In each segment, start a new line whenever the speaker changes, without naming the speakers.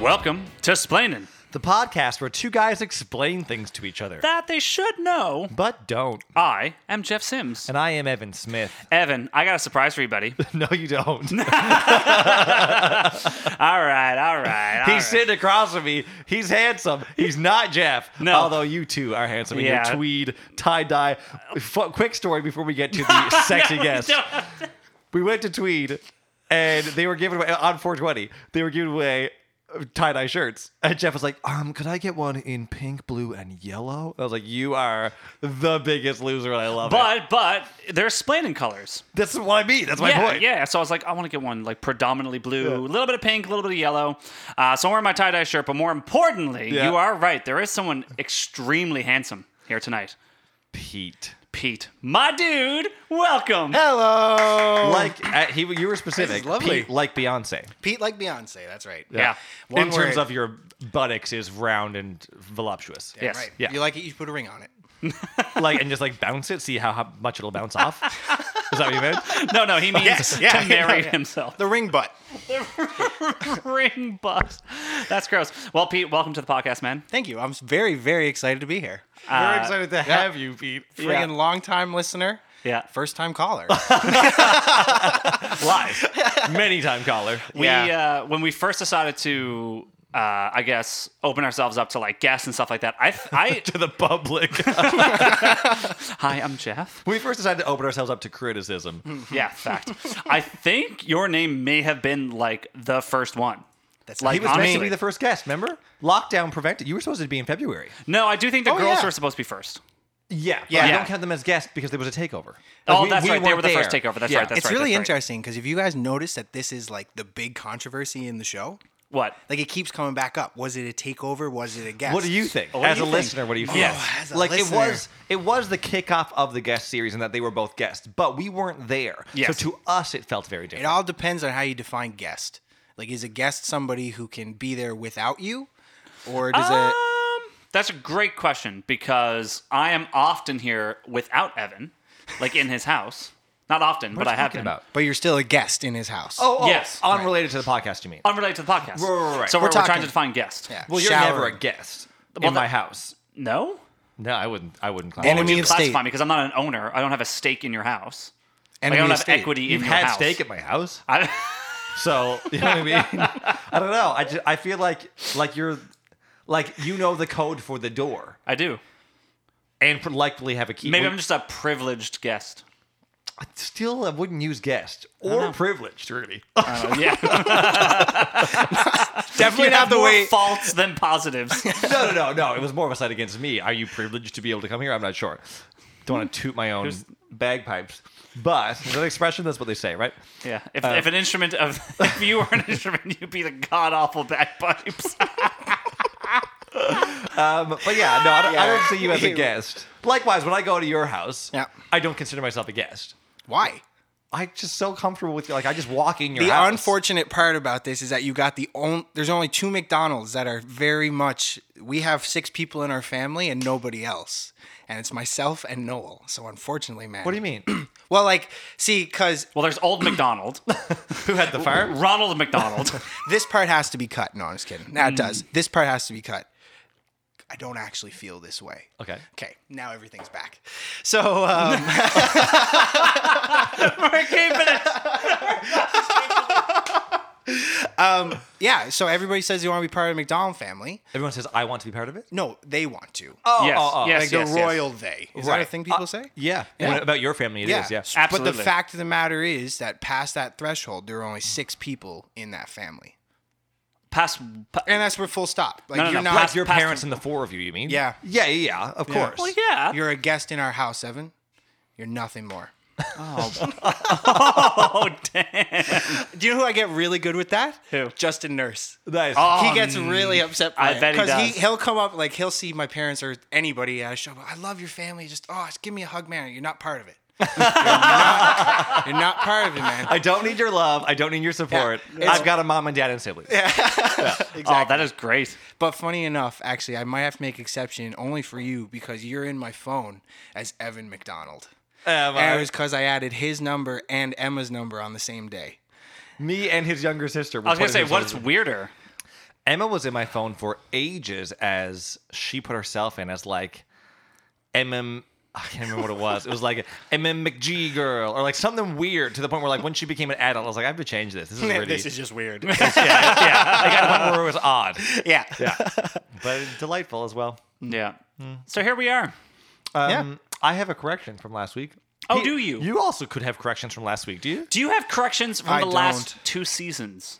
Welcome to Splainin'.
the podcast where two guys explain things to each other,
That they should know.
but don't.
I am Jeff Sims.
And I am Evan Smith.
Evan, I got a surprise for you, buddy.
no, you don't.
all right, all right. all
he's
right.
sitting across from me. He's handsome. He's not Jeff.
No.
Although you two are handsome in your
Yeah.
tweed tie dye. F- quick story before we get to the sexy guest. We went to Tweed, and they were giving away uh, on 420. They were giving away tie dye shirts, and Jeff was like, "Um, could I get one in pink, blue, and yellow?" I was like, "You are the biggest loser, and I love it."
But but they're Splainin' colors.
That's what I mean. That's my
yeah,
point.
yeah. So I was like, I want to get one like predominantly blue, a little bit of pink, a little bit of yellow. Uh, so I'm wearing my tie dye shirt, but more importantly,
Yeah.
you are right. There is someone extremely handsome here tonight.
Pete.
Pete, my dude, welcome.
Hello.
Like uh, he, you were specific.
This is lovely.
Pete, like Beyonce.
Pete like Beyonce, that's right.
Yeah.
One
in terms
word.
of your buttocks is round and voluptuous.
Yeah,
Yes.
Right.
Yeah.
You like it, you put a ring on it.
Like and just like bounce it, see how, how much it'll bounce off. is that what you meant?
No, no, he means
Yes, yeah,
to marry
yeah.
himself.
The ring butt.
ring bust. That's gross. Well, Pete, welcome to the podcast, man.
Thank you. I'm very, very excited to be here.
We're excited to have you, Pete.
Yeah.
Friggin' long time listener.
Yeah.
First time caller.
Live. Many time caller.
We
Yeah.
uh, when we first decided to, uh, I guess, open ourselves up to like guests and stuff like that. I, I,
to the public.
hi, I'm Jeff.
we first decided to open ourselves up to criticism.
Yeah, fact. I think your name may have been like the first one.
That's
Like,
He was meant
honestly-
to be the first guest, remember? Lockdown prevented. You were supposed to be in February.
No, I do think the
Oh,
girls
yeah.
were supposed to be first.
Yeah. But
Yeah.
I don't count them as guests because there was a takeover.
Oh,
Like, we-
that's
we
right. They were
weren't
the first
there.
takeover. That's
Yeah.
right. That's
it's
right.
really
that's right.
interesting because if you guys notice that this is like the big controversy in the show,
What?
like it keeps coming back up. Was it a takeover? Was it a guest?
What do you think?
do
as
you
a
think?
listener, what do you feel?
Yes.
as a
like
listener.
it was it was the kickoff of the guest series and that they were both guests, but we weren't there.
Yes.
So to us it felt very
It
different.
all depends on how you define guest. Like, is a guest somebody who can be there without you? Or does
Um,
Uh,
it.
that's a great question because I am often here without Evan, like in his house. Not often, but I have been.
about.
But you're still a guest in his house.
Oh, oh
Yes.
unrelated to the podcast, you mean?
Unrelated to the podcast.
right, right, right.
So we're,
We're
we're trying
talking-
to define guest.
Yeah.
well, you're
Shower.
never a guest
Well,
in my
that-
house.
No?
No, I wouldn't I wouldn't classify.
Enemy
You
of state.
classify me because I'm not an owner. I don't have a stake in your house. Like, I
Enemy
don't
of
have
state.
equity
You've
in your
had
house.
steak at my house.
I-
So, you know what I mean? I don't know. I just, I feel like like you're like you know the code for the door
I do.
and likely have a key.
Maybe
Well,
I'm just a privileged guest.
still I wouldn't use guest or privileged really.
yeah.
Definitely not the
More
way.
faults than positives.
no, no, no, no. It was more of a slight against me. Are you privileged to be able to come here? I'm not sure. Don't want to toot my own bagpipes. But is that an expression? That's what they say, right?
Yeah. If, if an instrument of if you were an instrument, you'd be the god awful bagpipes.
Um, but yeah, no, I don't, I don't
Yeah.
see you as a guest. Likewise, when I go to your house,
Yeah.
I don't consider myself a guest.
Why?
I'm just so comfortable with you. Like I just walk in your
The
house.
unfortunate part about this is that you got the only. There's only two McDonald's that are very much. We have six people in our family and nobody else, and it's myself and Noel. So unfortunately, man.
what do you mean?
Well, like, see, because
Well, there's old McDonald,
Who had the fire?
Ronald McDonald.
this part has to be cut. No, I'm just kidding. Now it
Mm.
does. This part has to be cut. I don't actually feel this way.
Okay.
Okay, now everything's back. So, um,
We're keeping it.
yeah, so everybody says you want to be part of the McDonald family.
Everyone says I want to be part of it.
No, they want to.
Oh,
Yes,
oh, oh.
yes,
like
yes,
the
yes.
royal they. Is that a
Right. Uh,
thing people say?
yeah. When- about your family, it is. yeah.
But
Absolutely.
the fact of the matter is that past that threshold, there are only six people in that family.
Pass. pa-
And that's where full stop. Like
No, no,
you're
no,
not
Like your
past-
parents and the four of you. You mean?
Yeah.
Yeah, yeah, yeah, Of course.
well, yeah.
you're a guest in our house, Evan. You're nothing more.
Oh, damn.
Do you know who I get really good with that?
Who?
Justin Nurse.
Nice.
he gets really upset by
I bet he
because
does.
he, will come up like he'll see my parents or anybody at a show. I love your family. Just oh, just give me a hug, man. You're not part of it. you're, not, you're not part of it, man.
I don't need your love. I don't need your support.
Yeah. It's-
I've got a mom and dad and siblings.
Oh, that is great.
But funny enough, actually, I might have to make exception only for you because you're in my phone as Evan McDonald.
Um,
And it
I-
was because I added his number and Emma's number on the same day.
me and his younger sister. Were
I was gonna say,
putting
what's
themselves-
weirder?
Emma was in my phone for ages as she put herself in as like MM. I can't remember what it was. It was like MM McG girl or like something weird to the point where like when she became an adult, I was like, I have to change this. This is really
this is just weird.
yeah. Like at a point where it was odd,
yeah.
yeah, but delightful as well.
Yeah. So here we are.
Um,
Yeah.
I have a correction from last week.
Oh, do you?
You also could have corrections from last week. Do you?
Do you have corrections from
I
the last
don't.
two seasons?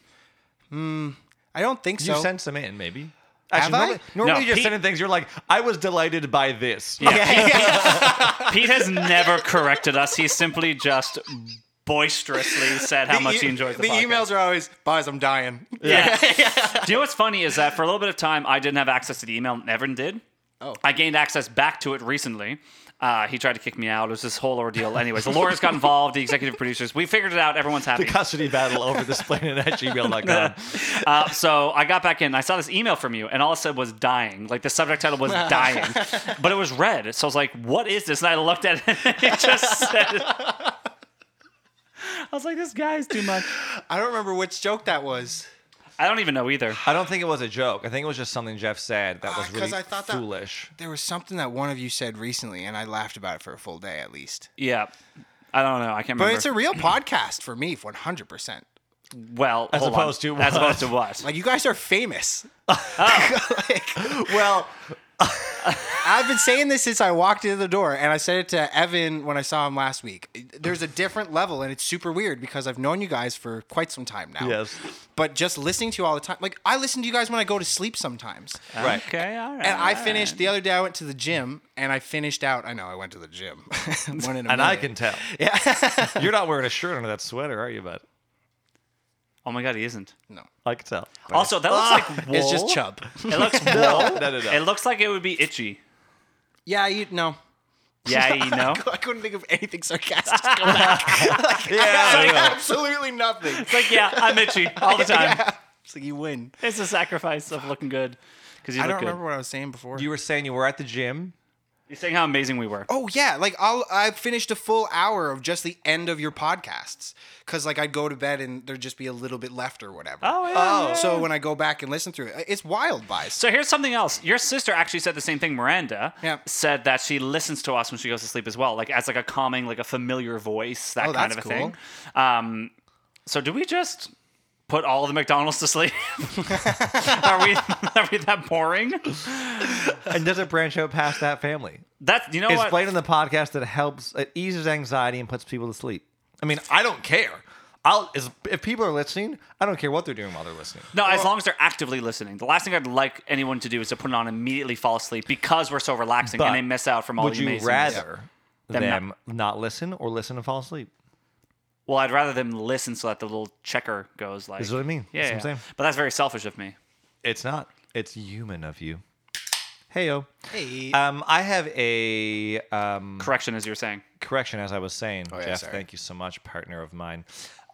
I don't think so.
you sent some in, maybe.
Have I?
normally, normally
No,
you just
Pete-
send in things. You're like, I was delighted by this.
Pete has never corrected us. He simply just boisterously said how much he enjoys the,
the
podcast.
emails are always, "Boys, I'm dying."
Yeah. Do you know what's funny is that for a little bit of time, I didn't have access to the email. and Evan did.
Oh.
I gained access back to it recently. Uh, he tried to kick me out. It was this whole ordeal. Anyways, the lawyers got involved, the executive producers. We figured it out. Everyone's happy.
The custody battle over this planet at gmail.com.
Uh, so I got back in. I saw this email from you, and all it said was "dying." Like the subject title was "dying," but it was red. So I was like, "What is this?" And I looked at it. And it just said. I was like, "This guy's too much."
I don't remember which joke that was.
I don't even know either.
I don't think it was a joke. I think it was just something Jeff said that
Ah,
was
'cause
really
I thought that-
foolish.
There was something that one of you said recently, and I laughed about it for a full day at least.
Yeah, I don't know. I can't
But
remember.
it's a real podcast for me, one hundred percent.
well, as
opposed to
as
what?
opposed to what?
Like you guys are famous. Like,
Well,
I've been saying this since I walked into the door, and I said it to Evan when I saw him last week. There's a different level, and it's super weird because I've known you guys for quite some time now.
Yes.
But just listening to you all the time, like I listen to you guys when I go to sleep sometimes.
right.
okay, all right.
Ah.
And I finished the other day. I went to the gym, and I finished out. I know I went to the gym. One in a
And I can
million.
tell. Yeah. You're not wearing a shirt under that sweater, are you, bud?
Oh my god, he isn't.
no.
I can tell. Oh.
Also, that looks like wool.
It's just chub.
It looks
No,
wool.
no, no, no.
It looks like it would be itchy.
Yeah, you no.
Yeah, you
Oh.
know.
I couldn't think of anything sarcastic. Going back.
yeah.
Absolutely nothing.
It's like yeah, I'm itchy all the time.
It's like you win.
It's a sacrifice of looking good because you
I
look
don't
good.
remember what I was saying before.
You were saying you were at the gym.
You're saying how amazing we were.
Oh yeah, like I'll I finished a full hour of just the end of your podcasts because like I'd go to bed and there'd just be a little bit left or whatever.
Oh, yeah.
So when I go back and listen through it, it's wild by
So here's something else. Your sister actually said the same thing. Miranda
Yeah.
said that she listens to us when she goes to sleep as well, like as like a calming, like a familiar voice, that
Oh,
kind of a
that's
thing. Um, so do we just put all the McDonald's to sleep? are we are we that boring?
And does it branch out past that family?
That's you know
It's
what.
played on the podcast that helps, it eases anxiety and puts people to sleep. I mean, I don't care. I'll is, if people are listening, I don't care what they're doing while they're listening.
No, as long as they're actively listening. The last thing I'd like anyone to do is to put it on and immediately fall asleep because we're so relaxing
But
and they miss out from all
Would
the
you
amazing.
rather
Them not-
them not-, listen or listen and fall asleep?
Well, I'd rather them listen so that the little checker goes like.
This is what I mean. That's what
Yeah,
I'm
yeah.
saying.
but that's very selfish of me.
It's not. It's human of you. Heyo.
Hey.
Uh,
Um, I have a um,
Correction, as you're saying.
correction, as I was saying,
Oh,
yeah,
Jeff.
sorry.
Thank you so much, partner of mine.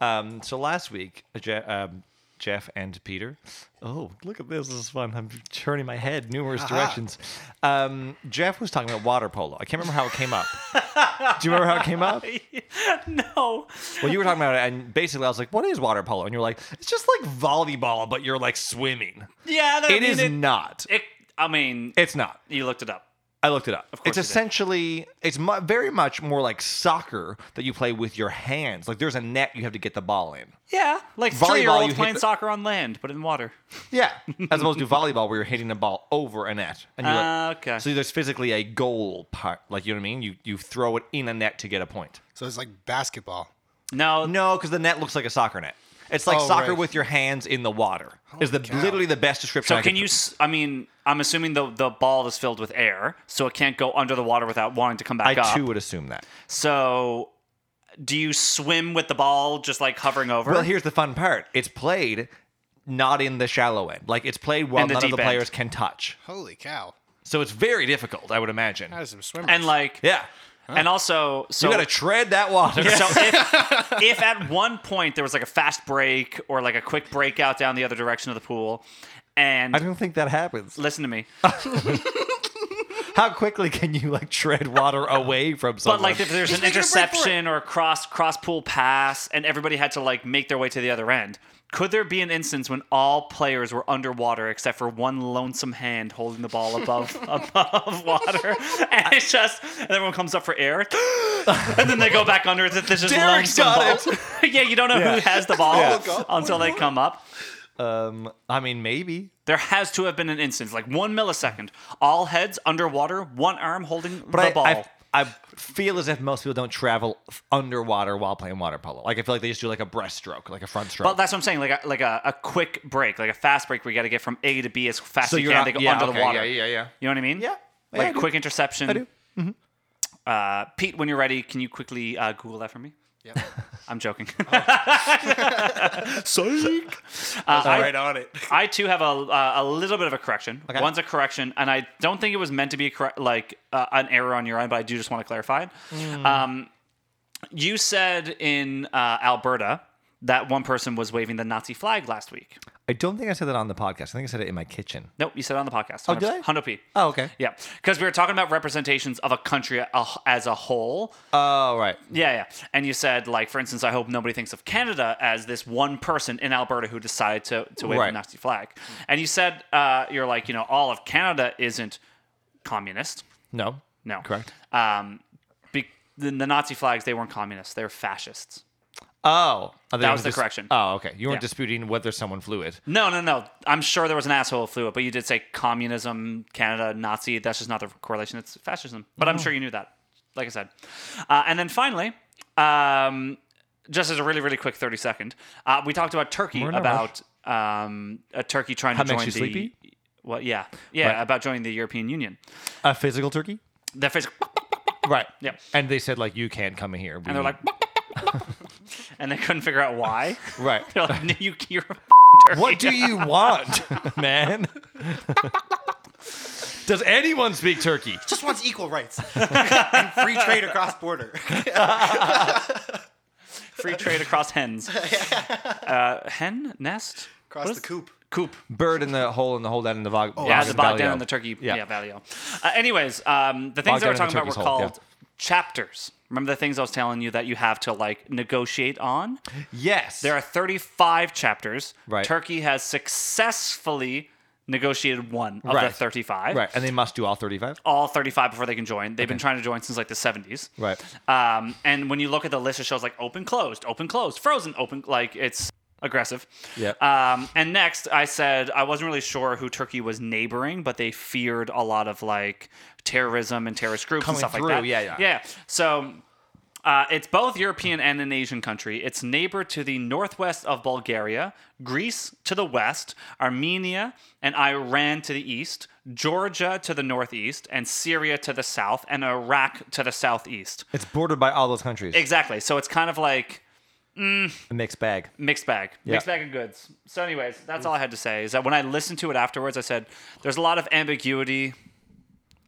Um, so last week, Je- um, Jeff and Peter. Oh, look at this! This is fun. I'm turning my head numerous directions. Um, Jeff was talking about water polo. I can't remember how it came up. Do you remember how it came up?
no.
Well, you were talking about it, and basically, I was like, "What is water polo?" And you're like, "It's just like volleyball, but you're like swimming."
Yeah, that, I
It
mean,
is
It,
not.
it- I mean,
It's not.
you looked it up.
I looked it up.
course
It's
you did.
essentially it's mu- very much more like soccer that you play with your hands. Like there's a net you have to get the ball in.
Yeah, like
Volleyball,
three year
you
olds
hit
playing
the-
soccer on land, but in water.
Yeah, as opposed to volleyball where you're hitting the ball over a net. And you're
Uh, okay.
So there's physically a goal part. Like you know what I mean? You you throw it in a net to get a point.
so it's like basketball.
No,
No, because the net looks like a soccer net. It's like
Oh,
soccer
right.
with your hands in the water. is the
cow.
literally the best description?
So
I
can
could-
you? s- I mean, I'm assuming the the ball is filled with air, so it can't go under the water without wanting to come
I
back up.
too would assume that.
So, do you swim with the ball just like hovering over?
Well, here's the fun part. It's played not in the shallow end. Like it's played while
In the
none of the
deep end.
players can touch.
Holy cow!
So it's very difficult, I would imagine.
That is some swimmers.
and like,
Yeah.
and also, so
You gotta tread that water.
So if, if at one point there was like a fast break or like a quick breakout down the other direction of the pool, and
oh, don't think that happens.
listen to me,
how quickly can you like tread water away from someone?
But like if there's
He's
an
making a break for it.
interception or a cross cross pool pass and everybody had to like make their way to the other end, could there be an instance when all players were underwater except for one lonesome hand holding the ball above above water? And it's just and everyone comes up for air and then they go back under it's just
Derek
lonesome
got
ball. yeah, you don't know
Yeah.
who has the ball
Yeah.
until they come up.
um, I mean, maybe.
There has to have been an instance, like one millisecond, all heads underwater, one arm holding
But
the
I,
ball.
I, I feel as if most people don't travel f- underwater while playing water polo. Like I feel like they just do like a breaststroke, like a front stroke.
Well, that's what I'm saying. Like a, like a, a quick break, like a fast break, where you got to get from A to B as fast
So
as you
you're
can
not-
to go
yeah,
under
okay,
the water.
yeah, yeah, yeah.
You know what I mean?
Yeah. Yeah, I
Like a
do.
quick interception.
I do. Mm-hmm.
Uh, Pete, when you're ready, can you quickly uh, Google that for me?
Yep.
I'm joking.
Psych.
Uh, I,
right on it.
I too have a uh, a little bit of a correction.
Okay.
One's a correction, and I don't think it was meant to be a correct like uh, an error on your end, but I do just want to clarify. it.
Hmm.
Um, you said in uh, Alberta that one person was waving the Nazi flag last week.
I don't think I said that on the podcast. I think I said it in my kitchen.
Nope, you said it on the podcast.
Oh, did I?
Hundo P.
Oh, okay.
Yeah, because we were talking about representations of a country a- as a whole.
Oh, right.
Yeah, yeah. And you said, like, for instance, I hope nobody thinks of Canada as this one person in Alberta who decided to, to wave the
Right.
Nazi flag. And you said, uh, you're like, you know, all of Canada isn't communist.
No.
No.
Correct.
Um, be- the, the Nazi flags, they weren't communists, they were fascists.
Oh, I thought you
was
were
the correction.
Oh, okay. You weren't
Yeah.
disputing whether someone flew it.
No, no, no. I'm sure there was an asshole who flew it, but you did say communism, Canada, Nazi. That's just not the correlation. It's fascism. But
Oh.
I'm sure you knew that, like I said. Uh, and then finally, um, just as a really, really quick 30 second, uh, we talked about Turkey,
in a
about um, a Turkey trying to
That
join
makes
the.
you sleepy?
Well, yeah. Yeah,
Right.
about joining the European Union.
A physical turkey.
Their face,
Right.
Yep.
And they said like you can't come here.
and they're like, and they couldn't figure out why.
right.
They're like, "No, you, you're a Turkey.
What do you want, man? Does anyone speak turkey?
Just wants equal rights and free trade across border.
Free trade across hens. Uh, hen nest.
Across
What
the
is-
coop.
Coop.
Bird in the hole in the hole down in the vog.
Oh, Yeah,
vog
the
and
bog
valio.
down in the turkey. Yeah,
Yeah.
valio. Uh, anyways, um, the things
Bogged
that
down
we're
in
talking
the
about were
turkey's hole, yeah.
called chapters. Remember the things I was telling you that you have to like negotiate on?
Yes.
There are 35 chapters.
Right.
Turkey has successfully negotiated one of the
Right.
35.
right, and they must do all thirty-five.
All 35 before they can join. They've been trying to join since like the 70s.
Right.
Um, and when you look at the list, it shows like open, closed, open, closed, frozen, open. Like it's aggressive.
Yeah.
Um, and next, I said I wasn't really sure who Turkey was neighboring, but they feared a lot of like terrorism and terrorist groups
Coming
and stuff
through,
like that.
yeah, yeah.
Yeah. So. Uh, it's both European and an Asian country. It's neighbor to the northwest of Bulgaria, Greece to the west, Armenia and Iran to the east, Georgia to the northeast, and Syria to the south, and Iraq to the southeast.
It's bordered by all those countries.
Exactly. So it's kind of like
a mixed bag.
mixed bag, mixed
Yeah.
bag of goods. So, anyways, that's all I had to say. Is that when I listened to it afterwards, I said there's a lot of ambiguity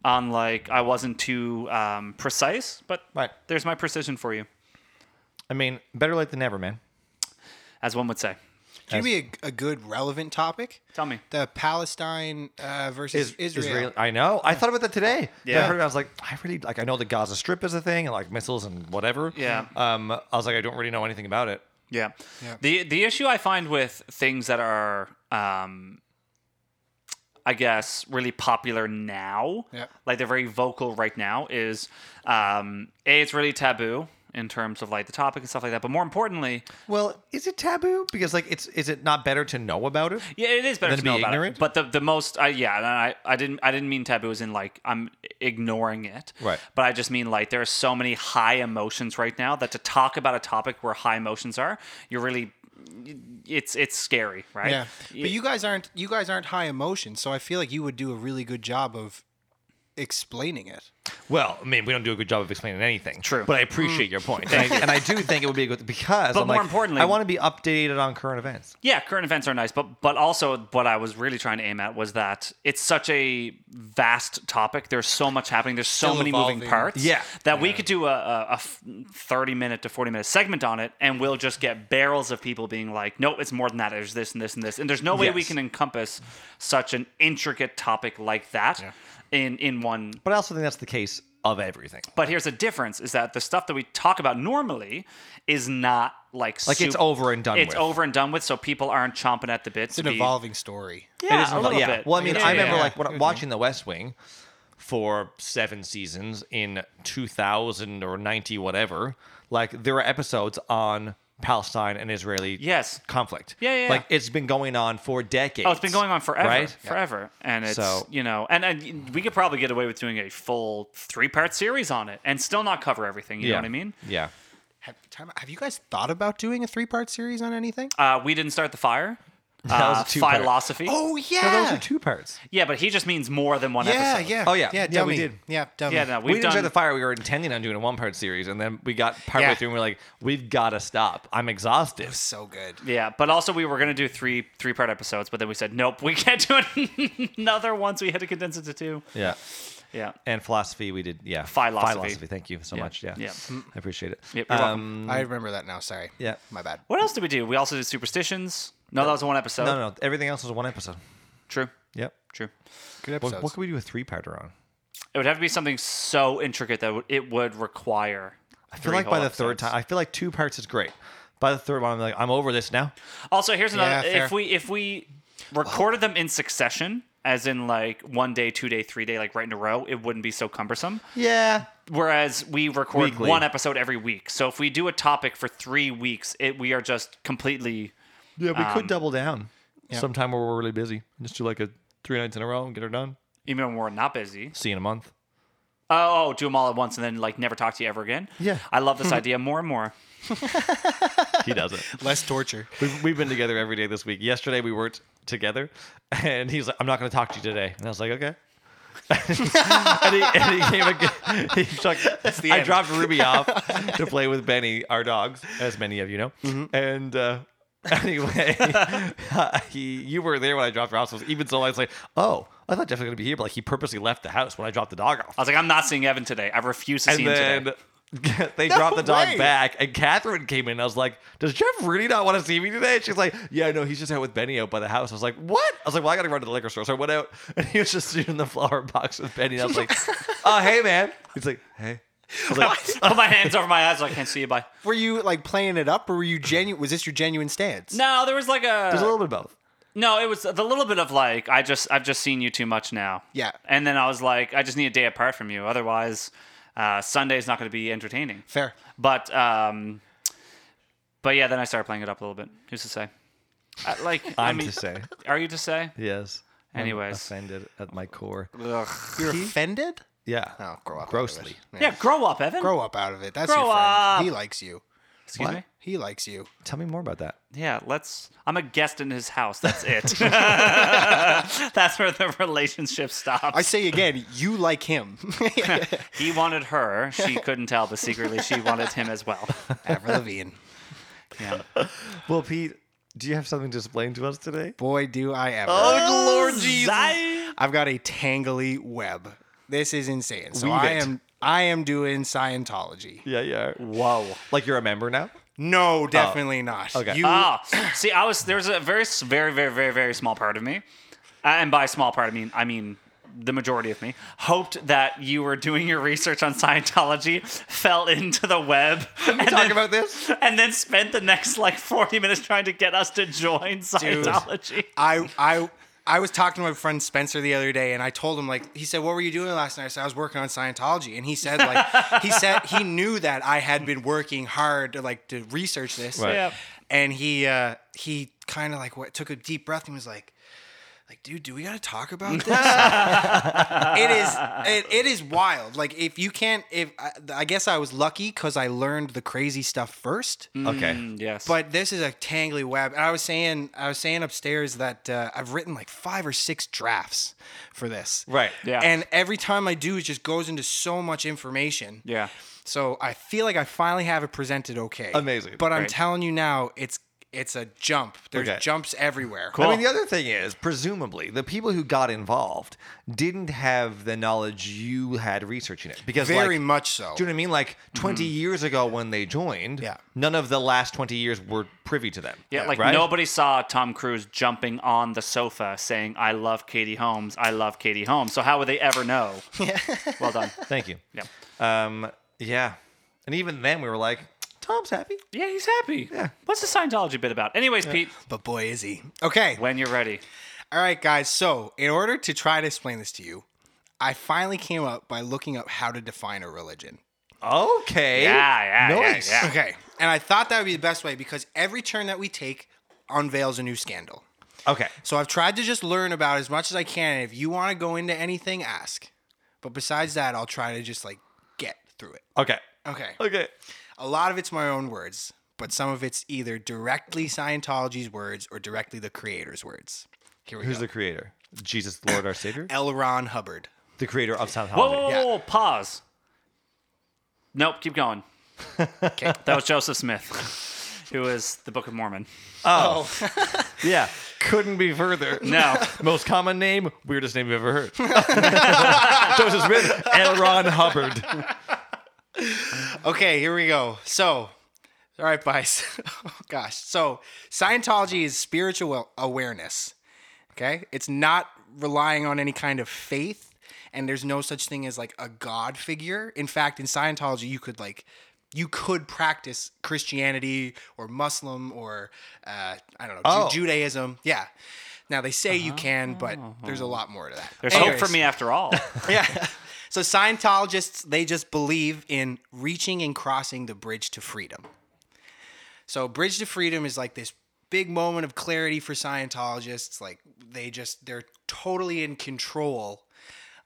on like I wasn't too um, precise, but
Right.
there's my precision for you,
I mean, better late than never, man.
as one would say.
Give me a, a good relevant topic.
Tell me.
The Palestine uh, versus Israel.
I know. I thought about that today. Yeah.
Yeah.
I heard it. I was like, I really like. I know the Gaza Strip is a thing, and like missiles and whatever.
Yeah.
Um. I was like, I don't really know anything about it.
Yeah.
Yeah.
The the issue I find with things that are um I guess really popular now,
Yeah.
like they're very vocal right now is um A it's really taboo in terms of like the topic and stuff like that, but more importantly,
Well, is it taboo? Because like, it's is it not better to know about it?
yeah, it is better
Then
to
be
know about
ignorant?
it. But the the most I yeah, and I I didn't I didn't mean taboo as in like I'm ignoring it.
Right.
But I just mean like there are so many high emotions right now that to talk about a topic where high emotions are, you're really it's it's scary, right?
Yeah, but you guys aren't you guys aren't high emotion, so I feel like you would do a really good job of explaining it.
Well, I mean, we don't do a good job of explaining anything.
True.
But I appreciate your point, and I, and I do think it would be a good because.
But
I'm
more
like,
importantly-
I want to be updated on current events.
yeah, current events are nice, but but also what I was really trying to aim at was that it's such a vast topic. There's so much happening. There's so
Still
many moving
evolving.
parts.
Yeah.
that we could do a, a- a f- thirty minute to forty minute segment on it, and we'll just get barrels of people being like, "No, it's more than that. There's this and this and this." And there's no way we
Yes.
can encompass such an intricate topic like that. in in one
But I also think that's the case of everything.
But here's the difference: is that the stuff that we talk about normally is not like
Like, it's over and done
It's
with.
over and done with, so people aren't chomping at the bit.
It's an evolving story.
Yeah, a little
yeah.
bit.
Well, I mean,
It is
I
a little
remember
bit.
like when, watching The West Wing for seven seasons in 2000 or 90, whatever. Like there are episodes on Palestine and Israeli
Yes.
conflict.
Yeah, yeah, yeah.
Like it's been going on for decades.
Oh, it's been going on forever,
Right?
forever, and it's
So-
you know, and, and we could probably get away with doing a full three-part series on it and still not cover everything. You
yeah.
know what I mean?
Yeah.
Have, time, have you guys thought about doing a three part series on anything?
Uh, we didn't start the fire.
That was
uh,
a two-part.
philosophy.
Oh yeah,
So those are two parts.
yeah, but he just means more than one
yeah,
episode.
yeah.
Oh, yeah.
yeah.
Yeah, we
dummy.
did.
Yeah, dummy.
yeah. No,
We
we've
didn't
done
enjoy the fire. We were intending on doing a one part series, and then we got partway
Yeah.
through and we are like, we've got to stop. I'm exhausted.
So good.
Yeah, but also we were gonna do three three part episodes, but then we said nope, we can't do another one, so we had to condense it to two.
Yeah.
Yeah.
And philosophy, we did. Yeah.
Philosophy.
Philosophy. Thank you so much. Yeah.
yeah.
I appreciate it. Uh,
Yep, you're welcome.
I remember that now. Sorry.
Mm. Yeah.
My bad.
What else did we do? We also did superstitions. No, that was one episode.
No, no, no. Everything else was one episode.
True.
Yep.
True.
Good
What,
episodes.
what could we do a three parter on?
It would have to be something so intricate that it would require.
I feel like by the third time, I feel like two parts is great. By the third one, I'm like, I'm over this now.
Also, here's
Yeah,
another.
fair.
if we if we recorded them in succession, as in like one day, two day, three day, like right in a row, it wouldn't be so cumbersome.
Yeah.
Whereas we record
Weekly.
one episode every week, so if we do a topic for three weeks, it we are just completely.
Yeah, we could double down sometime where we're really busy. Just do like a three nights in a row and get her done.
Even when we're not busy,
See you in a month.
oh, oh, do them all at once and then like never talk to you ever again.
Yeah. Mm-hmm.
I love this idea more and more.
He does it.
Less torture.
we've, we've been together every day this week. Yesterday we weren't together, and he's like, "I'm not going to talk to you today," and I was like, "Okay." and, he, and he came again. He's like,
the
I
end.
dropped Ruby off to play with Benny, our dogs, as many of you know.
Mm-hmm.
And uh, anyway, he, you were there when I dropped her off. So even so, I was like, "Oh, I thought Jeff was going to be here," but like he purposely left the house when I dropped the dog off
I was like, I'm not seeing Evan today. I refuse to see
and
him today.
then they dropped the dog
way.
back, and Catherine came in. And I was like, "Does Jeff really not want to see me today?" And she's like, "Yeah, no, he's just out with Benny out by the house." I was like, "What?" I was like, "Well, I got to run to the liquor store." So I went out, and he was just sitting in the flower box with Benny. And I was like, "Oh, hey, man." He's like, "Hey." I was like,
Put my hands over my eyes so I can't see you. Bye.
Were you like playing it up, or were you genuine? Was this your genuine stance?
No, there was like a,
"There's a little bit of both."
no. It was the little bit of like I just I've just seen you too much now.
Yeah.
And then I was like, I just need a day apart from you. Otherwise, uh, Sunday's not going to be entertaining.
Fair.
But um, but yeah, then I started playing it up a little bit. Who's to say? Uh, like I
I'm
mean,
to say,
are you to say?
yes. I'm
Anyways.
offended at my core.
Oh,
You're offended?
Yeah.
Oh, grow up. Out of
Grossly.
it.
Yeah, grow up, Evan.
Grow up out of it. That's
Grow
your friend.
up.
He likes you.
Excuse me.
He likes you.
Tell me more about that.
Yeah, let's. I'm a guest in his house. That's it. That's where the relationship stops.
I say again, you like him.
He wanted her. She couldn't tell, but secretly she wanted him as well.
Avril Lavigne.
Yeah.
Well, Pete, do you have something to explain to us today?
Boy, do I ever.
Lord
Zion.
I've got a tangly web. This is insane. So
Weave
I
it.
am I am doing Scientology.
Yeah, yeah.
Whoa.
Like you're a member now?
No, definitely not.
Oh. okay.
You
Ah, see, I was there's a very, s- very, very, very, very small part of me, uh, and by small part I mean I mean the majority of me hoped that you were doing your research on Scientology, fell into the web, and
We talk
then,
about this?
and then spent the next like 40 minutes trying to get us to join Scientology.
I I I was talking to my friend Spencer the other day, and I told him like he said, "What were you doing last night?" I said, "I was working on Scientology," and he said like he said he knew that I had been working hard to like to research this,
Right.
Yep.
and he uh he kind of like what took a deep breath and was like. Like, dude, do we gotta talk about this? it is, it, it is wild. Like, if you can't, if I, I guess I was lucky because I learned the crazy stuff first.
Okay.
Mm, yes.
But this is a tangly web. And I was saying, I was saying upstairs that uh, I've written like five or six drafts for this.
Right.
Yeah.
And every time I do, it just goes into so much information.
yeah.
So I feel like I finally have it presented okay.
Amazing.
But I'm
Great.
telling you now, it's it's a jump. There's
Okay.
jumps everywhere.
I mean, the other thing is, presumably, the people who got involved didn't have the knowledge you had researching it because,
Very
like,
much so. Mm-hmm.
do you know what I mean? Like 20 years ago when they joined,
Yeah.
none of the last 20 years were privy to them.
Yeah, like
right?
nobody saw Tom Cruise jumping on the sofa saying, I love Katie Holmes, I love Katie Holmes. So how would they ever know? well done.
Thank you.
Yeah.
Um, yeah. And even then, we were like, Tom's happy.
Yeah, he's happy. Yeah. What's the Scientology bit about? Anyways, Pete,
But boy, is he. Okay.
when you're ready.
All right, guys. So, in order to try to explain this to you, I finally came up by looking up how to define a religion.
Okay.
Yeah, yeah, yeah,
Nice.
yeah.
Okay. And I thought that would be the best way because every turn that we take unveils a new scandal.
Okay.
So I've tried to just learn about as much as I can. And if you want to go into anything, ask. But besides that, I'll try to just like get through it.
Okay.
Okay.
Okay.
A lot of it's my own words, but some of it's either directly Scientology's words or directly the creator's words. Here we
Who's
go.
the creator? Jesus, Lord, our Savior?
L. Ron Hubbard.
the creator of Sound
Whoa, whoa,
Yeah.
whoa, whoa, pause. Nope, keep going. That was Joseph Smith, who was the Book of Mormon.
Yeah. Couldn't be further.
No.
Most common name, weirdest name you've ever heard. Joseph Smith, L. Ron Hubbard.
Okay, here we go. So, all right, guys. oh, gosh. So, Scientology is spiritual awareness. Okay? It's not relying on any kind of faith, and there's no such thing as like a god figure. In fact, in Scientology, you could like you could practice Christianity or Muslim or uh, I don't know Ju-
Oh.
Judaism. Yeah. Now they say you can, but there's a lot more to that.
Uh-huh. Oh. There's
Anyways.
hope for me after all.
Yeah. So Scientologists, they just believe in reaching and crossing the bridge to freedom. So bridge to freedom is like this big moment of clarity for Scientologists. Like they just they're totally in control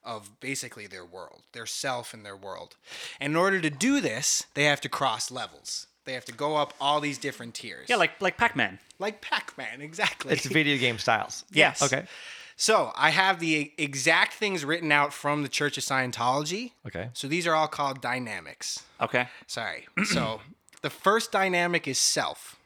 of basically their world, their self and their world. And in order to do this, they have to cross levels. They have to go up all these different tiers.
yeah, like like Pac-Man.
like Pac-Man, exactly.
It's video game styles.
Yes.
Okay.
So I have the exact things written out from the Church of Scientology.
Okay.
So these are all called dynamics.
Okay.
Sorry. so the first dynamic is self.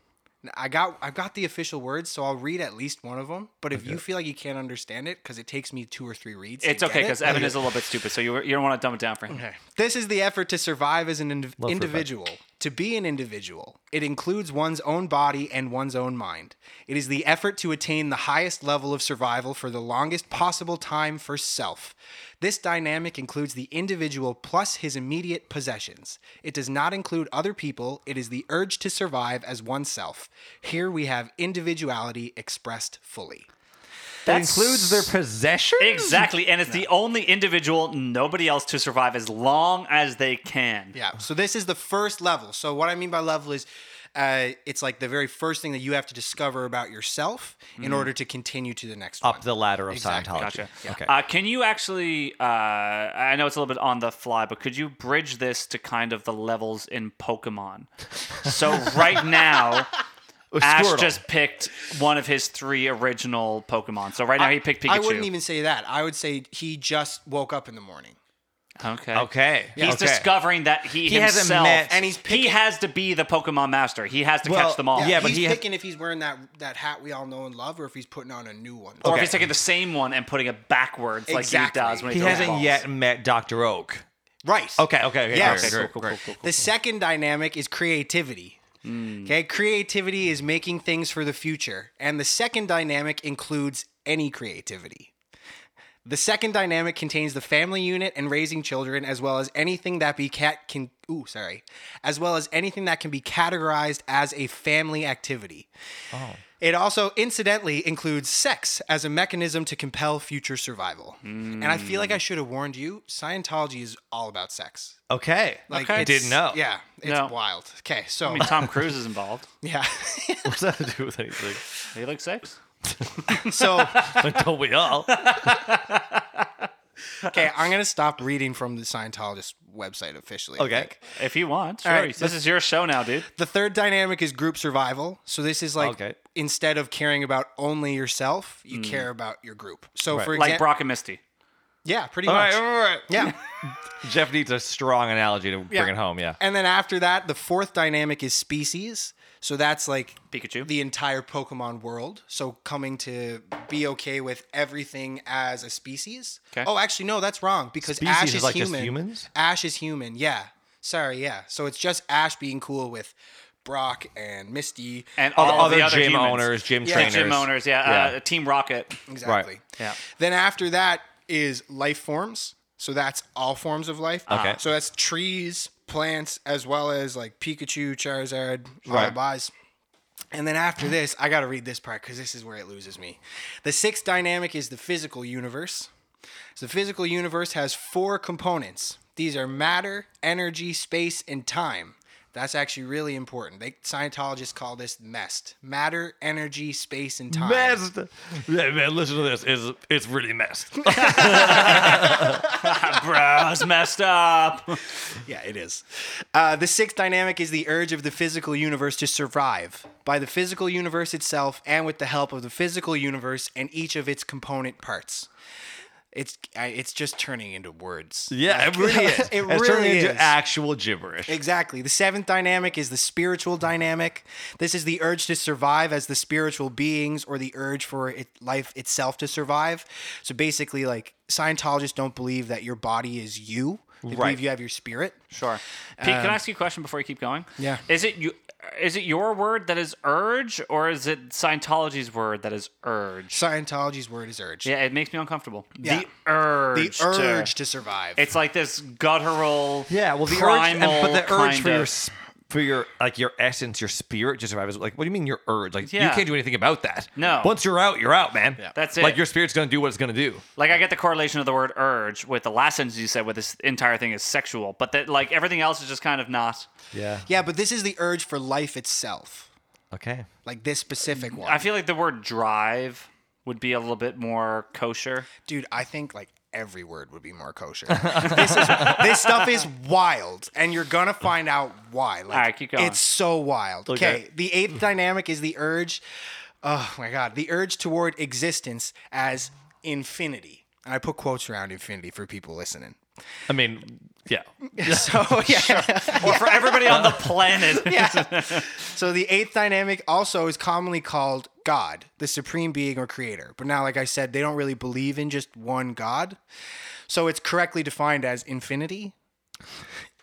Now, I got I've got the official words, so I'll read at least one of them. But if you feel like you can't understand it, because it takes me two or three reads. to
It's
get
okay
it.
because Evan is a little bit stupid, so you, you don't want to dumb it down for him.
Okay. This is the effort to survive as an indiv-
for a fight.
individual. To be an individual, it includes one's own body and one's own mind. It is the effort to attain the highest level of survival for the longest possible time for self. This dynamic includes the individual plus his immediate possessions. It does not include other people. It is the urge to survive as oneself. Here we have individuality expressed fully.
That includes their possessions?
Exactly, and it's the only individual, nobody else, to survive as long as they can.
Oh.
Yeah. So this is the first level. So what I mean by level is, uh, it's like the very first thing that you have to discover about yourself in order to continue to the next
Mm-hmm. Up
one.
the ladder of
Exactly.
Scientology.
Gotcha.
Okay.
Uh, can you actually? Uh, I know it's a little bit on the fly, but could you bridge this to kind of the levels in Pokemon? So right now, Ash
Squirtle.
just picked one of his three original Pokemon. So right now he picked Pikachu.
I wouldn't even say that. I would say he just woke up in the morning.
Okay.
Okay. okay.
He's discovering that he,
He hasn't
himself
met-
and
and
he's
he's
he
picking-
has to be the Pokemon master. He has to
Well,
catch them all.
Yeah, but
he's
he had-
picking if he's wearing that that hat we all know and love, or if he's putting on a new one.
Or if
Okay.
he's taking the same one and putting it backwards
Exactly.
like he does when
He
he, throws
hasn't
balls.
yet met Dr. Oak.
Right.
Okay, okay, okay.
Yes.
great,
Okay,
great,
cool, cool,
great.
cool, cool,
The second dynamic is creativity. Okay, creativity is making things for the future, and the second dynamic includes any creativity. The second dynamic contains the family unit and raising children, as well as anything that be cat can. Ooh, sorry, as well as anything that can be categorized as a family activity. It also, incidentally, includes sex as a mechanism to compel future survival. And I feel like I should have warned you. Scientology is all about sex.
Okay.
Like,
Okay.
it's-
Didn't know.
Yeah, it's
No.
wild. Okay, so
I mean, Tom Cruise is involved.
yeah,
What's that to do with anything?
He likes sex.
so
But don't we all?
okay, I'm gonna stop reading from the Scientologist website officially. I
Okay.
think.
If you want, sure.
right,
this is your show now, dude.
The third dynamic is group survival. So this is like
Okay.
instead of caring about only yourself, you care about your group. So for
Mm. Like
example,
Brock and Misty.
yeah, pretty
All
much.
right, all right.
Yeah.
Jeff needs a strong analogy to bring it home. Yeah.
And then after that, the fourth dynamic is species. So that's like
Pikachu.
the entire Pokemon world. So coming to be okay with everything as a species.
'Kay.
Oh, actually, no, that's wrong because
Species
Ash
is
is,
like just
human.
humans?
Ash is human. Yeah. Sorry. Yeah. So it's just Ash being cool with Brock and Misty.
and all,
All,
the
other,
other
gym
humans.
owners, gym
Yeah.
The
trainers,
gym owners. Yeah, Uh, Team Rocket.
exactly.
Yeah.
Then after that is life forms. So that's all forms of life.
Okay.
So that's trees, plants, as well as like Pikachu, Charizard,
Right.
right. Buys. And then after this, I got to read this part because this is where it loses me. The sixth dynamic is the physical universe. So the physical universe has four components. These are matter, energy, space, and time. That's actually really important. They Scientologists call this MEST. Matter, energy, space, and time.
Messed. Yeah, man, listen to this. It's, it's really messed.
Bros Ah, messed up.
Yeah, it is. Uh, the sixth dynamic is the urge of the physical universe to survive by the physical universe itself and with the help of the physical universe and each of its component parts. It's I, it's just turning into words.
Yeah, it really is.
It
it's
really
turning
is.
into actual gibberish.
Exactly. The seventh dynamic is the spiritual dynamic. This is the urge to survive as the spiritual beings or the urge for it, life itself to survive. So basically, like, Scientologists don't believe that your body is you, they
Right.
believe you have your spirit.
Sure. Pete, can I
Um,
ask you a question before you keep going?
Yeah.
Is it you? Is it your word that is urge, or is it Scientology's word that is urge?
Scientology's word is urge.
Yeah, it makes me uncomfortable.
Yeah.
The urge.
the
to-
urge to, survive.
It's like this guttural.
Yeah, well, the
primal
urge, and- but the urge
kind
for your
of-
s- for your like your essence, your spirit to survive is like, what do you mean your urge? Like you
Yeah.
can't do anything about that.
No.
once you're out, you're out, man.
That's
Like
it.
your spirit's gonna do what it's gonna do.
Like I get the correlation of the word urge with the last sentence you said with this entire thing is sexual, but that like everything else is just kind of not.
Yeah.
yeah, but this is the urge for life itself,
Okay.
like this specific one.
I feel like the word drive would be a little bit more kosher.
Dude, I think like every word would be more kosher. this is this stuff is wild, and you're gonna find out why. Like,
right, keep going.
It's so wild. Okay. The eighth dynamic is the urge. Oh my god, the urge toward existence as infinity. And I put quotes around infinity for people listening.
I mean, yeah.
So yeah.
Or for everybody on the planet.
yeah. So the eighth dynamic also is commonly called God, the supreme being or creator. But now, like I said, they don't really believe in just one God. So it's correctly defined as infinity.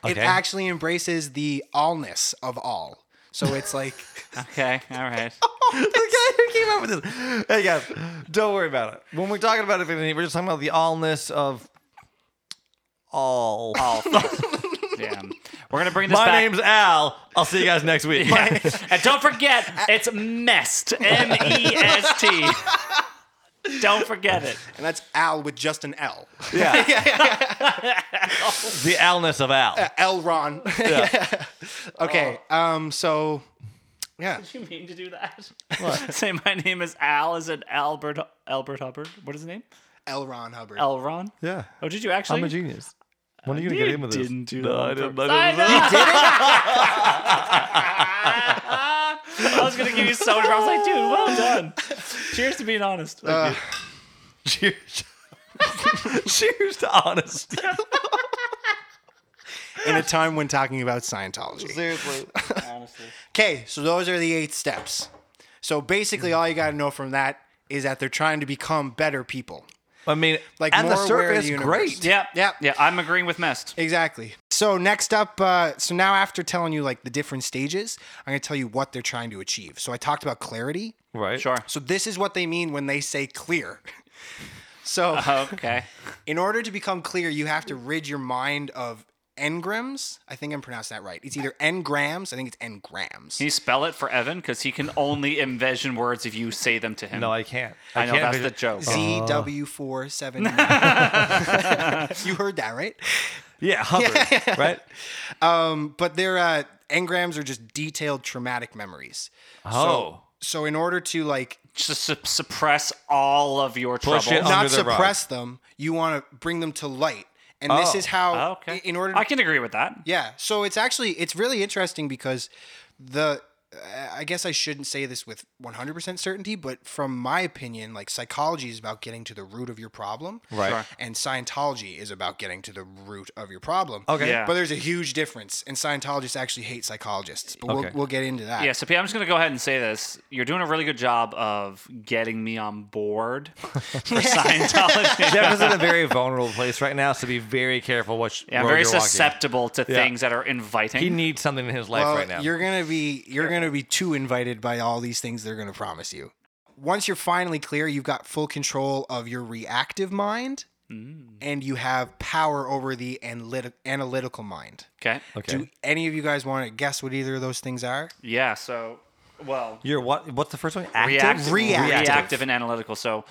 It
Okay.
actually embraces the allness of all. So it's like
Okay, all right.
the guy who came up with this. Hey guys, don't worry about it. When we're talking about infinity, we're just talking about the allness of all.
Oh, fuck. Damn. We're gonna bring this
My
back.
name's Al. I'll see you guys next week.
and don't forget, it's mest. M E S T. Don't forget it.
and that's Al with just an L.
Yeah. the alness of Al.
Elron. okay. Um so yeah.
You mean to do that? Say my name is Al. Is it Albert Albert Hubbard? What is his name?
Elron Hubbard.
Elron.
Yeah.
Oh, did you actually?
I'm a genius. When are Uh, you gonna
You
get in with this?
didn't do
no,
that
I
on
didn't.
purpose.
I didn't.
I was gonna give you so much. I was like, dude, well done. Cheers to being honest. Thank
Uh,
you.
Cheers. Cheers to honesty.
in a time when talking about Scientology.
Seriously.
Honestly.
Okay, so those are the eight steps. So basically, all you got to know from that is that they're trying to become better people.
I mean,
Like
at the
more aware of
surface,
the universe.
great.
Yeah,
Yep.
yeah. I'm agreeing with Mest.
Exactly. So next up, uh, so now after telling you like the different stages, I'm gonna tell you what they're trying to achieve. So I talked about clarity.
Right.
Sure.
So this is what they mean when they say clear. So
Uh-huh. Okay.
in order to become clear, you have to rid your mind of engrams. I think I'm pronouncing that right. It's either engrams. I think it's engrams.
Can you spell it for Evan? Because he can only envision words if you say them to him.
No, I can't.
I know
can't
that's
envision- Oh.
the joke.
ZW479. you heard that, right?
Yeah, Hubbard. Right.
But they're uh, engrams are just detailed traumatic memories.
Oh,
So in order to like
Just su- suppress all of your
Push
trouble.
it Under
not
the rug.
suppress them, you want to bring them to light. And this
Oh.
is how
Okay.
in order to
I can agree with that.
Yeah. So it's actually it's really interesting because the I- I guess I shouldn't say this with 100% certainty, but from my opinion, like psychology is about getting to the root of your problem.
Right. Sure.
And Scientology is about getting to the root of your problem.
Oh, Okay.
Yeah.
But there's a huge difference, and Scientologists actually hate psychologists. But
Okay.
we'll, we'll get into that.
Yeah, so Pete, I'm just gonna go ahead and say this. You're doing a really good job of getting me on board for Scientology.
Jeff is in a very vulnerable place right now, so be very careful what sh-
Yeah, I'm
road
very
you're walking.
susceptible to things that are inviting.
He needs something in his life
Well,
right now.
you're gonna be you're gonna be too invited by all these things they're gonna promise you. Once you're finally clear, you've got full control of your reactive mind,
Mm.
and you have power over the analytic, analytical mind.
okay.
okay.
Do any of you guys want to guess what either of those things are?
Yeah. So, well,
You're what? What's the first one? Active.
reactive,
Reactive.
reactive and analytical. So,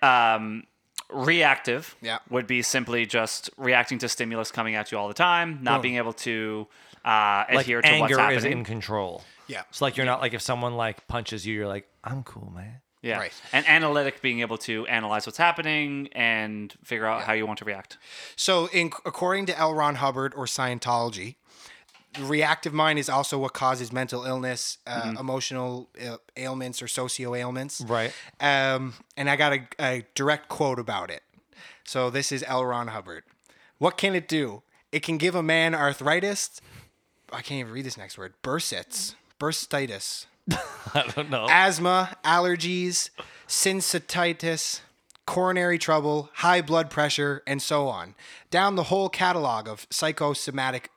um, reactive
Yeah.
would be simply just reacting to stimulus coming at you all the time, not being able to uh,
Like
adhere to what's
anger
happening.
is in control.
Yeah.
It's like you're not like if someone like punches you, you're like, I'm cool, man.
yeah.
Right.
And analytic being able to analyze what's happening and figure out how you want to react.
So, in, according to L. Ron Hubbard or Scientology, the reactive mind is also what causes mental illness, uh, emotional uh, ailments, or socio ailments.
Right.
Um, and I got a, a direct quote about it. So, this is L. Ron Hubbard. What can it do? It can give a man arthritis. I can't even read this next word. Bursits. Bursitis.
I don't know.
asthma, allergies, syncytitis, coronary trouble, high blood pressure, and so on. Down the whole catalog of psychosomatic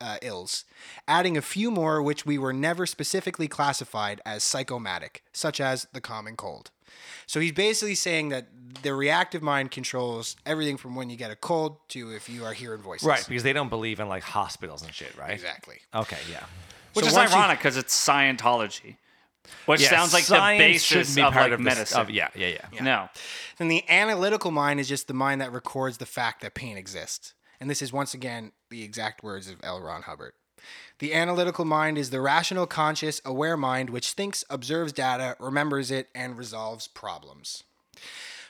uh, ills, adding a few more which we were never specifically classified as psychomatic, such as the common cold. So he's basically saying that the reactive mind controls everything from when you get a cold to if you are hearing voices.
Right, because they don't believe in like hospitals and shit, right?
Exactly.
Okay, yeah.
Which
So
is
once you-
ironic because it's Scientology, which
Yeah,
sounds like the
science
basis
shouldn't be
of
part
like
this-
medicine.
of- yeah, yeah, yeah.
No.
Then the analytical mind is just the mind that records the fact that pain exists. And this is once again the exact words of L. Ron Hubbard. The analytical mind is the rational, conscious, aware mind which thinks, observes data, remembers it, and resolves problems.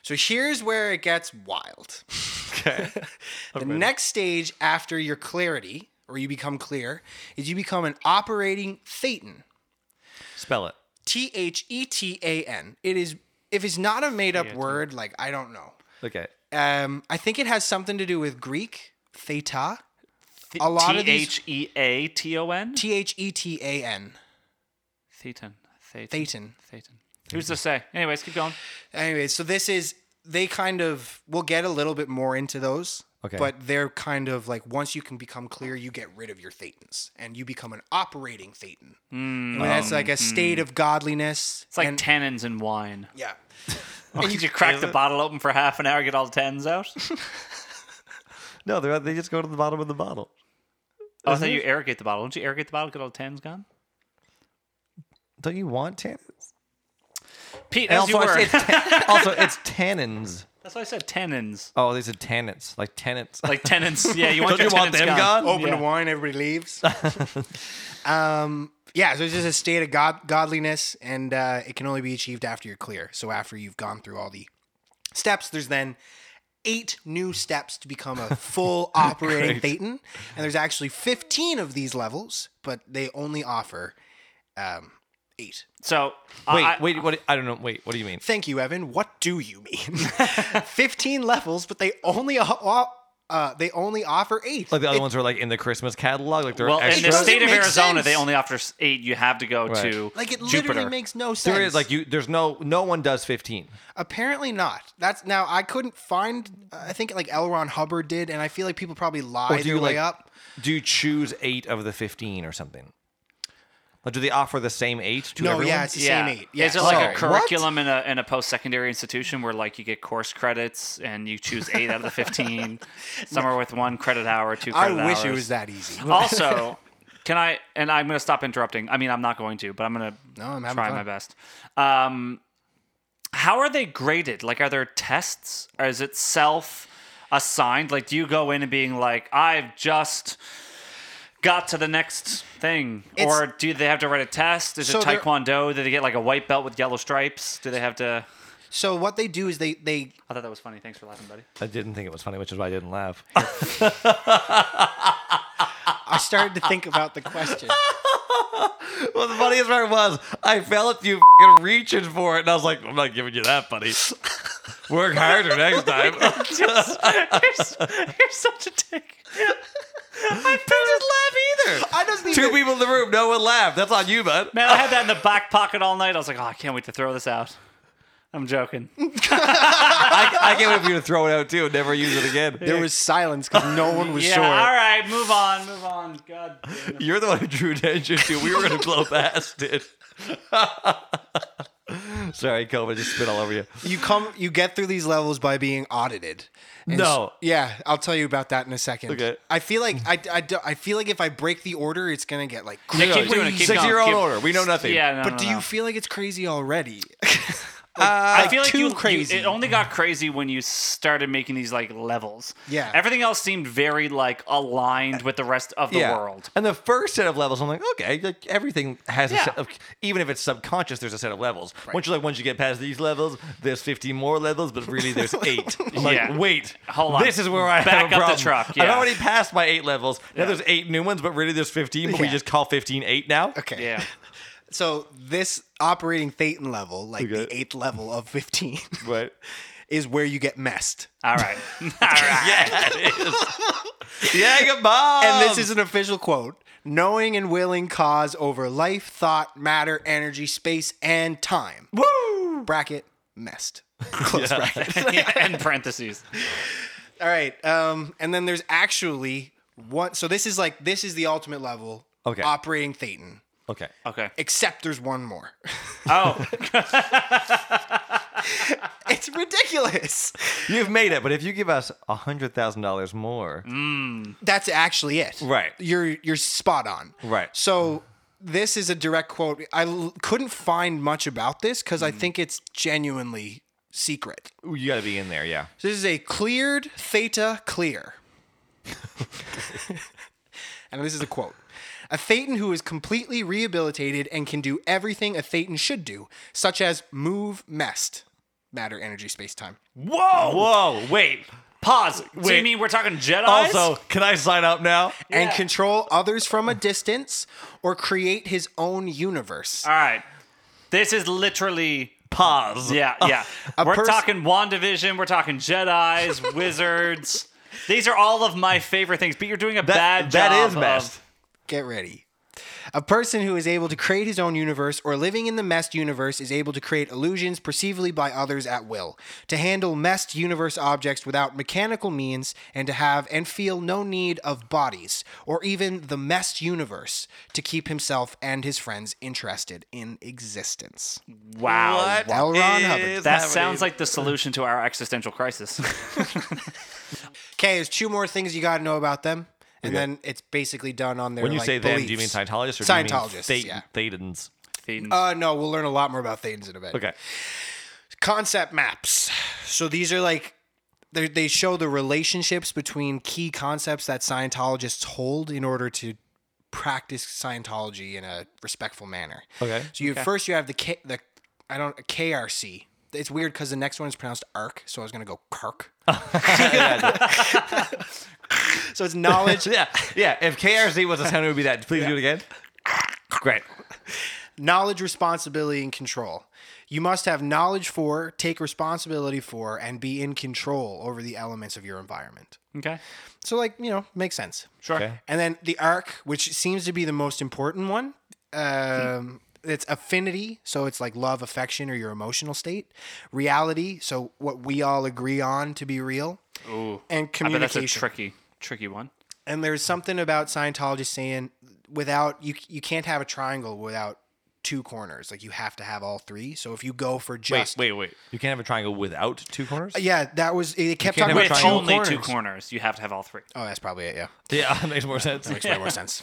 So here's where it gets wild. the next stage after your clarity, or you become clear, is you become an operating thetan.
Spell it.
T H E T A N. It is, if it's not a made up word, like I don't know.
Okay.
Um, I think it has something to do with Greek theta.
Th-
A lot of these-
T H E A T O N?
T H E T A N.
Thetan. Thetan.
Thetan.
Thetan. Who's to say? Anyways, keep going.
Anyway, so this is they kind of we'll get a little bit more into those.
Okay.
But they're kind of like once you can become clear, you get rid of your thetans and you become an operating thetan. and that's like a state of godliness.
It's like
and,
tannins in wine.
yeah.
Did you crack the bottle open for half an hour, get all the tannins out? Oh,
No, they they just go to the bottom of the bottle.
Oh, I
Uh-huh.
thought you irrigate the bottle. Don't you irrigate the bottle, get all the tannins gone?
Don't you want tannins?
Pete,
And
as you
also,
were.
it's, it's ta- also, it's tannins.
That's why I said tannins.
Oh, these are tannins, like tenants.
Like tenants. Yeah, you want
Don't
your
you want
tannins
them
gone?
gone?
Open
Yeah.
the wine, everybody leaves. um, yeah, so it's just a state of god- godliness, and uh, it can only be achieved after you're clear. So after you've gone through all the steps, there's then eight new steps to become a full operating thetan, and there's actually 15 of these levels, but they only offer um, eight.
So,
wait,
I,
wait, what? I don't know. Wait, what do you mean?
Thank you, Evan. What do you mean? 15 levels, but they only o- uh, they only offer eight.
Like the other
It-
ones were like in the Christmas catalog, like they're
Well, in
extra.
the
doesn't
state of
make
Arizona,
sense.
they only offer s- eight. You have to go
Right.
to
Like it literally
Jupiter.
makes no sense.
there is like you. There's no no one does 15.
Apparently not. That's now I couldn't find. I think like L. Ron Hubbard did, and I feel like people probably
Or
lied
do
their
you
way
like
up.
do you choose eight of the 15 or something? Like, do they offer the same eight to
No,
everyone?
yeah, it's the
yeah.
same eight. Yeah,
Is it like
sorry.
a
What?
curriculum in a, in a post secondary institution where like you get course credits and you choose eight out of the fifteen? Some are with one credit hour, two
I
credit
wish it
hours.
was that easy.
Also, can I? And I'm going to stop interrupting. I mean, I'm not going to, but I'm going to
No, I'm having
try
fun.
my best. Um, how are they graded? Like, are there tests? Or is it self assigned? Like, do you go in and being like, I've just got to the next thing?
It's-
or do they have to write a test? Is
So
it
there-
Taekwondo? Do they get like a white belt with yellow stripes? Do they have to.
So what they do is they they
I thought that was funny. Thanks for laughing, buddy.
I didn't think it was funny, which is why I didn't laugh.
I started to think about the question.
Well, the funniest part was I felt you f***ing reaching for it, and I was like, I'm not giving you that, buddy. Work harder next time.
Just- you're, you're such a dick. I pictured
laugh either.
I doesn't
Two
even.
people in the room, no one laughed. That's on you, bud.
Man, I had that in the back pocket all night. I was like, oh, I can't wait to throw this out. I'm joking.
I, I can't wait for you to throw it out too and never use it again.
There was silence because no one was
yeah,
sure.
all right, move on, move on. God damn it.
You're the one who drew attention to. We were going to blow past it. Sorry, COVID just spit all over you.
You come, you get through these levels by being audited. And
No.
s- yeah, I'll tell you about that in a second.
Okay.
I feel like I, I, do- I feel like if I break the order, it's gonna get like. crazy.
Yeah, keep doing it. Keep
Six
going,
year old
keep-
order. We know nothing.
Yeah, no,
but
no,
do
no.
you feel like it's crazy already?
I feel like
too
you, you-
crazy.
it only got crazy when you started making these like levels.
Yeah.
Everything else seemed very like aligned with the rest of the
Yeah.
world.
And the first set of levels, I'm like, okay, like everything has a
Yeah.
set of, even if it's subconscious, there's a set of levels. Once you like, once you get past these levels, there's 50 more levels, but really there's eight. I'm like,
Yeah.
wait,
Hold on.
This is where I have a
Back up the
problem.
truck,
I've
yeah.
already passed my eight levels. Now
Yeah.
there's eight new ones, but really there's 15. But we
Yeah.
just call 15 eight now.
Okay.
Yeah.
So this operating Thetan level, like the
Okay.
eighth level of fifteen,
Right.
is where you get messed.
All right. All right.
Yeah, it is. yeah, goodbye.
And this is an official quote knowing and willing cause over life, thought, matter, energy, space, and time.
woo.
Bracket, messed. Close bracket.
yeah. In parentheses.
All right. Um, and then there's actually one. So this is like, this is the ultimate level
Okay.
operating Thetan,
Okay.
Okay.
except there's one more.
Oh,
it's ridiculous.
You've made it, but if you give us hundred thousand dollars more,
That's actually it.
Right.
You're you're spot on.
Right.
So this is a direct quote. I l- couldn't find much about this because I
Mm.
think it's genuinely secret.
you got to be in there. Yeah.
So this is a cleared theta clear. and this is a quote. A Thetan who is completely rehabilitated and can do everything a Thetan should do, such as move messed. Matter, energy, space, time.
Whoa. Whoa. Wait.
pause. Do
Wait.
you mean we're talking Jedi?
Also, can I sign up now?
And
Yeah.
control others from a distance or create his own universe.
All right. This is literally.
Pause.
Yeah, yeah. we're
pers-
talking WandaVision. We're talking Jedi's, wizards. These are all of my favorite things, but you're doing a
That,
bad job.
that is
of-
messed.
Get ready. A person who is able to create his own universe or living in the messed universe is able to create illusions perceivably by others at will, to handle messed universe objects without mechanical means, and to have and feel no need of bodies or even the messed universe to keep himself and his friends interested in existence.
wow.
What
wow.
L. Ron
is
Hubbard.
That
happening?
sounds like the solution to our existential crisis.
Okay, there's two more things you got to know about them, and then it's basically done on their
When you
like,
say them, do you mean
beliefs.
Scientologists or
Scientologists,
Do you mean
yeah.
Thetans.
Thetans.
Uh, no, we'll learn a lot more about Thetans in a bit.
Okay.
concept maps. So these are like they they show the relationships between key concepts that Scientologists hold in order to practice Scientology in a respectful manner.
Okay.
So you first you have the K, the I don't KRC. It's weird because the next one is pronounced ARC, so I was gonna go KARC. so it's knowledge,
Yeah. Yeah. If KRZ was a sound, it would be that. Please do it again. Great.
knowledge, responsibility, and control. You must have knowledge for, take responsibility for, and be in control over the elements of your environment.
okay.
So like you know makes sense.
Sure.
Okay.
And then the arc, which seems to be the most important one, um, it's affinity. So it's like love, affection, or your emotional state. Reality. So what we all agree on to be real.
Ooh. I
And
bet that's
communication.
a tricky, tricky one.
and there's something about Scientology saying without you, you can't have a triangle without two corners. Like you have to have all three. So if you go for
Wait.
just
Wait. Wait. You can't have a triangle without two
Uh,
corners.
yeah, that was they kept talking
have a
about
With
two
triangle.
only
corners.
two corners, you have to have all three.
Oh, that's probably it. Yeah.
Yeah. That makes more sense.
makes way more sense.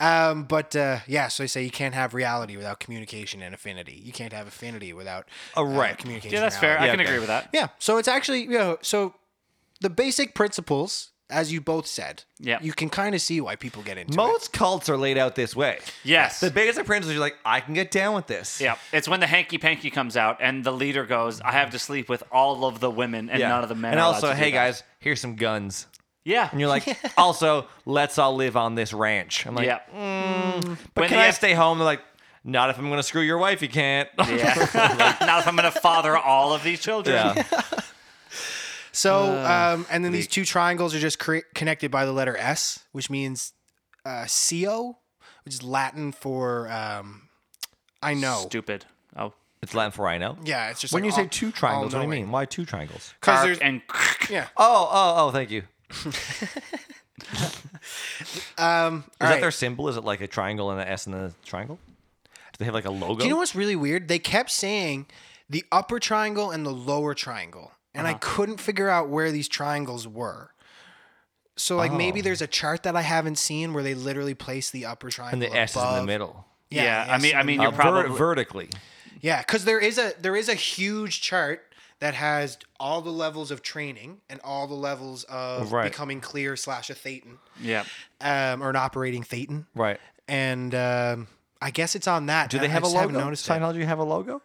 Um, but uh, yeah, so they say you can't have reality without communication and affinity. You can't have affinity without uh,
Oh, right.
communication.
Yeah, that's
and
fair. I
Yeah,
can
okay.
agree with that.
Yeah, so it's actually you know, so the basic principles, as you both said,
Yeah.
you can kind of see why people get into it.
Most cults are laid out this way.
Yes.
The biggest principle is you're like, I can get down with this.
Yeah, it's when the hanky panky comes out and the leader goes, "I have to sleep with all of the women and none of the men."
And
are allowed
also,
to do
hey
that."
guys, here's some guns.
Yeah.
And you're like, also, let's all live on this ranch. I'm like, mm,
yeah.
but
When
can
the
I
F-
stay home? They're like, not if I'm going to screw your wife, you can't.
Yeah. now if I'm gonna father all of these children.
yeah.
So, um, and then these two triangles are just cre- connected by the letter S, which means uh, CO, which is Latin for um, I know.
Stupid. Oh.
It's Latin for I know.
Yeah, it's just
When
like
you say
all-
two triangles, what do you
all-knowing.
mean? Why two triangles?
'Cause
Carp
there's-
and
yeah.
Oh, oh, oh, thank you.
Um,
Is that their symbol? Is it like a triangle and an S and a triangle? Do they have like a logo?
Do you know what's really weird? They kept saying the upper triangle and the lower triangle, and
Uh-huh.
I couldn't figure out where these triangles were. So like
Oh.
maybe there's a chart that I haven't seen where they literally place the upper
and
triangle
the S is in the
above-
middle.
yeah. I
yes,
mean I
in the
mean
Uh,
you're
ver-
probably
vertically.
Yeah, because there is a there is a huge chart that has all the levels of training and all the levels of
Right.
becoming clear slash a thetan
Yeah.
um, or an operating thetan,
Right.
and um, I guess it's on that.
Do
I-
they have
I
a
just haven't
logo?
noticed it.
Scientology have a logo?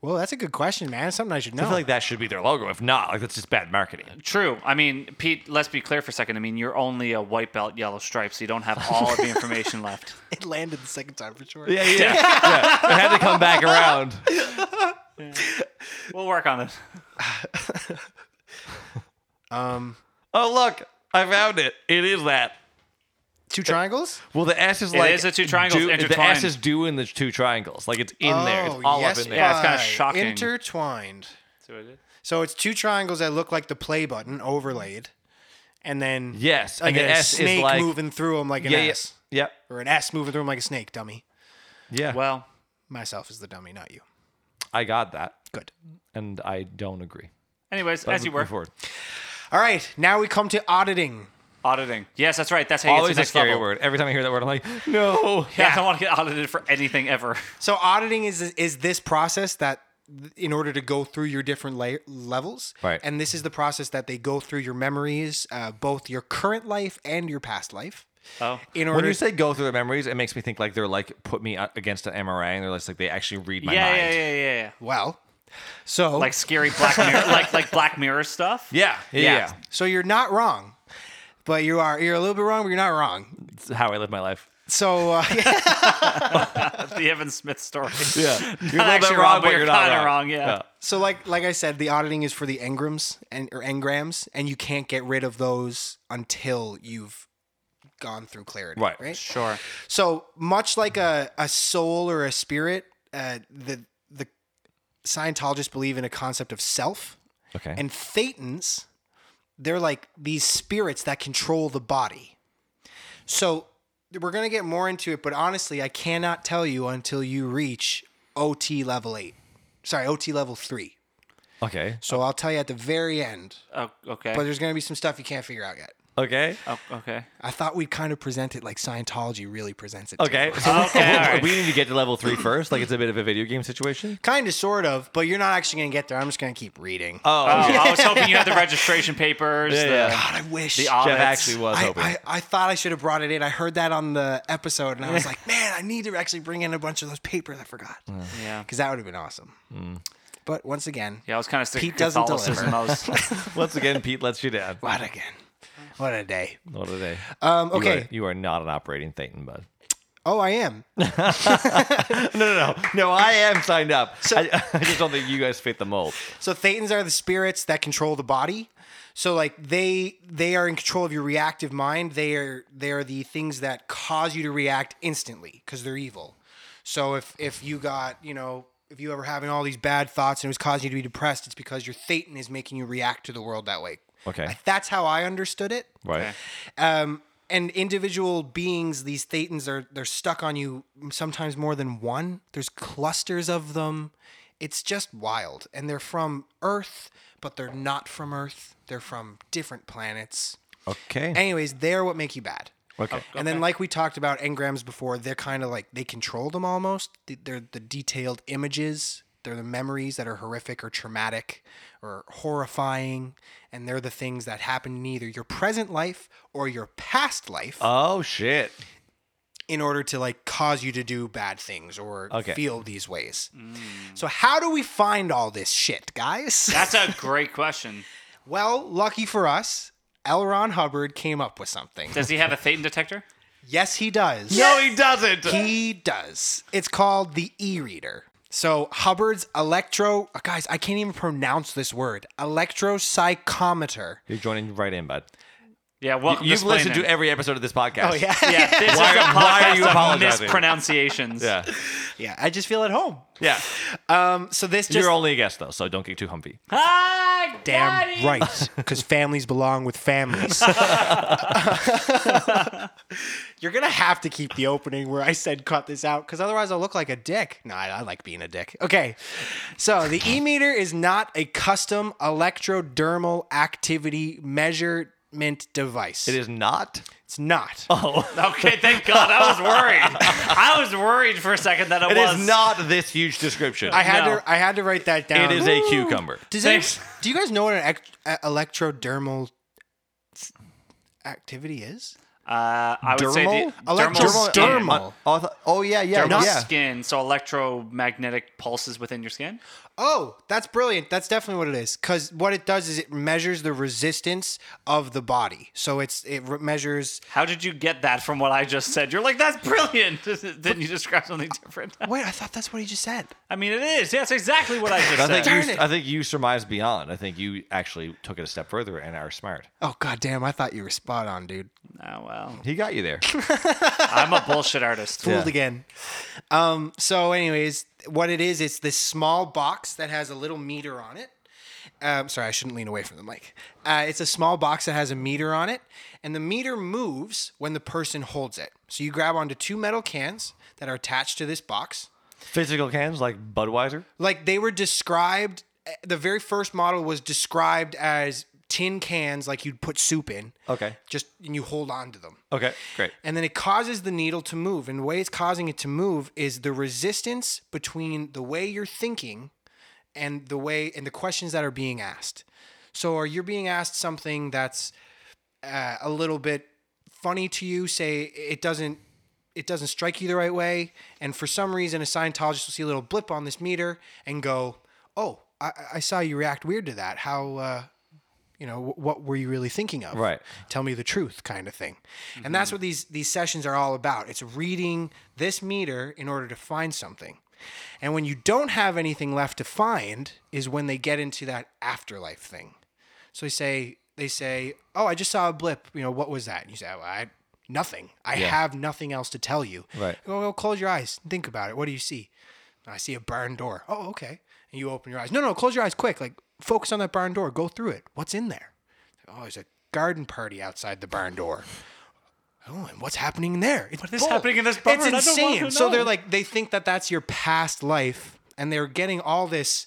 Well, that's a good question, man. It's something I should know.
I feel like that should be their logo. If not, like that's just bad marketing.
True. I mean, Pete, let's be clear for a second. I mean, you're only a white belt yellow stripe, so you don't have all of the information left.
it landed the second time for sure.
Yeah, yeah. yeah. It had to come back around.
We'll work on it.
Um,
Oh look, I found it. It is that.
two triangles.
Well, the S is like
is the two triangles
do- the
intertwined.
S is doing the two triangles, like it's in there. It's all up in there.
Yeah, it's kinda
Oh, right.
shocking.
Intertwined. So it's two triangles that look like the play button overlaid, and then
Yes,
like
and the
a
S is
snake
like-
moving through them like an
Yeah, yeah,
S,
yep,
or an S moving through them like a snake. Dummy.
yeah.
Well,
Myself is the dummy, not you.
I got that,
Good.
and I don't agree.
anyways, as you
Move
were
forward.
All right, now we come to auditing.
auditing. Yes, that's right. That's how you
always
get to the
a
next
scary
level.
word. Oh, Every time I hear that word, I'm like, no.
Yeah, I don't want to get audited for anything ever.
So auditing is is this process that th- in order to go through your different la- levels,
Right.
And this is the process that they go through your memories, uh, both your current life and your past life.
Oh.
In
When
order,
you say go through the memories, it makes me think like they're like put me up against an MRI and they're just like they actually read my
Yeah,
mind.
yeah, yeah, yeah, yeah.
well, so
Like scary black mirror, like like Black Mirror stuff.
Yeah, yeah,
Yeah.
yeah.
so you're not wrong, but you are you're a little bit wrong, but you're not wrong.
It's how I live my life.
So uh,
the Evan Smith story.
Yeah, you're a little
Not actually
bit
wrong,
wrong,
but
but
you're
you're not
kinda
wrong.
wrong, yeah.
So like like I said, the auditing is for the engrams and or engrams, and you can't get rid of those until you've gone through clarity.
Right.
Right.
Sure.
So much like a, a soul or a spirit, uh, the the Scientologists believe in a concept of self,
Okay.
and thetans, they're like these spirits that control the body. So we're gonna get more into it, but honestly, I cannot tell you until you reach OT level eight. Sorry, OT level three.
okay.
So I'll tell you at the very end,
Oh, okay.
but there's going to be some stuff you can't figure out yet.
Okay.
oh, okay.
I thought we'd kind of present it like Scientology really presents it. to
Okay.
us.
So
Okay, Oh, all right.
we need to get to level three first. Like it's a bit of a video game situation.
Kind of, sort of, but you're not actually going to get there. I'm just going to keep reading.
Oh,
Oh, I was hoping you had the registration papers.
Yeah,
the,
yeah.
God, I wish.
the
Jeff
audits.
actually was
I,
hoping.
I, I thought I should have brought it in. I heard that on the episode, and I was like, man, I need to actually bring in a bunch of those papers I forgot. Because
Yeah.
that would have been awesome. But once again,
Yeah, I was kind of sticking
Pete doesn't
Catholicism. I was,
Once again, Pete lets you down.
what again? What a day.
What are they?
Um,
You are-
okay.
You are, not an operating Thetan, bud.
Oh, I am.
No, no, no. No, I am signed up. I, I just don't think you guys fit the mold.
So thetans are the spirits that control the body. So like they they are in control of your reactive mind. They are they are the things that cause you to react instantly because they're evil. So if if you got you know if you ever having all these bad thoughts and it was causing you to be depressed, it's because your thetan is making you react to the world that way.
Okay.
I- that's how I understood it.
Right.
Um, and individual beings, these thetans are they're stuck on you sometimes more than one. There's clusters of them. It's just wild, and they're from Earth, but they're not from Earth. They're from different planets.
Okay.
Anyways, they're what make you bad.
okay.
And then, like we talked about engrams before, they're kind of like they control them almost. Th- They're the detailed images. They're the memories that are horrific or traumatic or horrifying, and they're the things that happen in either your present life or your past life
Oh shit.
in order to like cause you to do bad things or
Okay. Mm.
feel these ways. So, how do we find all this shit, guys?
that's a great question.
Well, lucky for us, L. Ron Hubbard came up with something.
Does he have a Thetan detector?
Yes, he does.
No, he doesn't.
He does. It's called the e-reader. So Hubbard's electro uh, guys, I can't even pronounce this word. Electropsychometer.
You're joining right in, bud.
Yeah, welcome.
You've
to Splainin'.
listened to every episode of this podcast.
Oh yeah.
Yeah, this
Why-
is a podcast
why are you
of
apologizing?
mispronunciations.
Yeah.
Yeah, I just feel at home.
Yeah.
Um so this just
You're only a guest, though, so don't get too humpy.
Ah, got
damn
it.
right cuz families belong with families. You're going to have to keep the opening where I said cut this out cuz otherwise I'll look like a dick. No, I, I like being a dick. Okay. So, the e-meter is not a custom electrodermal activity measurement device.
It is Oh, not.
It's not.
Okay, thank God. I was worried. I was worried for a second that it,
It
was
is not this huge description.
I had
No.
to. I had to write that down.
it is a cucumber.
Does any-
Thanks.
do you guys know what an ec- uh, electrodermal s- activity is?
Uh, I would say the
Dermal?
Electro-
dermal skin.
dermal.
Oh, I thought- oh, yeah, yeah,
Dermal
yeah.
skin, so electromagnetic pulses within your skin.
Oh, that's brilliant. That's definitely what it is. Because what it does is it measures the resistance of the body. So it's it re- measures.
How did you get that from what I just said? You're like, that's brilliant. Didn't you describe something different?
Wait, I thought that's what he just said.
I mean, it is. Yes, exactly what I just
I
said.
think, you,
Darn it.
I think you surmised beyond. I think you actually took it a step further and are smart.
Oh goddamn! I thought you were spot on, dude.
oh, well.
He got you there.
I'm a bullshit artist.
fooled again. Um, so, anyways, what it is, it's this small box that has a little meter on it. Um, sorry, I shouldn't lean away from the mic. Uh, it's a small box that has a meter on it, and the meter moves when the person holds it. So you grab onto two metal cans that are attached to this box.
Physical cans like Budweiser.
Like they were described, eh, the very first model was described as tin cans, like you'd put soup in.
Okay.
Just and you hold on to them
Okay, great.
and then it causes the needle to move. And the way it's causing it to move is the resistance between the way you're thinking and the way and the questions that are being asked. So, are you being asked something that's uh, a little bit funny to you? Say it doesn't it doesn't strike you the right way, and for some reason, a Scientologist will see a little blip on this meter and go, "Oh, I, I saw you react weird to that. How?" Uh, you know wh- what were you really thinking of
Right.
tell me the truth kind of thing and that's what these these sessions are all about it's reading this meter in order to find something and when you don't have anything left to find is when they get into that afterlife thing so they say they say oh i just saw a blip you know what was that and you say well, i nothing i have nothing else to tell you
Right.
go, go close your eyes and think about it what do you see I see a barn door. Oh, okay. And you open your eyes. No, no, close your eyes quick. Like, focus on that barn door. Go through it. What's in there? Oh, there's a garden party outside the barn door. Oh, and what's happening in there? It's what
is happening in this barn?
It's
I don't want
insane.
to
So
know.
they're like, they think that that's your past life, and they're getting all this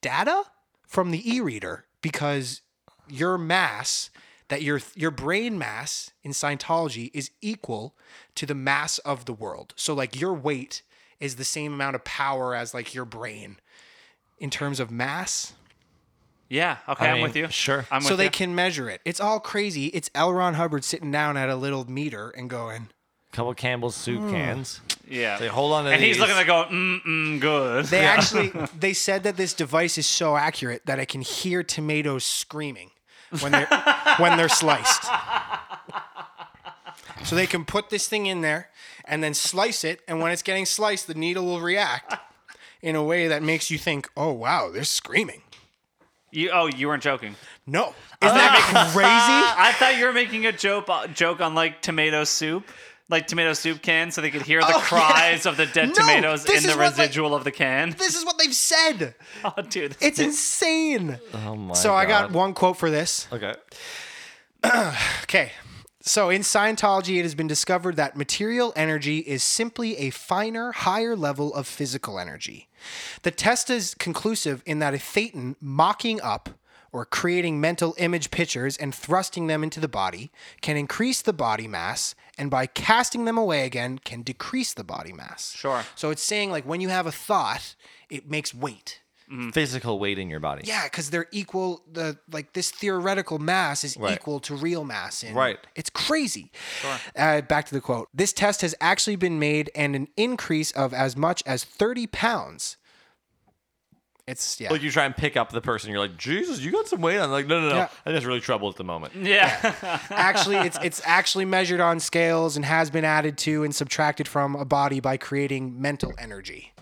data from the e-reader because your mass that your your brain mass in Scientology is equal to the mass of the world. So like your weight is the same amount of power as like your brain in terms of mass.
Yeah, okay,
I
I am
mean,
with you.
sure.
I'm
So
with
they
you.
can measure it. It's all crazy. It's L. Ron Hubbard sitting down at a little meter and going,
Couple Campbell's soup
Hmm.
cans.
yeah.
They hold on to
and he's
these.
looking like going, mm, mm, good.
They actually they said that this device is so accurate that I can hear tomatoes screaming when they're when they're sliced. So they can put this thing in there and then slice it, and when it's getting sliced, the needle will react in a way that makes you think, "Oh wow, they're screaming."
you, oh, you weren't joking.
No,
Ah.
isn't that crazy?
I thought you were making a joke uh, joke on like tomato soup, like tomato soup can, so they could hear the
Oh, yeah.
cries of the dead
No,
tomatoes
this
in the
is what, like-
residual of the can.
This is what they've said.
Oh, dude,
It's insane.
oh my
So I got
God.
one quote for this.
Okay.
Okay. So in Scientology, it has been discovered that material energy is simply a finer, higher level of physical energy. The test is conclusive in that a thetan mocking up or creating mental image pictures and thrusting them into the body can increase the body mass and by casting them away again can decrease the body mass.
Sure.
So it's saying like when you have a thought, it makes weight.
Physical weight in your body.
Hmm. Yeah, because they're equal. The like this theoretical mass is
Right.
equal to real mass. And
Right.
It's crazy. Uh, back to the quote. This test has actually been made, and an increase of as much as thirty pounds It's yeah.
Like you try and pick up the person, you're like, Jesus, you got some weight on. Like, no, no, no,
Yeah.
I'm just really troubled at the moment.
Yeah.
actually it's it's actually measured on scales and has been added to and subtracted from a body by creating mental energy.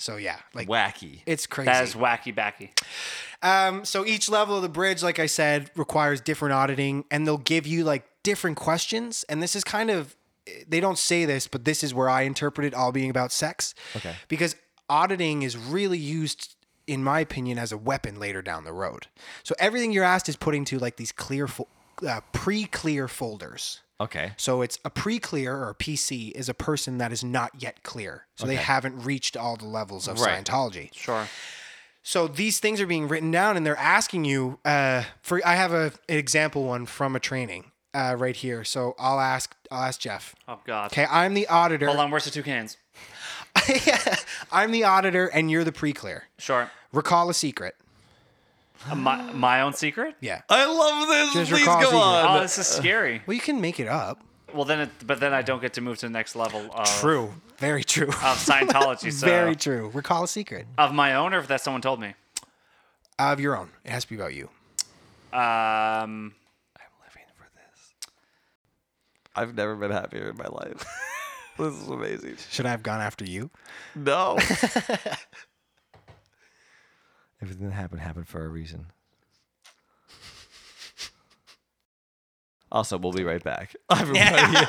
So yeah, like
Wacky.
it's crazy.
that is wacky backy.
Um, so each level of the bridge, like I said, requires different auditing, and they'll give you like different questions. And this is kind of they don't say this, but this is where I interpreted all being about sex. Okay. Because auditing is really used, in my opinion, as a weapon later down the road. So everything you're asked is put into like these clear, fo- uh, pre-clear folders.
Okay.
So it's a pre-clear or a PC is a person that is not yet clear. So they haven't reached all the levels of
Right.
Scientology.
Sure.
So these things are being written down, and they're asking you. Uh, for I have a, an example one from a training uh, right here. So I'll ask. I'll ask Jeff.
Oh God.
Okay, I'm the auditor.
Hold on. Where's the two cans?
I'm the auditor, and you're the pre-clear.
Sure.
Recall a secret.
Uh, My, my own secret?
Yeah. uh,
I love this.
Just
Please
recall
go
secret.
on.
Oh, this is scary.
Well, you can make it up.
Well, then, it, but then I don't get to move to the next level of,
True. Very true.
of Scientology. So
Very true. Recall a secret
of my own, or if that someone told me.
of your own. It has to be about you.
Um,
I'm living for this. I've never been happier in my life. this is amazing.
Should I have gone after you?
No. Everything that happened happened for a reason. Also, we'll be right back. Everybody.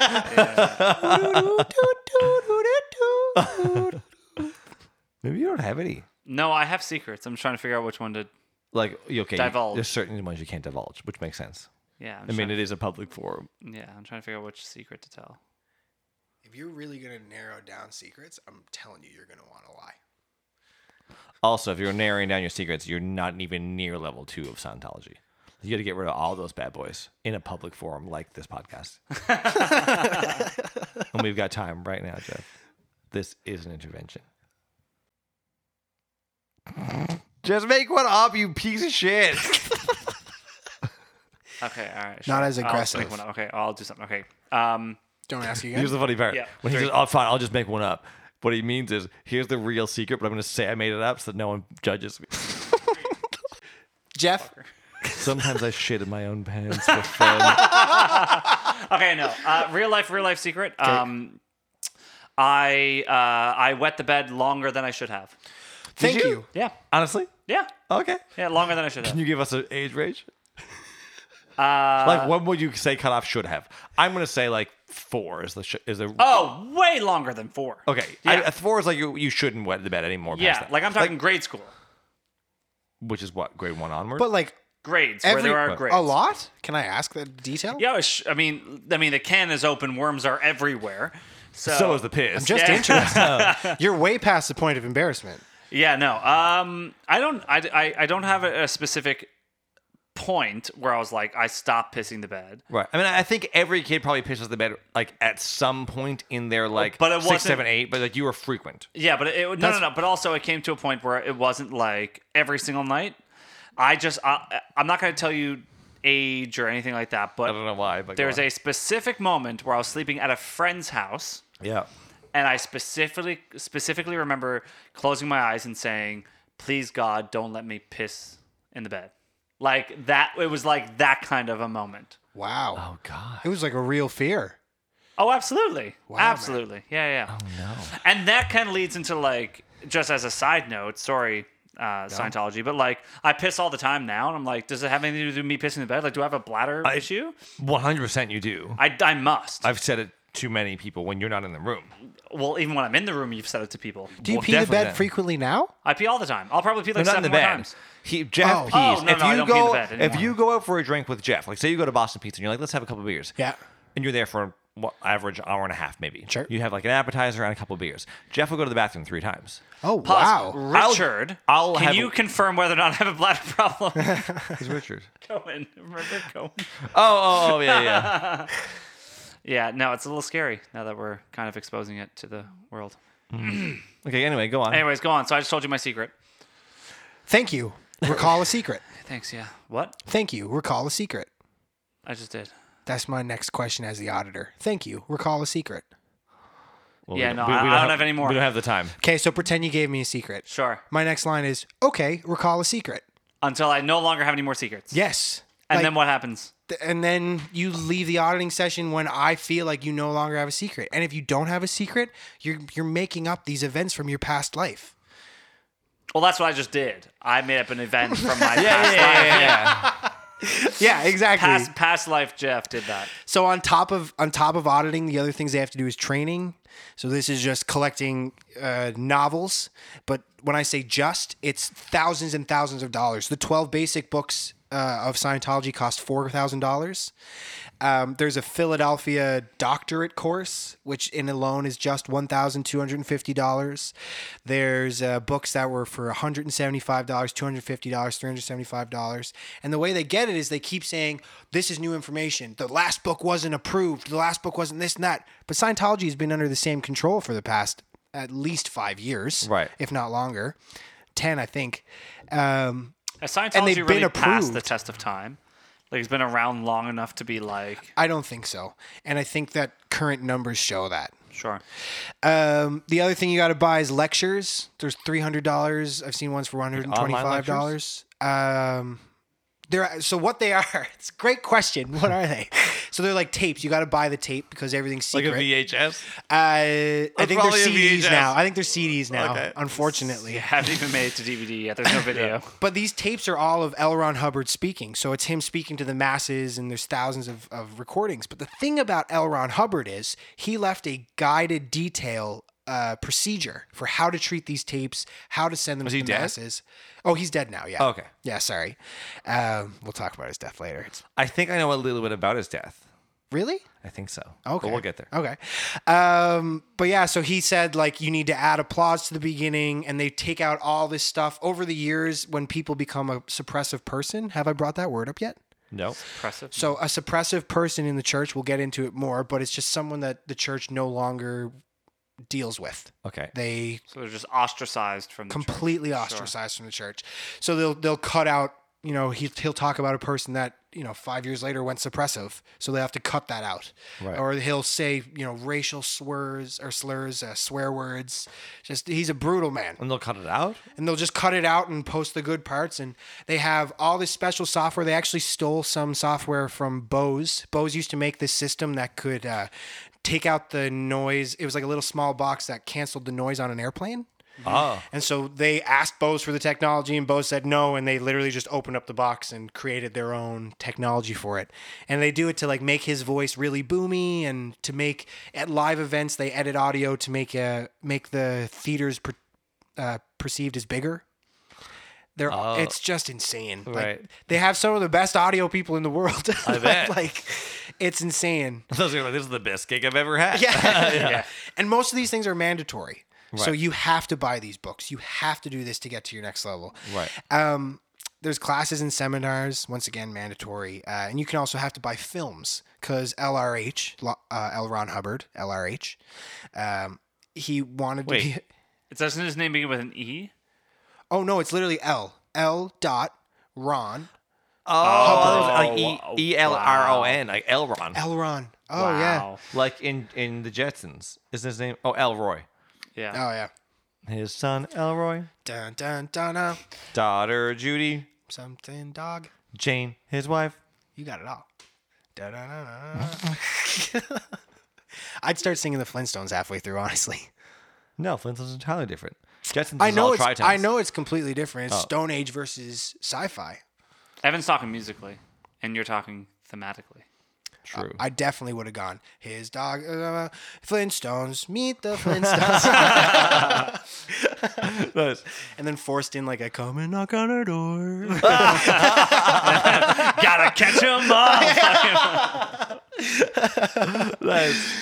Maybe you don't have any.
no, I have secrets. I'm trying to figure out which one to.
Like, okay, you-
Divulge.
there's certain ones you can't divulge, which makes sense.
Yeah, I'm
I mean,
trying-
it is a public forum.
yeah, I'm trying to figure out which secret to tell.
If you're really gonna narrow down secrets, I'm telling you, you're gonna want to lie.
Also, if you're narrowing down your secrets, you're not even near level two of Scientology. You got to get rid of all those bad boys in a public forum like this podcast. and we've got time right now, Jeff. This is an intervention. Just make one up, you piece of shit.
Okay, all right.
Not
sure.
as
I'll
aggressive.
make one up. okay, I'll do something. Okay. Um,
Don't ask again.
Here's the funny part.
Yeah,
when he
sure.
says, "Oh, fine, I'll just make one up," what he means is, "Here's the real secret, but I'm going to say I made it up so that no one judges me."
Jeff.
Sometimes I shit in my own pants for fun.
okay, no. Uh, real life, real life secret. Um, I uh, I wet the bed longer than I should have.
Thank
you?
you.
Yeah,
Honestly,
yeah,
okay.
yeah. Longer than I should have.
Can you give us an age range? Uh, like, what would you say cutoff should have? I'm gonna say like four is the sh- is the
Oh, way longer than four.
okay.
Yeah.
I, a four is like you, you shouldn't wet the bed anymore. past
Yeah,
that.
like I'm talking grade school.
which is what grade one onward.
But like
Grades
every
where there are grades.
a lot. Can I ask that detail?
Yeah, it's sh- I mean, I mean, the can is open. Worms are everywhere. So,
so is the piss.
Just
Yeah.
interesting. You're way past the point of embarrassment.
Yeah, no. Um, I don't. I, I, I don't have a, a specific point where I was like, I stopped pissing the bed.
right. I mean, I think every kid probably pisses the bed like at some point in their like
But it
six,
wasn't-
seven, eight. But like you were frequent.
Yeah, but it, no, no, no. But also, it came to a point where it wasn't like every single night. I just, I, I'm not going to tell you age or anything like that.
I
But
don't know why. But go
there's
on.
a specific moment where I was sleeping at a friend's house.
yeah.
and I specifically specifically remember closing my eyes and saying, "Please God, don't let me piss in the bed." Like that, it was like that kind of a moment.
Wow.
Oh God.
It was like a real fear.
Oh, absolutely,
man.
absolutely, yeah, yeah. Oh no. And that kind of leads into like, just as a side note, sorry, uh, Scientology, but like, I piss all the time now, and I'm like, does it have anything to do with me pissing in the bed? Like, do I have a bladder issue?
One hundred percent. You do.
I, I must.
I've said it to many people when you're not in the room.
well, even when I'm in the room, you've said it to people.
Do you
Well,
pee the
definitely
bed
not.
frequently now?
I pee all the time. I'll probably pee like
No, not in
seven
the bed.
more times.
He, Jeff
Oh.
pees.
Oh, no,
if
no, I
you
don't pee in
go,
the bed
if
anymore.
you go out for a drink with Jeff, like say you go to Boston Pizza and you're like, let's have a couple beers.
Yeah.
And you're there for what average hour and a half, maybe.
Sure.
You have like an appetizer and a couple beers. Jeff will go to the bathroom three times.
Oh
Pause.
wow.
I'll-
Richard,
I'll
can
have
you
a-
confirm whether or not I have a bladder problem?
He's Richard.
Cohen, remember Cohen?
oh, oh, oh, yeah, yeah.
Yeah, no, it's a little scary now that we're kind of exposing it to the world.
okay. Anyway, go on.
Anyways, go on. So I just told you my secret.
Thank you. Recall a secret.
Thanks. Yeah. What?
Thank you. Recall a secret.
I just did.
That's my next question as the auditor. Thank you. Recall a secret.
Well,
Yeah,
we
no,
we-
I-
we
I don't have any more.
We don't have the time.
Okay, so pretend you gave me a secret.
Sure.
My next line is okay, recall a secret.
Until I no longer have any more secrets.
Yes.
And
Like,
then what happens?
th- and then you leave the auditing session when I feel like you no longer have a secret. And if you don't have a secret, you're you're making up these events from your past life.
Well, that's what I just did. I made up an event from my past life.
Yeah, exactly.
Past, past life Jeff did that.
So on top of on top of auditing, the other things they have to do is training. So this is just collecting uh, novels, but when I say just, it's thousands and thousands of dollars. The twelve basic books uh, of Scientology cost four thousand dollars. Um, there's a Philadelphia doctorate course, which in alone is just one thousand two hundred and fifty dollars. There's uh, books that were for one hundred and seventy-five dollars, two hundred fifty dollars, three hundred seventy-five dollars. And the way they get it is they keep saying, "This is new information. The last book wasn't approved. The last book wasn't this and that." But Scientology has been under the same control for the past at least five years,
Right.
If not longer, ten, I think. Um,
Has Scientology
And they've been
really passed the
approved.
test of time? Like, it's been around long enough to be like,
I don't think so, and I think that current numbers show that.
sure.
Um, the other thing you got to buy is lectures. There's three hundred dollars. I've seen ones for one hundred and twenty-five dollars. Um, they're so what they are. It's a great question. What are they? So they're like tapes. You got to buy the tape because everything's
Like a
secret.
VHS.
uh, I think they're
probably a
CDs
VHS.
now. I think they're CDs now.
Okay.
Unfortunately,
You haven't even made it to DVD yet. There's no video.
but these tapes are all of L. Ron Hubbard speaking. So it's him speaking to the masses, and there's thousands of, of recordings. But the thing about L. Ron Hubbard is he left a guided detail uh, procedure for how to treat these tapes, how to send them to
he
the
dead?
masses. Oh, he's dead now. Yeah.
Okay.
Yeah, sorry. Um, we'll talk about his death later. It's,
I think I know a little bit about his death.
really?
I think so.
Okay.
But we'll get there.
Okay. Um, but yeah, so he said like you need to add applause to the beginning and they take out all this stuff over the years when people become a suppressive person. Have I brought that word up yet?
No.
Impressive.
So a suppressive person in the church, we'll get into it more, but it's just someone that the church no longer deals with.
Okay.
They
So they're just ostracized from the church.
completely ostracized from the church. So they'll they'll cut out, you know, he he'll talk about a person that, you know, 5 years later went suppressive, so they have to cut that out.
Right.
Or he'll say, you know, racial slurs or slurs, uh, swear words. Just he's a brutal man
And they'll cut it out.
and they'll just cut it out and post the good parts. And they have all this special software. They actually stole some software from Bose. Bose used to make this system that could uh, take out the noise. It was like a little small box that canceled the noise on an airplane.
Oh.
And so they asked Bose for the technology, and Bose said no. And they literally just opened up the box and created their own technology for it. And they do it to like make his voice really boomy, and to make at live events they edit audio to make uh make the theaters per, uh, perceived as bigger. They're it's just insane. Like,
Oh. Right.
they have some of the best audio people in the world. I
bet.
like it's insane.
Those are like, this is the best gig I've ever had.
Yeah. And most of these things are mandatory. So
Right.
you have to buy these books. You have to do this to get to your next level.
Right.
Um, there's classes and seminars, once again, mandatory. Uh, and you can also have to buy films because LRH, Lo- uh, L. Ron Hubbard, LRH, um, he wanted to
Wait.
be.
It doesn't his name begin with an E?
Oh, no, it's literally L. L. dot Ron.
Oh, like
wow.
E E L R O N, like Elron,
L. Ron. Oh, yeah.
like in in the Jetsons. Isn't his name? Oh, Elroy.
Yeah.
Oh, yeah.
His son Elroy,
Dun, dun, dun, uh,
daughter Judy,
something, dog.
Jane, his wife.
You got it all. Da-da-da-da. I'd start singing the Flintstones halfway through, honestly.
No, Flintstones is entirely different. Jetsons
I
is
know
all Oh.
it's
Tritons.
I know it's completely different. It's Stone Age versus sci-fi.
Evan's talking musically, and you're talking thematically.
True.
I definitely would have gone. His dog, uh, Flintstones, meet the Flintstones,
Those-
and then forced in like a come and knock on our door.
Gotta catch him up.
those-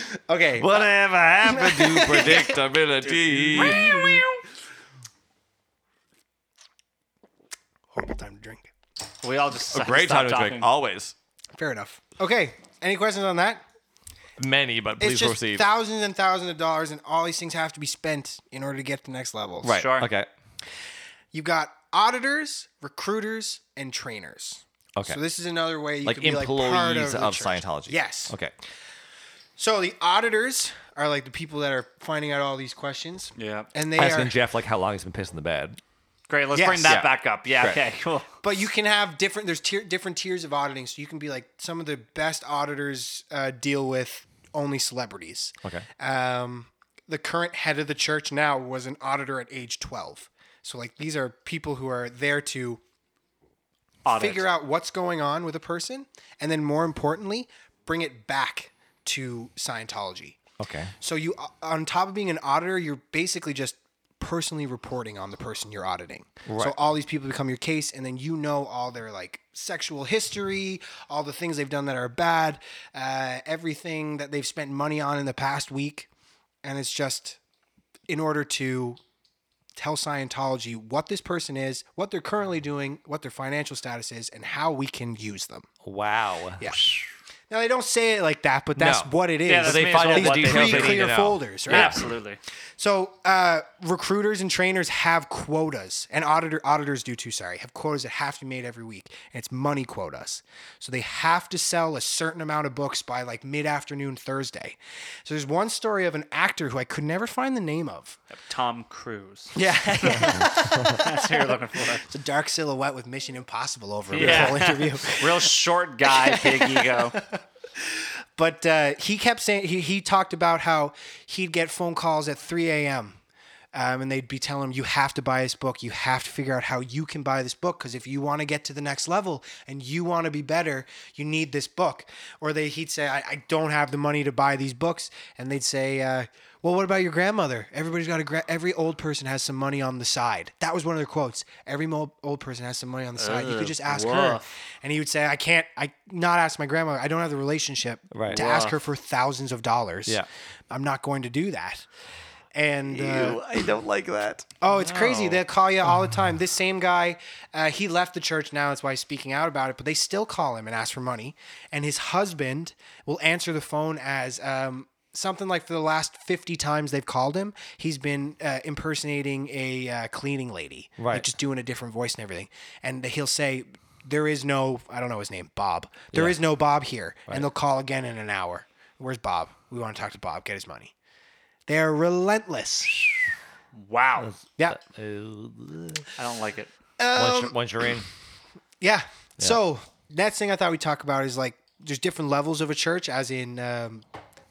Okay,
Whatever happened to predictability?
horrible time to drink.
we all just
A great time
stopped
to
talking.
drink, always.
Fair enough. Okay, any questions on that?
Many, but
It's
please
just
proceed.
thousands and thousands of dollars, and all these things have to be spent in order to get to the next level.
right.
Sure.
Okay.
You've got auditors, recruiters, and trainers.
Okay.
So this is another way you
like
can be like
employees
part of, the
of
church.
Scientology.
Yes.
Okay.
So the auditors are like the people that are finding out all these questions.
Yeah.
And they
Asking
are,
Jeff like how long he's been pissing the bed.
Great. Let's
Yes.
bring that
Yeah.
back up. Yeah.
Right.
Okay. Cool.
but you can have different. There's tier, different tiers of auditing, so you can be like some of the best auditors uh, deal with only celebrities.
Okay.
Um, the current head of the church now was an auditor at age 12. So like these are people who are there to
Audit.
figure out what's going on with a person, and then more importantly, bring it back to Scientology.
Okay.
So you, on top of being an auditor, you're basically just personally reporting on the person you're auditing. So
Right.
all these people become your case, and then you know all their like sexual history, all the things they've done that are bad, uh, everything that they've spent money on in the past week, and it's just in order to tell Scientology what this person is, what they're currently doing, what their financial status is, and how we can use them.
Wow.
Yeah. Now they don't say it like that, but that's
No.
what it is.
Yeah, that's
They
May as
find
well
out the
what they
details they need to
pre-clear
know.
folders, right?
Absolutely.
So uh, recruiters and trainers have quotas, and auditor auditors do too. Sorry, have quotas that have to be made every week, and it's money quotas. So they have to sell a certain amount of books by like mid-afternoon Thursday. So there's one story of an actor who I could never find the name of.
Tom Cruise.
Yeah,
That's who you're looking for.
it's a dark silhouette with Mission Impossible over him
Yeah.
the whole interview.
Real short guy, big ego.
But uh, he kept saying he, he talked about how he'd get phone calls at 3 a.m. Um, and they'd be telling him, "You have to buy this book. You have to figure out how you can buy this book because if you want to get to the next level and you want to be better, you need this book." Or they he'd say, I, "I don't have the money to buy these books," and they'd say, uh, "Well, what about your grandmother? Everybody's got a gra- every old person has some money on the side." That was one of their quotes. Every mo- old person has some money on the side. you could just ask her.
woof.
And he would say, I can't, I not ask my grandmother. I don't have the relationship
Right.
to
Wow.
ask her for thousands of dollars.
Yeah.
I'm not going to do that. And uh,
I don't like that.
oh, it's crazy. They'll call you all the time. This same guy, uh, he left the church now. That's why he's speaking out about it. But they still call him and ask for money. And his husband will answer the phone as um, something like for the last 50 times they've called him, he's been uh, impersonating a uh, cleaning lady. Like,
Right.
just doing a different voice and everything. And he'll say, There is no, I don't know his name, Bob. There is no Bob here. And they'll call again in an hour. Where's Bob? We want to talk to Bob, get his money. They're relentless.
Wow.
Yeah.
I don't like it.
once,
Um,
you- once you're in,
Yeah. So, next thing I thought we'd talk about is like, there's different levels of a church, as in, um,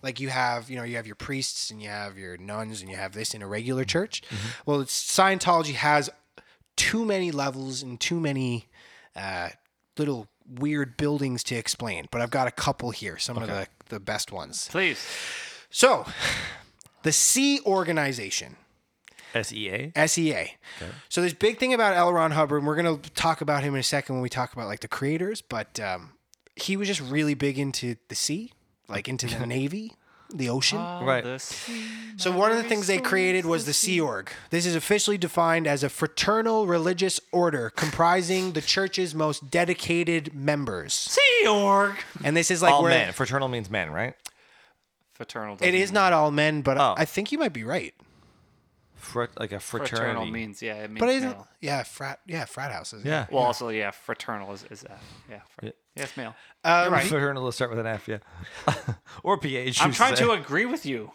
like you have, you know, you have your priests and you have your nuns and you have this in a regular church. Well, it's, Scientology has too many levels and too many uh, little weird buildings to explain, but I've got a couple here, some of the, the best ones.
Please.
So, the C organization,
SEA.
SEA. E So, this big thing about L. Ron Hubbard, and we're going to talk about him in a second when we talk about like the creators, but um, he was just really big into the sea, like into the Navy, the ocean.
Right.
This.
So one of the things they created was the Sea Org. This is officially defined as a fraternal religious order comprising the church's most dedicated members.
Sea org.
And this is like
All
where
men. Fraternal means men, right?
Fraternal.
it
doesn't
is not all men, but
Oh.
I think you might be right.
Frat, like a
mean-
fraternity.
Fraternal means yeah. It means
But it isn't
male.
yeah, frat yeah, frat houses.
Yeah.
Well, also yeah. Fraternal is is F. Yeah. Fr-
Yeah.
Yes, male.
Uh,
You're right. Fraternal. Let's start with an F. Yeah. or PH.
I'm trying
uh,
to agree with you.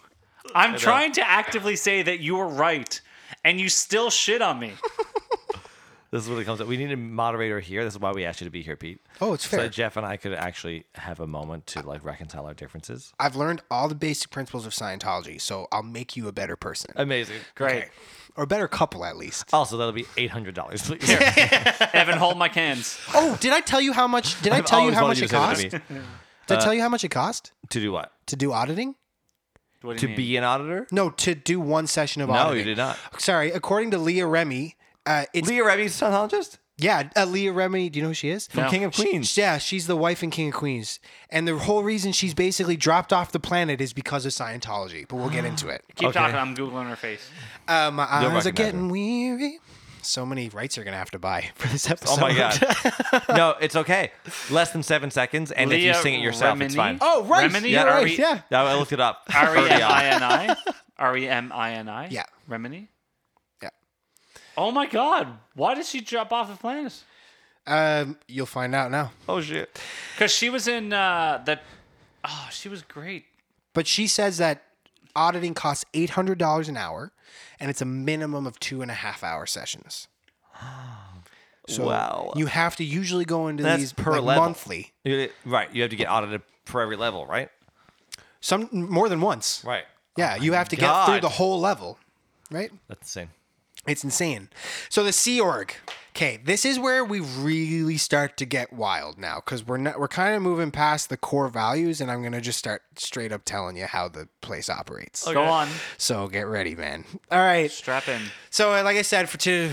I'm trying to actively say that you were right, and you still shit on me.
This is what it comes up. We need a moderator here. This is why we asked you to be here, Pete.
Oh, it's
So
fair.
that Jeff and I could actually have a moment to like reconcile our differences.
I've learned all the basic principles of Scientology, so I'll make you a better person.
Amazing.
Great.
Or a better couple at least.
Also, that'll be eight hundred dollars, please.
Evan, hold my cans.
Oh, did I tell you how much did I
I've
tell
always
you how
wanted
much it
to
cost?
say
Did
that to me. Uh,
I tell you how much it cost
To do what?
to do auditing?
What do
To
you mean?
be an auditor?
No, to do one session of
No,
auditing.
you did not.
Sorry, according to Leah Remy, uh, it's
Leah Remy's Scientologist
yeah, uh, Leah Remy. Do you know who she is?
from King of Queens.
She- yeah, she's the wife in King of Queens, and the whole reason she's basically dropped off the planet is because of Scientology. But we'll get into it.
Keep
Okay.
talking. I'm googling her face.
Uh, my eyes are
recognize
getting weary. So many rights you're gonna have to buy for this episode.
Oh my god. no, it's okay. Less than seven seconds, and if you
Leah
sing it yourself, it's fine. E
Remini?
Oh right,
Remini?
you're
Yeah, are
right.
we-
yeah.
No, I looked it up.
R e
Early
m
on.
i n i. R e m i n i.
Yeah.
Remini.
Yeah.
Oh my God! Why did she drop off the planet?
Um, you'll find out now.
Oh shit.
Because she was in uh, that. Oh, she was great.
But she says that auditing costs eight hundred dollars an hour, and it's a minimum of two and a half hour sessions. So
Wow.
you have to usually go into
That's
these
per
like,
level.
monthly,
You- Right. You have to get audited for every level, right?
some more than once.
Right. Oh
Yeah, you have to get
God.
through the whole level, right?
That's insane.
It's insane. So the Sea Org. Okay, this is where we really start to get wild now because we're not we're kind of moving past the core values, and I'm gonna just start straight up telling you how the place operates.
Go on,
So get ready, man. All right.
strap in.
So uh, like I said, for two,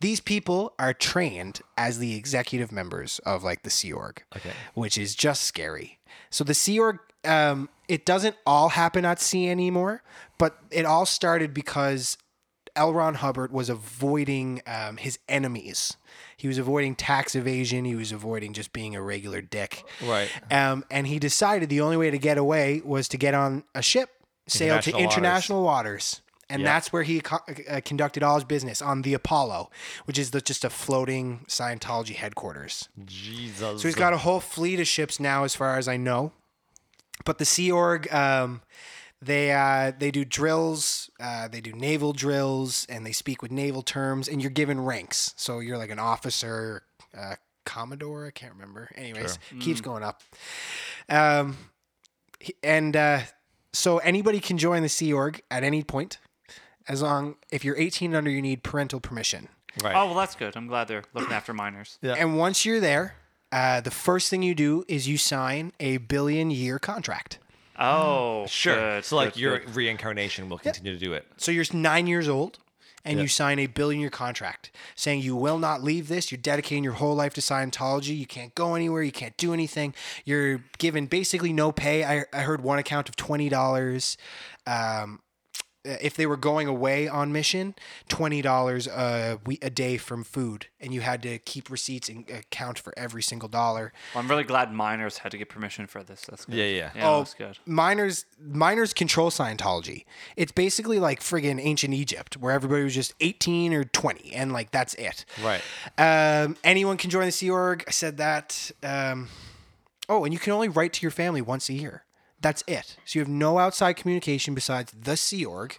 these people are trained as the executive members of like the Sea Org, okay. which is just scary. So the Sea Org, um, it doesn't all happen at sea anymore, but it all started because L. Ron Hubbard was avoiding um, his enemies. He was avoiding tax evasion. He was avoiding just being a regular dick.
Right.
Um, and he decided the only way to get away was to get on a ship, sail to
International waters.
international waters. And that's where he co- uh, conducted all his business on the Apollo, which is the, just a floating Scientology headquarters.
Jesus.
So he's got a whole fleet of ships now, as far as I know. But the Sea Org, um, they uh, they do drills, uh, they do naval drills, and they speak with naval terms. And you're given ranks, so you're like an officer, uh, commodore. I can't remember. Anyways, keeps going up. Um, he- and uh, so anybody can join the Sea Org at any point, as long if you're 18 and under, you need parental permission.
right.
Oh well, that's good. I'm glad they're looking after minors.
Yeah.
And once you're there, uh, the first thing you do is you sign a billion year contract.
Oh,
sure.
Good,
so like
good,
your
good.
reincarnation will continue to do it.
So you're nine years old and you sign a billion year contract saying you will not leave this. You're dedicating your whole life to Scientology. You can't go anywhere. You can't do anything. You're given basically no pay. I, I heard one account of $20. Um, if they were going away on mission, twenty dollars a we a day from food, and you had to keep receipts and account for every single dollar.
Well, I'm really glad minors had to get permission for this. That's good.
Yeah, yeah.
Yeah,
Oh.
that's good.
miners miners control Scientology. It's basically like friggin' ancient Egypt, where everybody was just eighteen or twenty, and like that's it.
Right.
Um, anyone can join the Sea Org. I said that. Um, oh, and you can only write to your family once a year. That's it. So you have no outside communication besides the Sea Org.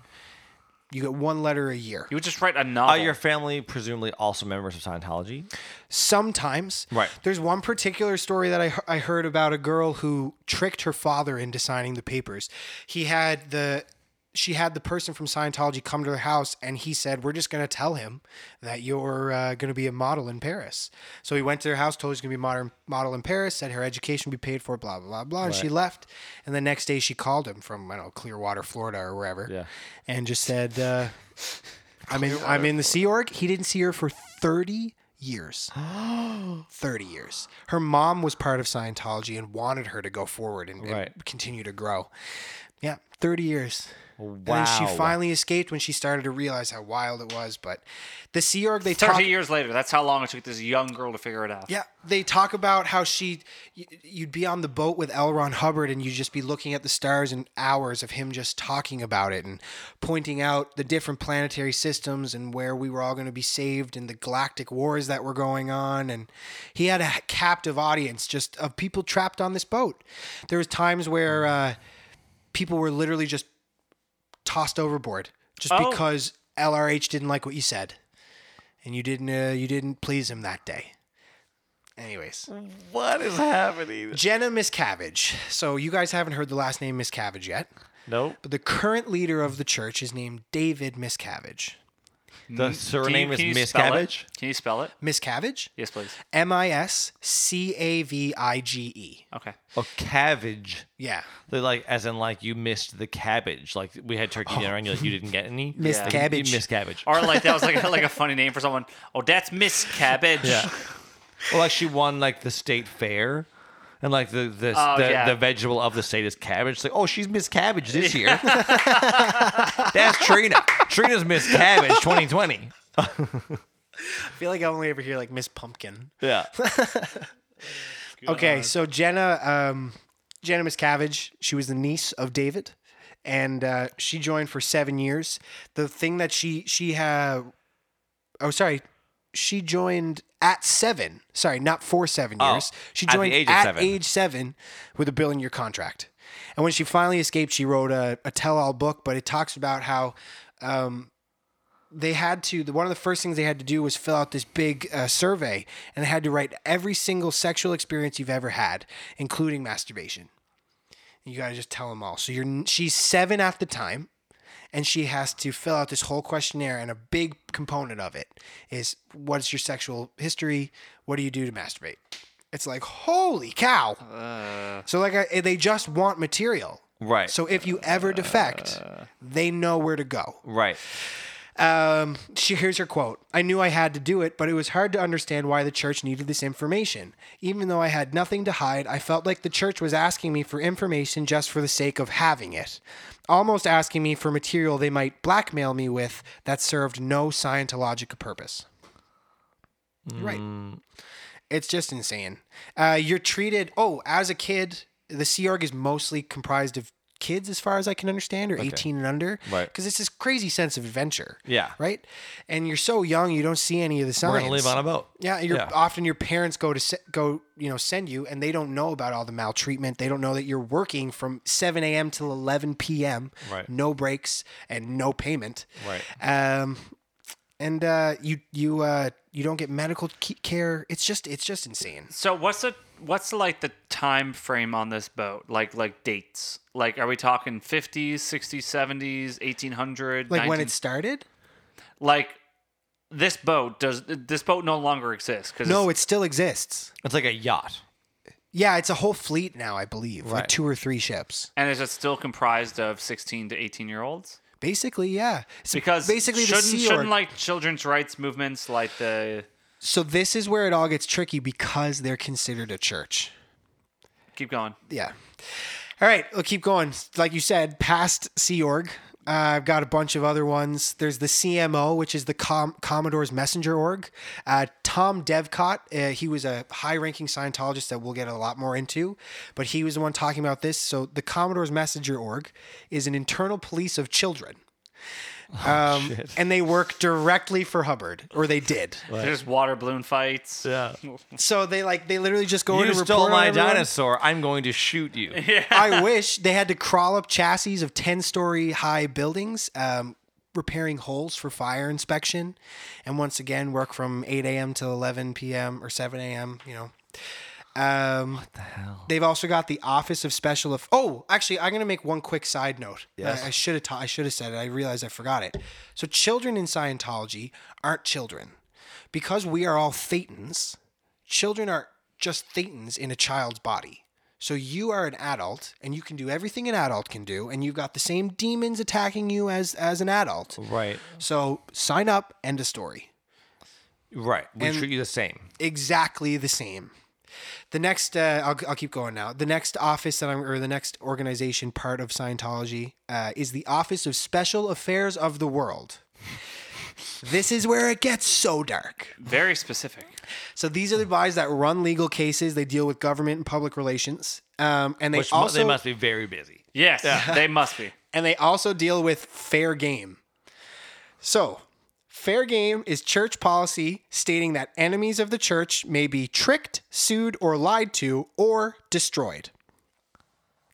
You get one letter a year.
You would just write a
Are
novel.
your family presumably also members of Scientology?
Sometimes,
Right.
There's one particular story that I he- I heard about a girl who tricked her father into signing the papers. He had the she had the person from Scientology come to her house, and he said, "We're just going to tell him that you're uh, going to be a model in Paris." So he went to her house, told her she's going to be a modern model in Paris, said her education would be paid for, blah blah blah blah, and she left. And the next day, she called him from I don't know Clearwater, Florida, or wherever,
Yeah.
and just said. Uh, I'm in. I'm in the Sea Org. He didn't see her for thirty years. thirty years. Her mom was part of Scientology and wanted her to go forward and, and
Right.
continue to grow. Yeah, thirty years.
Wow.
And then she finally escaped when she started to realize how wild it was. But the Sea Org, they
Thirty
talk.
years later, that's how long it took this young girl to figure it out.
Yeah, they talk about how she, y- you'd be on the boat with L. Ron Hubbard, and you'd just be looking at the stars and hours of him just talking about it and pointing out the different planetary systems and where we were all going to be saved and the galactic wars that were going on. And he had a captive audience just of people trapped on this boat. There was times where uh, people were literally just tossed overboard just
Oh.
because LRH didn't like what you said. And you didn't, uh, you didn't please him that day. Anyways,
What is happening?
Jenna Miscavige. So you guys haven't heard the last name Miscavige yet,
Nope.
but the current leader of the church is named David Miscavige.
The surname
can
is
you
Miss
spell it?
Cabbage.
Can you spell it?
Miscavige?
Yes, please.
M I S C A V I G E.
Okay.
Oh, cabbage.
Yeah.
They're like, as in, like you missed the cabbage. Like we had turkey dinner, and you're like, you didn't get any.
Oh. Miss
Like, you-
Cabbage.
You missed cabbage.
Or like that was like like a funny name for someone. Oh, that's Miss Cabbage.
Yeah. well, like she won like the state fair, and like the the
Oh,
the,
yeah.
the vegetable of the state is cabbage. It's like, oh, she's Miss Cabbage this year. That's Trina. Trina's Miss Cabbage 2020.
I feel like I only ever hear like Miss Pumpkin.
Yeah.
Okay, so Jenna, um, Jenna Miscavige, she was the niece of David, and uh, she joined for seven years. The thing that she she had, oh sorry, she joined at seven. Sorry, not for seven
Oh,
years. She
at the
joined
age of
at
seven.
age seven with a billion year contract. And when she finally escaped, she wrote a, a tell all book, but it talks about how um, they had to, the, one of the first things they had to do was fill out this big uh, survey, and they had to write every single sexual experience you've ever had, including masturbation. You gotta just tell them all. So you're she's seven at the time, and she has to fill out this whole questionnaire. And a big component of it is what's your sexual history? What do you do to masturbate? It's like holy cow. so like I, they just want material,
Right.
So if you ever defect, they know where to go.
Right.
Um, she here's her quote. I knew I had to do it, but it was hard to understand why the church needed this information. Even though I had nothing to hide, I felt like the church was asking me for information just for the sake of having it, almost asking me for material they might blackmail me with that served no scientological purpose. You're Right. It's just insane. Uh, you're treated. Oh, as a kid, the Sea Org is mostly comprised of kids, as far as I can understand, or 18 and under.
Right.
Because it's this crazy sense of adventure.
Yeah.
Right. And you're so young, you don't see any of the signs.
We're gonna live on a boat.
Yeah, you're uh,
Yeah.
often your parents go to se- go, you know, send you, and they don't know about all the maltreatment. They don't know that you're working from 7 a.m. till 11 p.m.
Right.
No breaks and no payment.
Right.
Um, and uh, you you uh, you don't get medical ke- care. It's just it's just insane.
So what's the what's like the time frame on this boat? Like like dates? Like are we talking 50s, 60s, 70s, 1800,
Like when
1900s?
it started?
like this boat does this boat no longer exists because
No, it still exists.
It's like a yacht.
Yeah, it's a whole fleet now, I believe, like
Right.
two or three ships.
and is it still comprised of 16 to 18 year olds?
Basically, yeah. It's
Because
basically
shouldn't,
the Sea
shouldn't
Org-
like children's rights movements like the
so this is where it all gets tricky because they're considered a church.
keep going.
yeah. All right, we'll keep going. Like you said, past Sea Org. Uh, I've got a bunch of other ones. There's the CMO, which is the Com- Commodore's Messenger Org. Uh, Tom Devcott, uh, he was a high ranking Scientologist that we'll get a lot more into, but he was the one talking about this. So, the Commodore's Messenger Org is an internal police of children. Um, and they work directly for Hubbard, or they did.
There's water balloon fights.
Yeah.
So they like they literally just go in
You
and
stole
report on
my
everyone.
dinosaur. I'm going to shoot you.
I wish they had to crawl up chassis of 10 story high buildings, um, repairing holes for fire inspection, and once again, work from 8 a.m. till 11 p.m. or 7 a.m., you know. Um, what the hell? They've also got the Office of Special. Eff- oh, actually, I'm gonna make one quick side note.
Yes.
I, I should have. Ta- I should have said it. I realized I forgot it. So, children in Scientology aren't children, because we are all thetans. Children are just thetans in a child's body. So you are an adult, and you can do everything an adult can do, and you've got the same demons attacking you as as an adult.
Right.
So sign up. End of story
Right. We
And-
treat you the same.
exactly the same. The next, uh, I'll, I'll keep going now. The next office that I'm, or the next organization part of Scientology uh, is the Office of Special Affairs of the World. this is where it gets so dark.
Very specific.
So these are the guys that run legal cases. They deal with government and public relations, um, and they
Which mu-
also
they must be very busy.
Yes, they must be.
and they also deal with fair game. So, fair game is church policy stating that enemies of the church may be tricked, sued, or lied to, or destroyed.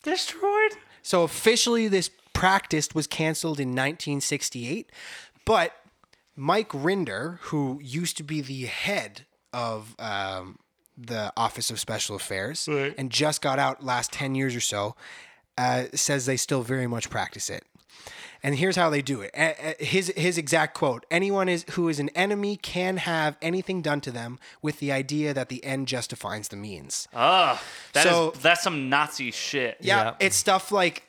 Destroyed.
So, officially, this practice was canceled in 1968, but Mike Rinder, who used to be the head of um, the Office of Special Affairs and just got out last 10 years or so, uh, says they still very much practice it. And here's how they do it. A- a- His his exact quote: "Anyone is who is an enemy can have anything done to them, with the idea that the end justifies the means."
Ugh. That is
So-
that's some Nazi shit.
yeah,
Yeah.
it's stuff like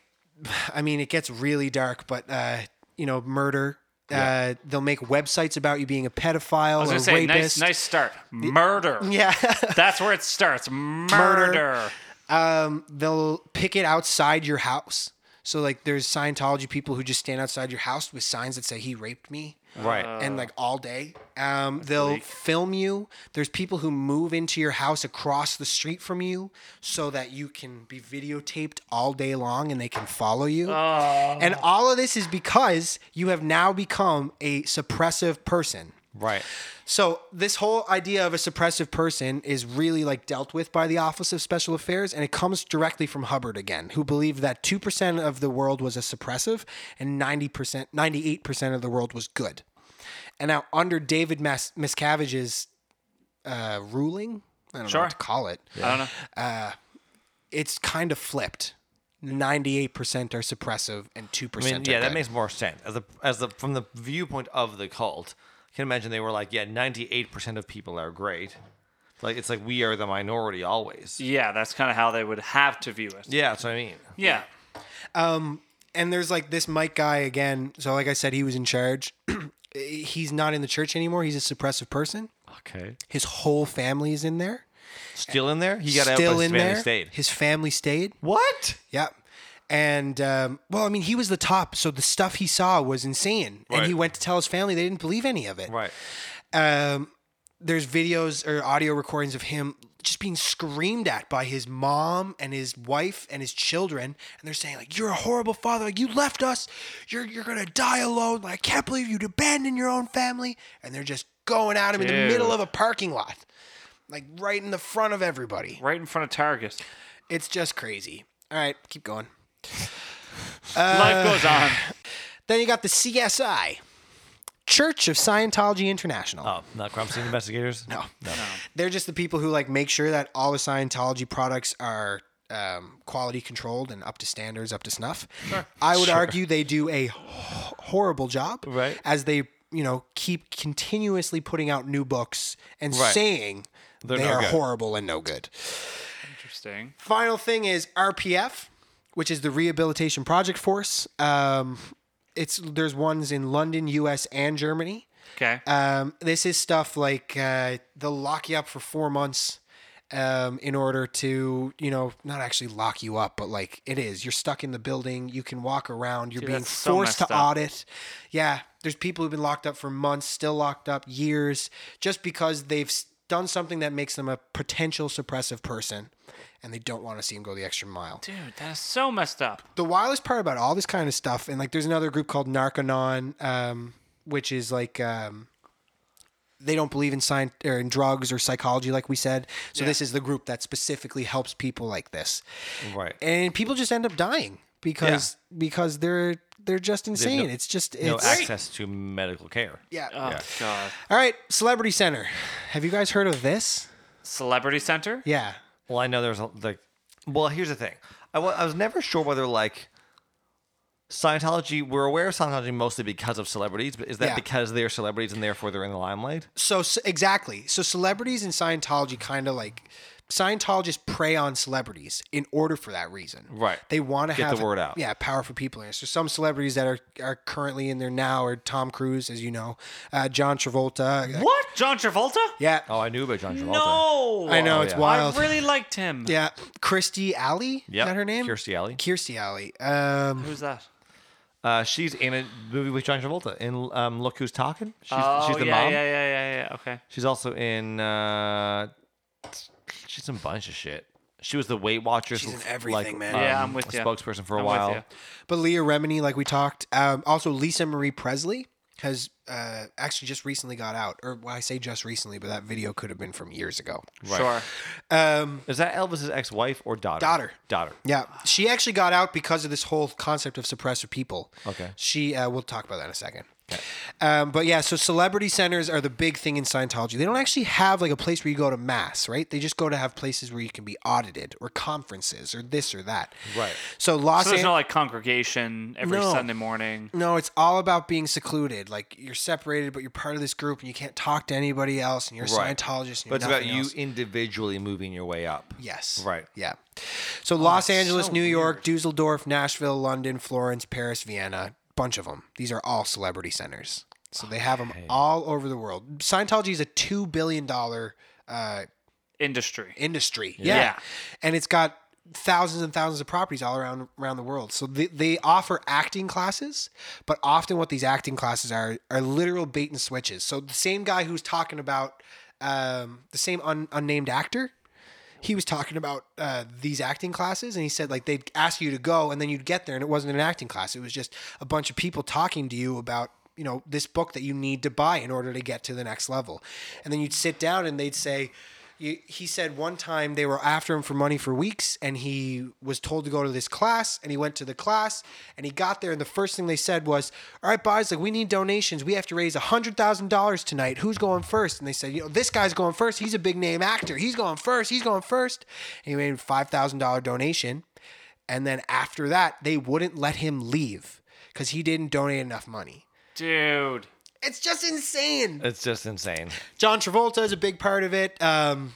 i mean it gets really dark but uh you know murder uh they'll make websites about you being a pedophile
I was
or
gonna say nice
rapist
nice start. Murder.
yeah
That's where it starts. Murder.
um they'll pick it outside your house so like there's scientology people who just stand outside your house with signs that say he raped me
Right.
and like all day. Um, they'll film you. There's people who move into your house across the street from you so that you can be videotaped all day long and they can follow you. And all of this is because you have now become a suppressive person.
Right.
So this whole idea of a suppressive person is really like dealt with by the Office of Special Affairs, and it comes directly from Hubbard again, who believed that two percent of the world was a suppressive, and ninety percent, ninety-eight percent of the world was good. And now under David Mas- Miscavige's uh, ruling, I don't know
Sure.
what to call it.
I don't know.
It's kind of flipped. Ninety-eight percent are suppressive, and two
I
percent.
mean, yeah, that makes more sense as the as the from the viewpoint of the cult. I can imagine they were like, yeah, ninety eight percent of people are great. Like it's like we are the minority always.
Yeah, that's kind of how they would have to view it.
Yeah, that's what I mean.
Yeah.
and there's like this Mike guy again. So like I said, he was in charge. He's not in the church anymore. He's a suppressive person.
Okay,
His whole family is in there.
still in there? He got out, but
still
his
in
family
there.
stayed.
His family stayed.
What?
Yeah. And um, well, I mean, he was the top, so the stuff he saw was insane.
Right.
And he went to tell his family; they didn't believe any of it.
Right.
Um, there's videos or audio recordings of him just being screamed at by his mom and his wife and his children, and they're saying like, "You're a horrible father. Like, you left us. You're you're gonna die alone. Like, I can't believe you'd abandon your own family." And they're just going at him in
Dude.
the middle of a parking lot, like right in the front of everybody.
Right in front of Target.
It's just crazy. All right, keep going. Uh,
Life goes on.
Then you got the CSI, Church of Scientology International.
Oh, not crime scene investigators.
No. They're just the people who like make sure that all the Scientology products are um, quality controlled and up to standards, up to snuff. I would argue they do a h- horrible job,
Right.
As they, you know, keep continuously putting out new books and
Right.
saying
They're
They're
no good.
horrible and no good.
Interesting.
Final thing is RPF, which is the Rehabilitation Project Force. Um, it's there's ones in London, U.S. and Germany.
Okay.
Um, this is stuff like uh, they'll lock you up for four months um, in order to, you know, not actually lock you up, but like it is. You're stuck in the building. You can walk around. You're being
that's so
forced
messed
to
up.
audit. Yeah. There's people who've been locked up for months, still locked up years, just because they've s- done something that makes them a potential suppressive person and they don't want to see them go the extra mile
Dude, that is so messed up.
the wildest part about all this kind of stuff, and like there's another group called Narconon, um, which is like um, they don't believe in science or in drugs or psychology, like we said. So this is the group that specifically helps people like this,
Right.
and people just end up dying because because they're they're just insane. it's just
No
it's
access to medical care.
yeah.
Oh, God.
all right, Celebrity Center. Have you guys heard of this?
Celebrity Center?
Yeah.
Well, I know there's a, like. Well, here's the thing. I wa- I was never sure whether like Scientology. We're aware of Scientology mostly because of celebrities, but is that
Yeah.
because they're celebrities and therefore they're in the limelight?
So s- exactly. So celebrities in Scientology kind of like Scientologists prey on celebrities in order for that reason.
Right.
They want to
Get
have
the word out.
Yeah, powerful people in it. So some celebrities that are are currently in there now are Tom Cruise, as you know, uh, John Travolta.
What? John Travolta?
Yeah.
Oh, I knew about John Travolta.
No.
I know
Oh,
it's
yeah.
wild.
I really liked him.
yeah, Christy Alley.
Yep.
Is that her name?
Kirstie Alley.
Kirstie Alley. Um,
Who's that?
Uh, she's in a movie with John Travolta in um, Look Who's Talking. She's,
oh,
she's the
yeah,
mom.
yeah, yeah, yeah, yeah. Okay.
She's also in. Uh, she's in a bunch of shit. She was the Weight Watchers.
She's in
like,
everything, man.
Yeah, I'm with ya.
Spokesperson for a
I'm with
while.
ya.
but Leah Remini, like we talked. Um, also Lisa Marie Presley has uh, actually just recently got out, or well, I say just recently, but that video could have been from years ago.
Sure.
Um,
Is that Elvis's ex-wife or daughter?
Daughter.
Daughter.
Yeah, she actually got out because of this whole concept of suppressive people.
Okay.
She, uh, we'll talk about that in a second. Um, but yeah, so celebrity centers are the big thing in Scientology. They don't actually have like a place where you go to mass, right? They just go to have places where you can be audited or conferences or this or that.
Right.
So Los
So there's
Angeles.
no like congregation every
No.
Sunday morning.
No, it's all about being secluded. Like you're separated, but you're part of this group, and you can't talk to anybody else, and you're a
Right.
Scientologist. And
But it's
you're
about
nothing
you
else.
individually moving your way up.
Yes.
Right. Oh,
Yeah. So Los Angeles,
so
New York, Dusseldorf, Nashville, London, Florence, Paris, Vienna, bunch of them. These are all celebrity centers. So they have them all over the world. Scientology is a $2 billion uh,
Industry.
industry.
Yeah. Yeah.
And it's got thousands and thousands of properties all around around the world. So they, they offer acting classes, but often what these acting classes are are literal bait and switches. So the same guy who's talking about um, the same un, unnamed actor, he was talking about uh, these acting classes and he said like they'd ask you to go and then you'd get there and it wasn't an acting class. It was just a bunch of people talking to you about you know, this book that you need to buy in order to get to the next level. And then you'd sit down and they'd say, you, he said one time they were after him for money for weeks and he was told to go to this class and he went to the class and he got there and the first thing they said was all right boys like we need donations we have to raise $100000 tonight who's going first and they said you know this guy's going first he's a big name actor he's going first he's going first and he made a $5000 donation and then after that they wouldn't let him leave because he didn't donate enough money
Dude.
it's just insane
It's just insane.
John Travolta is a big part of it. Um,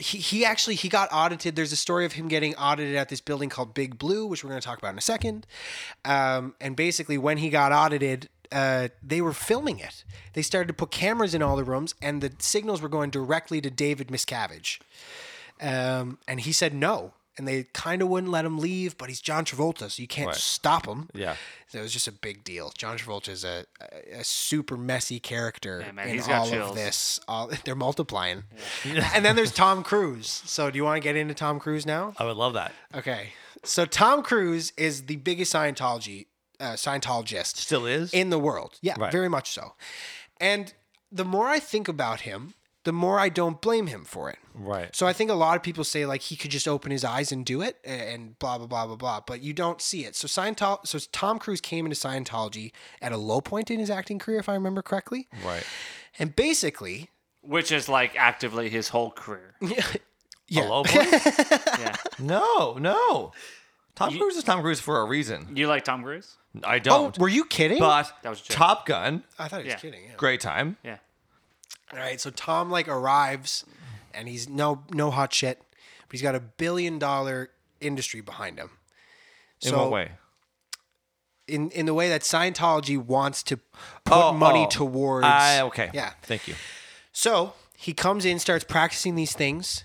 he, he actually he got audited. There's a story of him getting audited at this building called Big Blue, which we're going to talk about in a second. Um, and basically, when he got audited, uh, they were filming it. They started to put cameras in all the rooms, and the signals were going directly to David Miscavige. Um, and he said no, and they kind of wouldn't let him leave. But he's John Travolta, so you can't stop him.
Yeah.
So it was just a big deal. John Travolta is a, a, a super messy character
Yeah, man,
in
he's got
all of
chills.
this. All, they're multiplying. and then there's Tom Cruise. So do you want to get into Tom Cruise now?
I would love that.
Okay. So Tom Cruise is the biggest Scientology uh, Scientologist
Still is.
in the world. Yeah,
Right.
very much so. And the more I think about him, the more I don't blame him for it.
Right.
So I think a lot of people say like he could just open his eyes and do it and blah blah blah blah blah, but you don't see it. So Scientol- so Tom Cruise came into Scientology at a low point in his acting career, if I remember correctly,
Right.
and basically,
Which is like actively his whole career.
yeah,
Hello, boy?
Yeah.
no, no. Tom Cruise is Tom Cruise for a reason.
you like Tom Cruise?
I
Oh,
don't.
were you kidding?
but
That was a joke.
Top Gun,
I thought he was
Yeah.
kidding. Yeah.
great time.
Yeah.
All right, so Tom like arrives, and he's no no hot shit, but he's got a billion dollar industry behind him.
In
so
what way?
In in the way that Scientology wants to put
Oh,
money
oh.
towards.
I- okay.
Yeah.
Thank you.
So he comes in, starts practicing these things,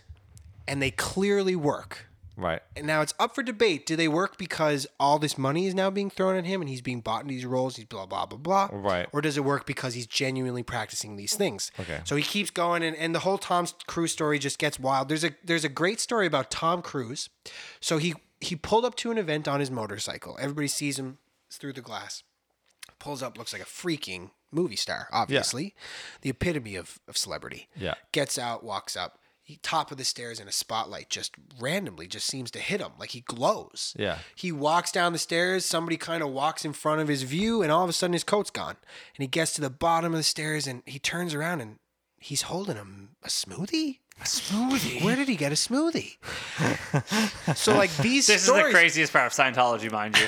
and they clearly work.
Right.
And now it's up for debate. Do they work because all this money is now being thrown at him and he's being bought in these roles? He's blah, blah, blah, blah.
Right.
Or does it work because he's genuinely practicing these things?
Okay.
So he keeps going, and, and the whole Tom Cruise story just gets wild. There's a there's a great story about Tom Cruise. So he he pulled up to an event on his motorcycle. Everybody sees him through the glass. Pulls up, looks like a freaking movie star, obviously. The epitome of, of celebrity.
Yeah.
Gets out, walks up. He, top of the stairs in a spotlight just randomly just seems to hit him like he glows.
Yeah.
He walks down the stairs, somebody kind of walks in front of his view and all of a sudden his coat's gone. And he gets to the bottom of the stairs and he turns around and he's holding a, a smoothie. A smoothie. Where did he get a smoothie? so like these
This
stories
is the craziest part of Scientology, mind you.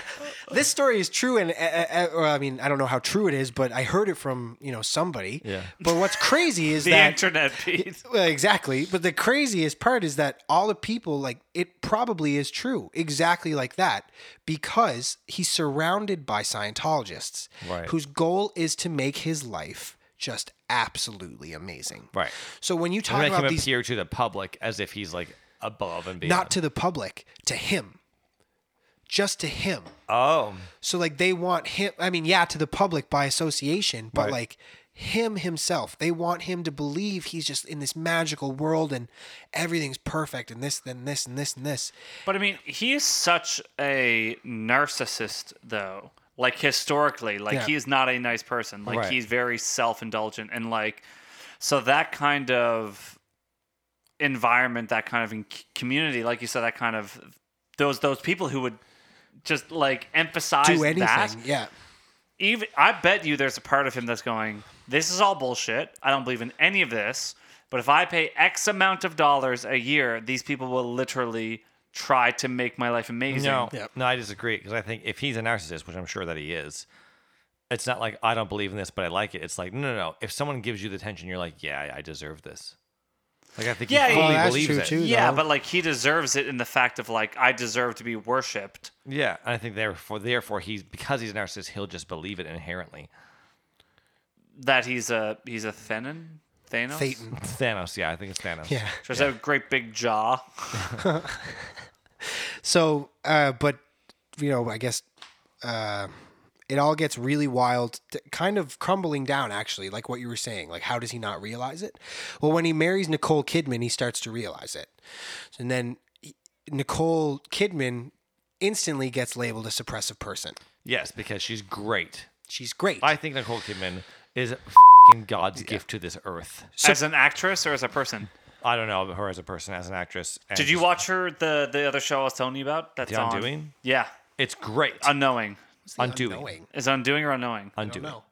this story is true, and uh, uh, uh, well, I mean, I don't know how true it is, but I heard it from you know somebody.
Yeah.
But what's crazy is
The
that
internet piece.
well, exactly. But the craziest part is that all the people like it probably is true, exactly like that, because he's surrounded by Scientologists
Right.
whose goal is to make his life just absolutely amazing.
Right.
So when you
To
talk
make him
about these,
appear to the public as if he's like above and beyond.
not to the public, to him, just to him.
oh,
So like they want him. I mean, yeah, to the public by association, but
Right.
like him himself, they want him to believe he's just in this magical world and everything's perfect and this, then this, and this, and this.
But I mean, he is such a narcissist, though. Like historically, like
Yeah.
he is not a nice person. Like
Right.
he's very self-indulgent, and like so that kind of environment, that kind of in- community, like you said, that kind of those those people who would just like emphasize
Do anything,
that.
yeah.
Even I bet you there's a part of him that's going, "This is all bullshit. I don't believe in any of this." But if I pay X amount of dollars a year, these people will literally try to make my life amazing.
no.
Yep.
No, I disagree because I think if he's a narcissist, which I'm sure that he is, it's not like I don't believe in this, but I like it. It's like, no, no, no. If someone gives you the attention, you're like, yeah, I deserve this. Like, I think
Yeah,
he
Well,
fully
that's
believes
true,
it.
too.
Yeah,
though.
but like he deserves it in the fact of like I deserve to be worshipped.
Yeah, and I think therefore, therefore, he's because he's a narcissist, he'll just believe it inherently.
That he's a he's a Thenon. Thanos.
Satan.
Thanos, yeah, I think it's Thanos.
Yeah.
Just a great big jaw.
So, uh, but you know, I guess uh, it all gets really wild, t- kind of crumbling down. Actually, like what you were saying, like how does he not realize it? Well, when he marries Nicole Kidman, he starts to realize it, and then he- Nicole Kidman instantly gets labeled a suppressive person.
Yes, because she's great.
She's great.
I think Nicole Kidman is fing God's gift to this earth.
as an actress or as a person?
I don't know about her as a person, as an actress. and
Did you watch her the the other show I was telling you about? That's
The
on.
Undoing?
Yeah,
It's great.
Unknowing.
undoing.
Unknowing.
Is Undoing or Unknowing?
I don't
Undoing.
know.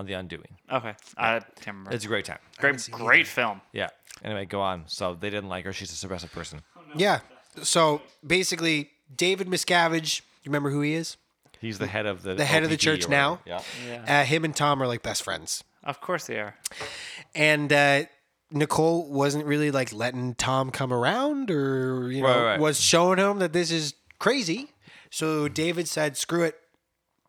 On the undoing.
Okay, I can't remember.
It's a great time.
great,
it
great film.
Yeah. Anyway, go on. So they didn't like her. She's a suppressive person.
Yeah. So basically, David Miscavige, you remember who he is?
He's the head of the
The head of the
OPD
church
or
now.
whatever. Yeah.
Uh, him and Tom are like best friends.
Of course they are.
And uh, Nicole wasn't really like letting Tom come around or, you know,
Right, right.
was showing him that this is crazy. So David said, screw it.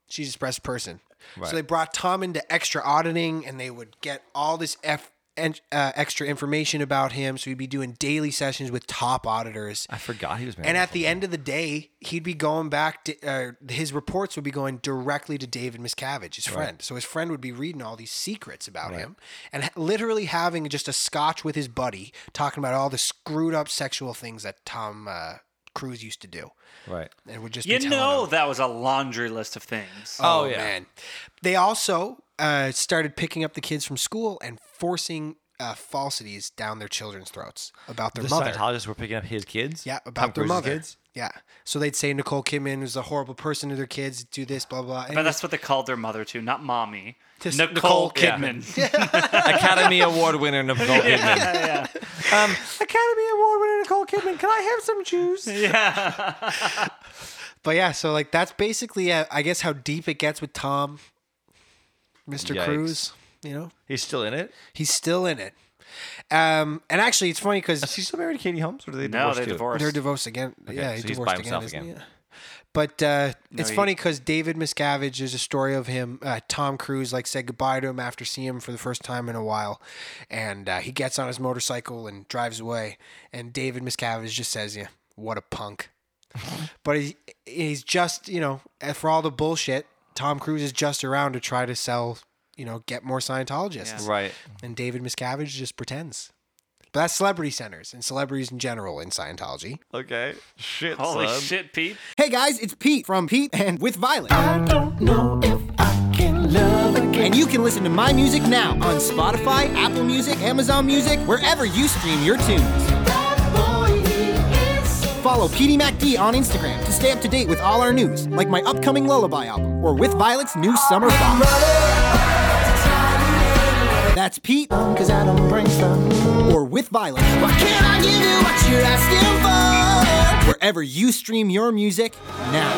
She's a press person.
Right.
So they brought Tom into extra auditing and they would get all this F. And uh, extra information about him, so he'd be doing daily sessions with top auditors.
I forgot he was married.
And at the end of the day, he'd be going back to uh, his reports would be going directly to David Miscavige, his friend. So his friend would be reading all these secrets about him and ha- literally having just a scotch with his buddy talking about all the screwed up sexual things that Tom uh, Cruise used to do.
right.
And would just
You
be telling
know
him,
that was a laundry list of things.
Oh,
oh,
yeah.
man. They also uh, started picking up the kids from school and forcing uh, falsities down their children's throats about their
The
mother.
Scientologists were picking up his kids.
Yeah,
Tom
about their
Cruise's
mother.
kids.
Yeah. So they'd say Nicole Kidman was a horrible person to their kids, do this, blah, blah. And
but that's what they called their mother too, not mommy.
Just
Nicole,
Nicole
Kidman.
Academy Award winner Nicole Kidman. Um, Academy Award winner Nicole Kidman. Can I have some juice?
but yeah, so like that's basically, uh, I guess, how deep it gets with Tom, Mr.
Yikes.
Cruz. You know,
He's still in it.
he's still in it. Um, and actually, it's funny because
Is he still married to Katie Holmes, or did they
no,
divorce
they
too?
divorced.
they're divorced again. yeah, he
so he's by
divorced again,
himself
isn't
again.
he? But uh, it's
he-
funny because David Miscavige is a story of him. Uh, Tom Cruise like said goodbye to him after seeing him for the first time in a while, and uh, he gets on his motorcycle and drives away. And David Miscavige just says, "Yeah, what a punk." but he, he's just you know eh, for all the bullshit, Tom Cruise is just around to try to sell you know get more Scientologists,
Right.
and David Miscavige just pretends. But that's celebrity centers and celebrities in general in Scientology.
Okay. Shit.
Holy
son.
shit, Pete.
Hey guys, it's Pete from Pete and with Violet.
I don't know if I can love again.
And you can listen to my music now on Spotify, Apple Music, Amazon Music, wherever you stream your tunes.
That boy, he is.
Follow PDMacD on Instagram to stay up to date with all our news, like my upcoming Lullaby album or with Violet's new Summer Fox. That's Pete
Cause I don't bring some.
or with Violet. Why can't I give you what you're asking for? Wherever you stream your music now.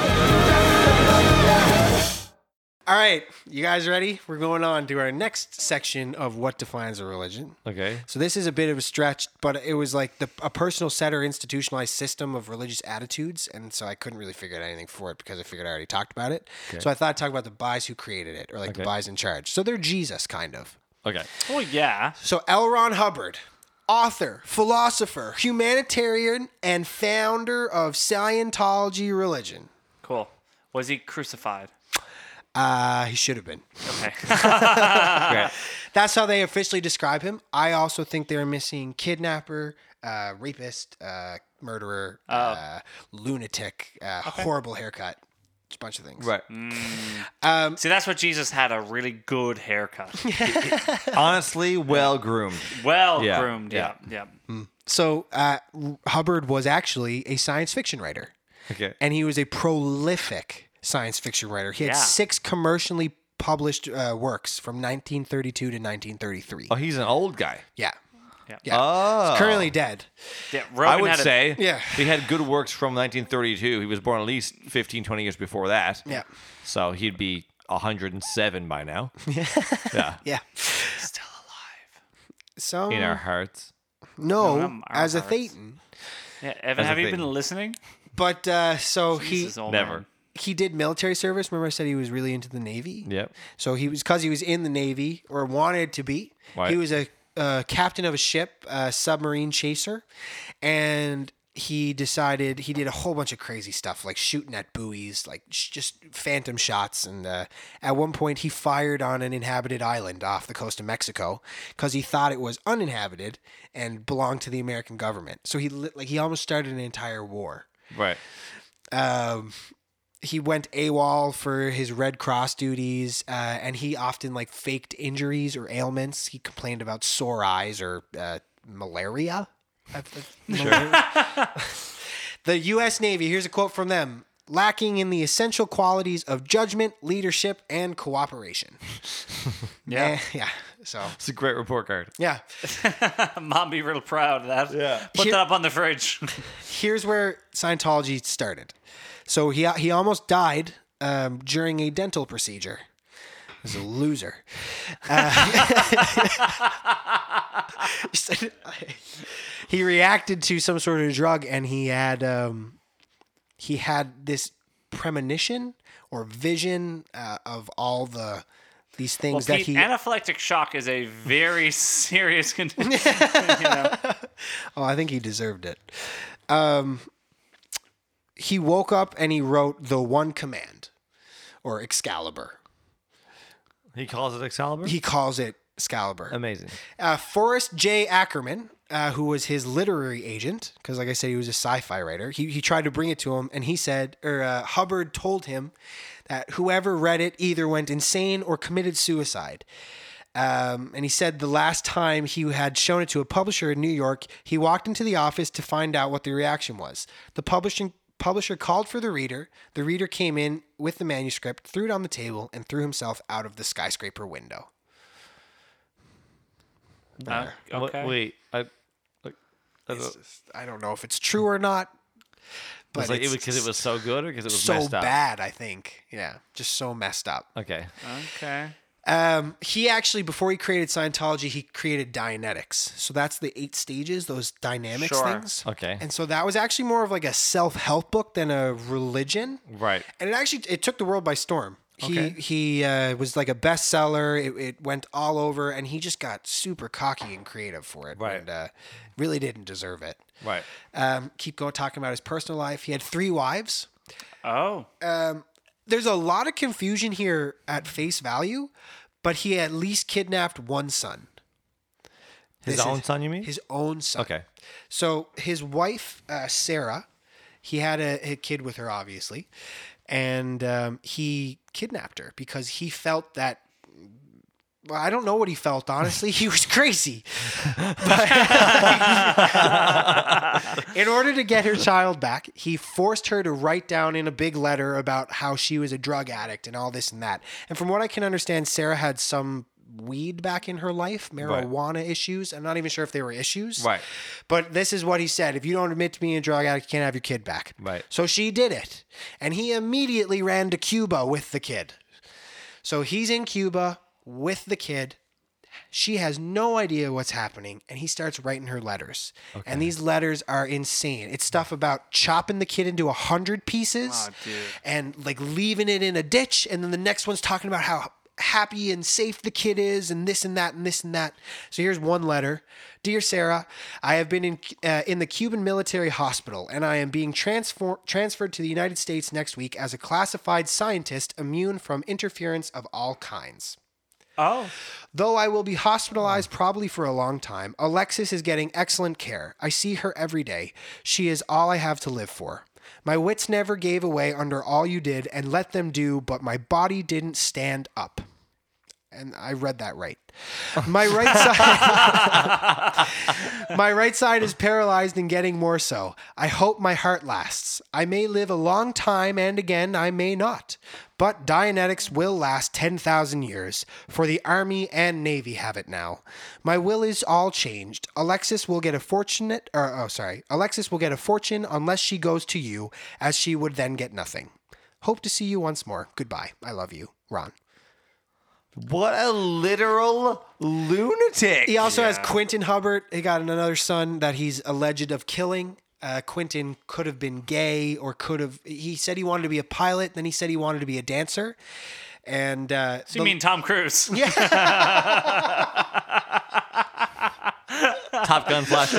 All right, you guys ready? We're going on to our next section of what defines a religion.
Okay.
So this is a bit of a stretch, but it was like the, a personal set or institutionalized system of religious attitudes, and so I couldn't really figure out anything for it because I figured I already talked about it. So I thought I'd talk about the buys who created it, or like the
Okay.
buys in charge. So they're Jesus, kind of.
Okay.
Well, yeah.
So L. Ron Hubbard, author, philosopher, humanitarian, and founder of Scientology religion.
Cool. Was he crucified?
Uh, he should have been.
Okay.
Great.
That's how they officially describe him. I also think they're missing kidnapper, uh, rapist, uh, murderer,
Oh.
uh, lunatic, uh, horrible haircut. It's a bunch of things.
Right.
See, that's what Jesus had a really good haircut.
Honestly, well groomed.
Well
Yeah,
groomed. Yeah. Yeah.
So uh, Hubbard was actually a science fiction writer,
Okay.
and he was a prolific science fiction writer. He had
Yeah.
six commercially published uh, works from 1932 to 1933.
Oh, he's an old guy.
Yeah.
Yeah.
Oh.
He's currently dead.
yeah.
I
Rogan
would
had a-
say
Yeah.
he had good works from 1932. He was born at least 15, 20 years before that.
Yeah.
So he'd be 107 by now. Yeah.
Yeah.
still alive.
So
In our hearts.
no,
Um, our
as a
hearts.
Thetan.
Yeah, Evan,
a
have you
thing.
been listening?
But uh, so he
Jesus, old
Never.
man.
he did military service. Remember, I said he was really into the Navy.
Yep.
So he was because he was in the Navy or wanted to be.
Right.
He was a uh, captain of a ship, a submarine chaser, and he decided he did a whole bunch of crazy stuff like shooting at buoys, like sh- just phantom shots. And uh, at one point, he fired on an inhabited island off the coast of Mexico because he thought it was uninhabited and belonged to the American government. So he lit, like he almost started an entire war.
Right.
Um, he went AWOL for his Red Cross duties, uh, and he often like faked injuries or ailments. He complained about sore eyes or uh, malaria. Uh, uh, malaria? the U.S. Navy. Here's a quote from them: "Lacking in the essential qualities of judgment, leadership, and cooperation."
Yeah.
Eh, yeah. So
It's a great report card.
yeah,
Mom be real proud of that.
Yeah.
Put
Here-
that up on the fridge.
here's where Scientology started. So he he almost died um, during a dental procedure. He's a loser. Uh, he reacted to some sort of drug, and he had um, he had this premonition or vision uh, of all the these things that
Pete,
he
Anaphylactic shock is a very serious condition.
Oh, I think he deserved it. Um, he woke up and he wrote the one command, or Excalibur.
He calls it Excalibur.
He calls it Excalibur.
Amazing.
Uh, Forrest J. Ackerman, uh, who was his literary agent, because like I said, he was a sci-fi writer. He he tried to bring it to him, and he said, or uh, Hubbard told him that whoever read it either went insane or committed suicide. Um, and he said the last time he had shown it to a publisher in New York, he walked into the office to find out what the reaction was. The publishing publisher called for the reader. The reader came in with the manuscript, threw it on the table, and threw himself out of the skyscraper window.
Uh,
Wha-
okay.
Wait. I. Like, I
It's
thought-
just- I don't know if it's true or not, but
was like, it
it's
was because it was so good or because it was
so
messed up.
bad. I think, yeah, just so messed up.
Okay.
Okay.
Um, he actually, before he created Scientology, he created Dianetics. So that's the eight stages, those dynamics
Sure.
things.
Okay.
And so that was actually more of like a self help book than a religion.
Right.
And it actually it took the world by storm.
Okay.
He he uh, was like a bestseller. It, it went all over, and he just got super cocky and creative for it.
Right.
And uh, really didn't deserve it.
Right.
Um, keep going talking about his personal life. He had three wives
Oh.
there's a lot of confusion here at face value, but he at least kidnapped one son.
His
This
own
is-
son, you mean?
His own son.
okay.
So his wife, uh, Sarah, he had a, a kid with her, obviously, and um, he kidnapped her because he felt that. Well, I don't know what he felt, honestly. He was crazy. But- in order to get her child back, he forced her to write down in a big letter about how she was a drug addict and all this and that. And from what I can understand, Sarah had some weed back in her life, marijuana issues. I'm not even sure if they were issues.
Right.
But this is what he said if you don't admit to being a drug addict, you can't have your kid back.
Right.
So she did it. And he immediately ran to Cuba with the kid. So he's in Cuba with the kid. She has no idea what's happening, and he starts writing her letters. And these letters are insane. It's stuff about chopping the kid into a hundred pieces and like leaving it in a ditch. And then the next one's talking about how happy and safe the kid is, and this and that, and this and that. So here's one letter Dear Sarah, I have been in, uh, in the Cuban military hospital, and I am being transfer- transferred to the United States next week as a classified scientist immune from interference of all kinds.
Oh.
Though I will be hospitalized probably for a long time, Alexis is getting excellent care. I see her every day. She is all I have to live for. My wits never gave away under all you did and let them do, but my body didn't stand up. And I read that right. My right side My right side is paralyzed and getting more so. I hope my heart lasts. I may live a long time and again I may not. But Dianetics will last 10,000 years, for the Army and Navy have it now. My will is all changed. Alexis will get a fortunate, or, oh, sorry. Alexis will get a fortune unless she goes to you, as she would then get nothing. Hope to see you once more. Goodbye. I love you. Ron.
What a literal lunatic.
He also has Quentin Hubbard. He got another son that he's alleged of killing. Uh, Quentin could have been gay or could have. He said he wanted to be a pilot. Then he said he wanted to be a dancer. And uh,
So you mean Tom Cruise? Yeah.
Top Gun flash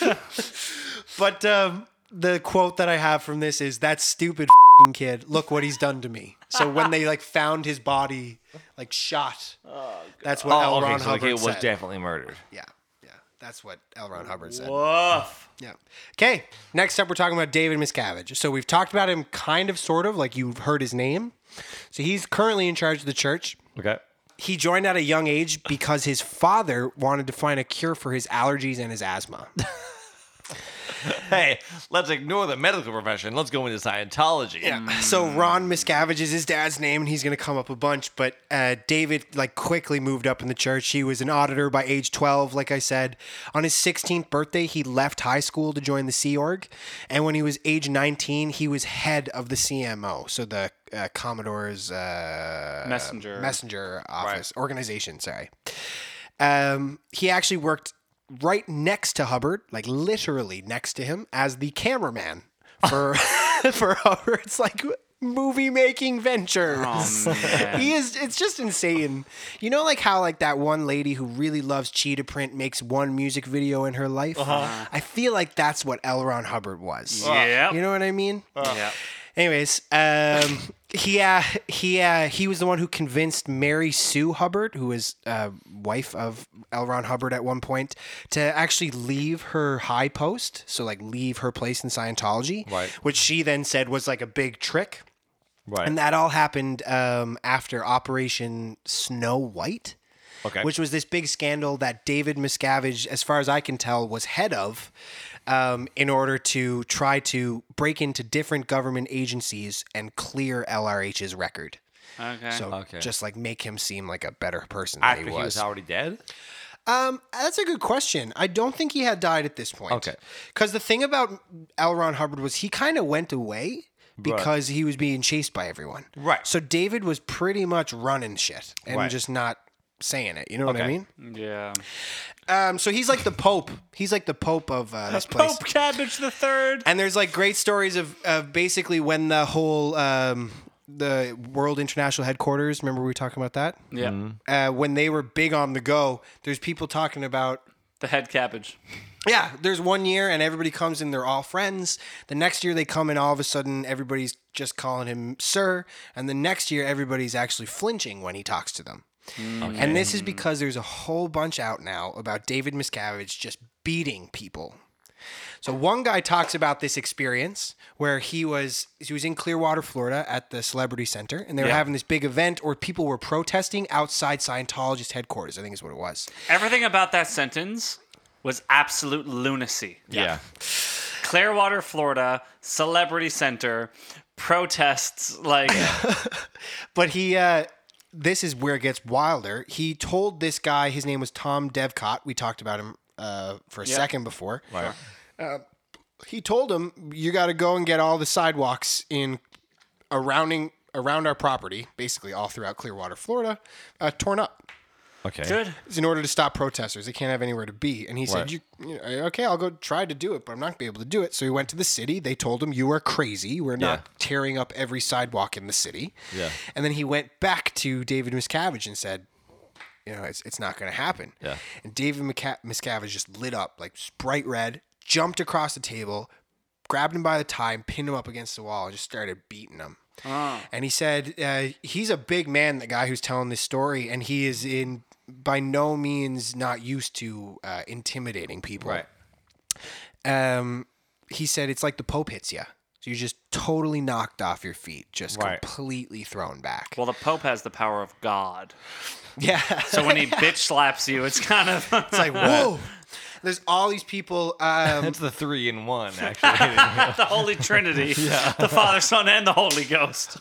dance.
but um, the quote that I have from this is that stupid fing kid. Look what he's done to me. So when they like found his body, like shot, that's what L.
oh,
Ron
okay. So like,
Hubbard
it was
said.
definitely murdered.
yeah, yeah. That's what L. Ron Hubbard said.
Woof.
Yeah. Okay. Next up, we're talking about David Miscavige. So we've talked about him kind of, sort of, like you've heard his name. So he's currently in charge of the church.
Okay.
He joined at a young age because his father wanted to find a cure for his allergies and his asthma.
Hey, let's ignore the medical profession. Let's go into Scientology.
So Ron Miscavige is his dad's name, and he's going to come up a bunch. But uh, David, like, quickly moved up in the church. He was an auditor by age 12, like I said. On his 16th birthday, he left high school to join the Sea Org. And when he was age 19, he was head of the CMO, so the uh, Commodore's uh,
Messenger.
messenger office organization. Sorry. Um, he actually worked right next to Hubbard, like literally next to him, as the cameraman for for Hubbard's like movie making ventures.
Oh, Mm.
he is. It's just insane. You know, like how like that one lady who really loves cheetah print makes one music video in her life. I feel like that's what L. Ron Hubbard was.
Yep.
You know what I mean?
Yep.
Anyways, um, he uh, he uh, he was the one who convinced Mary Sue Hubbard, who was uh, wife of L. Ron Hubbard at one point, to actually leave her high post, so like leave her place in Scientology,
Right.
which she then said was like a big trick,
Right.
and that all happened um, after Operation Snow White
okay.
which was this big scandal that David Miscavige, as far as I can tell, was head of um, in order to try to break into different government agencies and clear LRH's record.
Okay.
So
Okay.
just like make him seem like a better person than
after he was. already dead.
um, that's a good question. I don't think he had died at this point.
Okay.
Because the thing about L. Ron Hubbard was he kind of went away because he was being chased by everyone.
Right.
So David was pretty much running shit and
Right.
just not saying it. You know what I
Okay.
mean?
yeah.
Um, so he's like the Pope. He's like the Pope of uh, this place.
Pope Cabbage the Third.
And there's like great stories of, of basically when the whole um, the World International Headquarters. Remember we were talking about that?
Yeah.
Mm-hmm.
Uh, when they were big on the go, there's people talking about.
The head cabbage.
Yeah, there's one year and everybody comes in, they're all friends. The next year they come in, all of a sudden everybody's just calling him sir. And the next year everybody's actually flinching when he talks to them. And this is because there's a whole bunch out now about David Miscavige just beating people. So one guy talks about this experience where he was he was in Clearwater, Florida, at the Celebrity Center, and they were having this big event, or people were protesting outside Scientologist headquarters. I think is what it was.
Everything about that sentence was absolute lunacy.
Yeah.
Clearwater, Florida, celebrity center, protests like
But he, uh, this is where it gets wilder. He told this guy, his name was Tom Devcott. We talked about him uh, for a second before. Uh,
Right.
He told him, "You got to go and get all the sidewalks in surrounding around our property, basically all throughout Clearwater, Florida, uh, torn up."
Okay.
good.
It's in order to stop protesters. They can't have anywhere to be. And he
Right.
said, you, you know, okay, I'll go try to do it, but I'm not going to be able to do it. So he went to the city. They told him, you are crazy. We're not
Yeah.
tearing up every sidewalk in the city.
Yeah.
And then he went back to David Miscavige and said, you know, it's, it's not going to happen.
Yeah.
And David Mica- Miscavige just lit up like bright red, jumped across the table, grabbed him by the tie and pinned him up against the wall and just started beating him. And he said, uh, he's a big man, the guy who's telling this story, and he is in by no means not used to uh, intimidating people.
Right.
Um, he said it's like the Pope hits you. So you're just totally knocked off your feet, just
Right.
completely thrown back.
Well, the Pope has the power of God.
yeah.
So when he bitch slaps you, it's kind of
it's like, whoa. There's all these people. Um,
That's the three in one, actually.
the Holy Trinity, the Father, Son, and the Holy Ghost.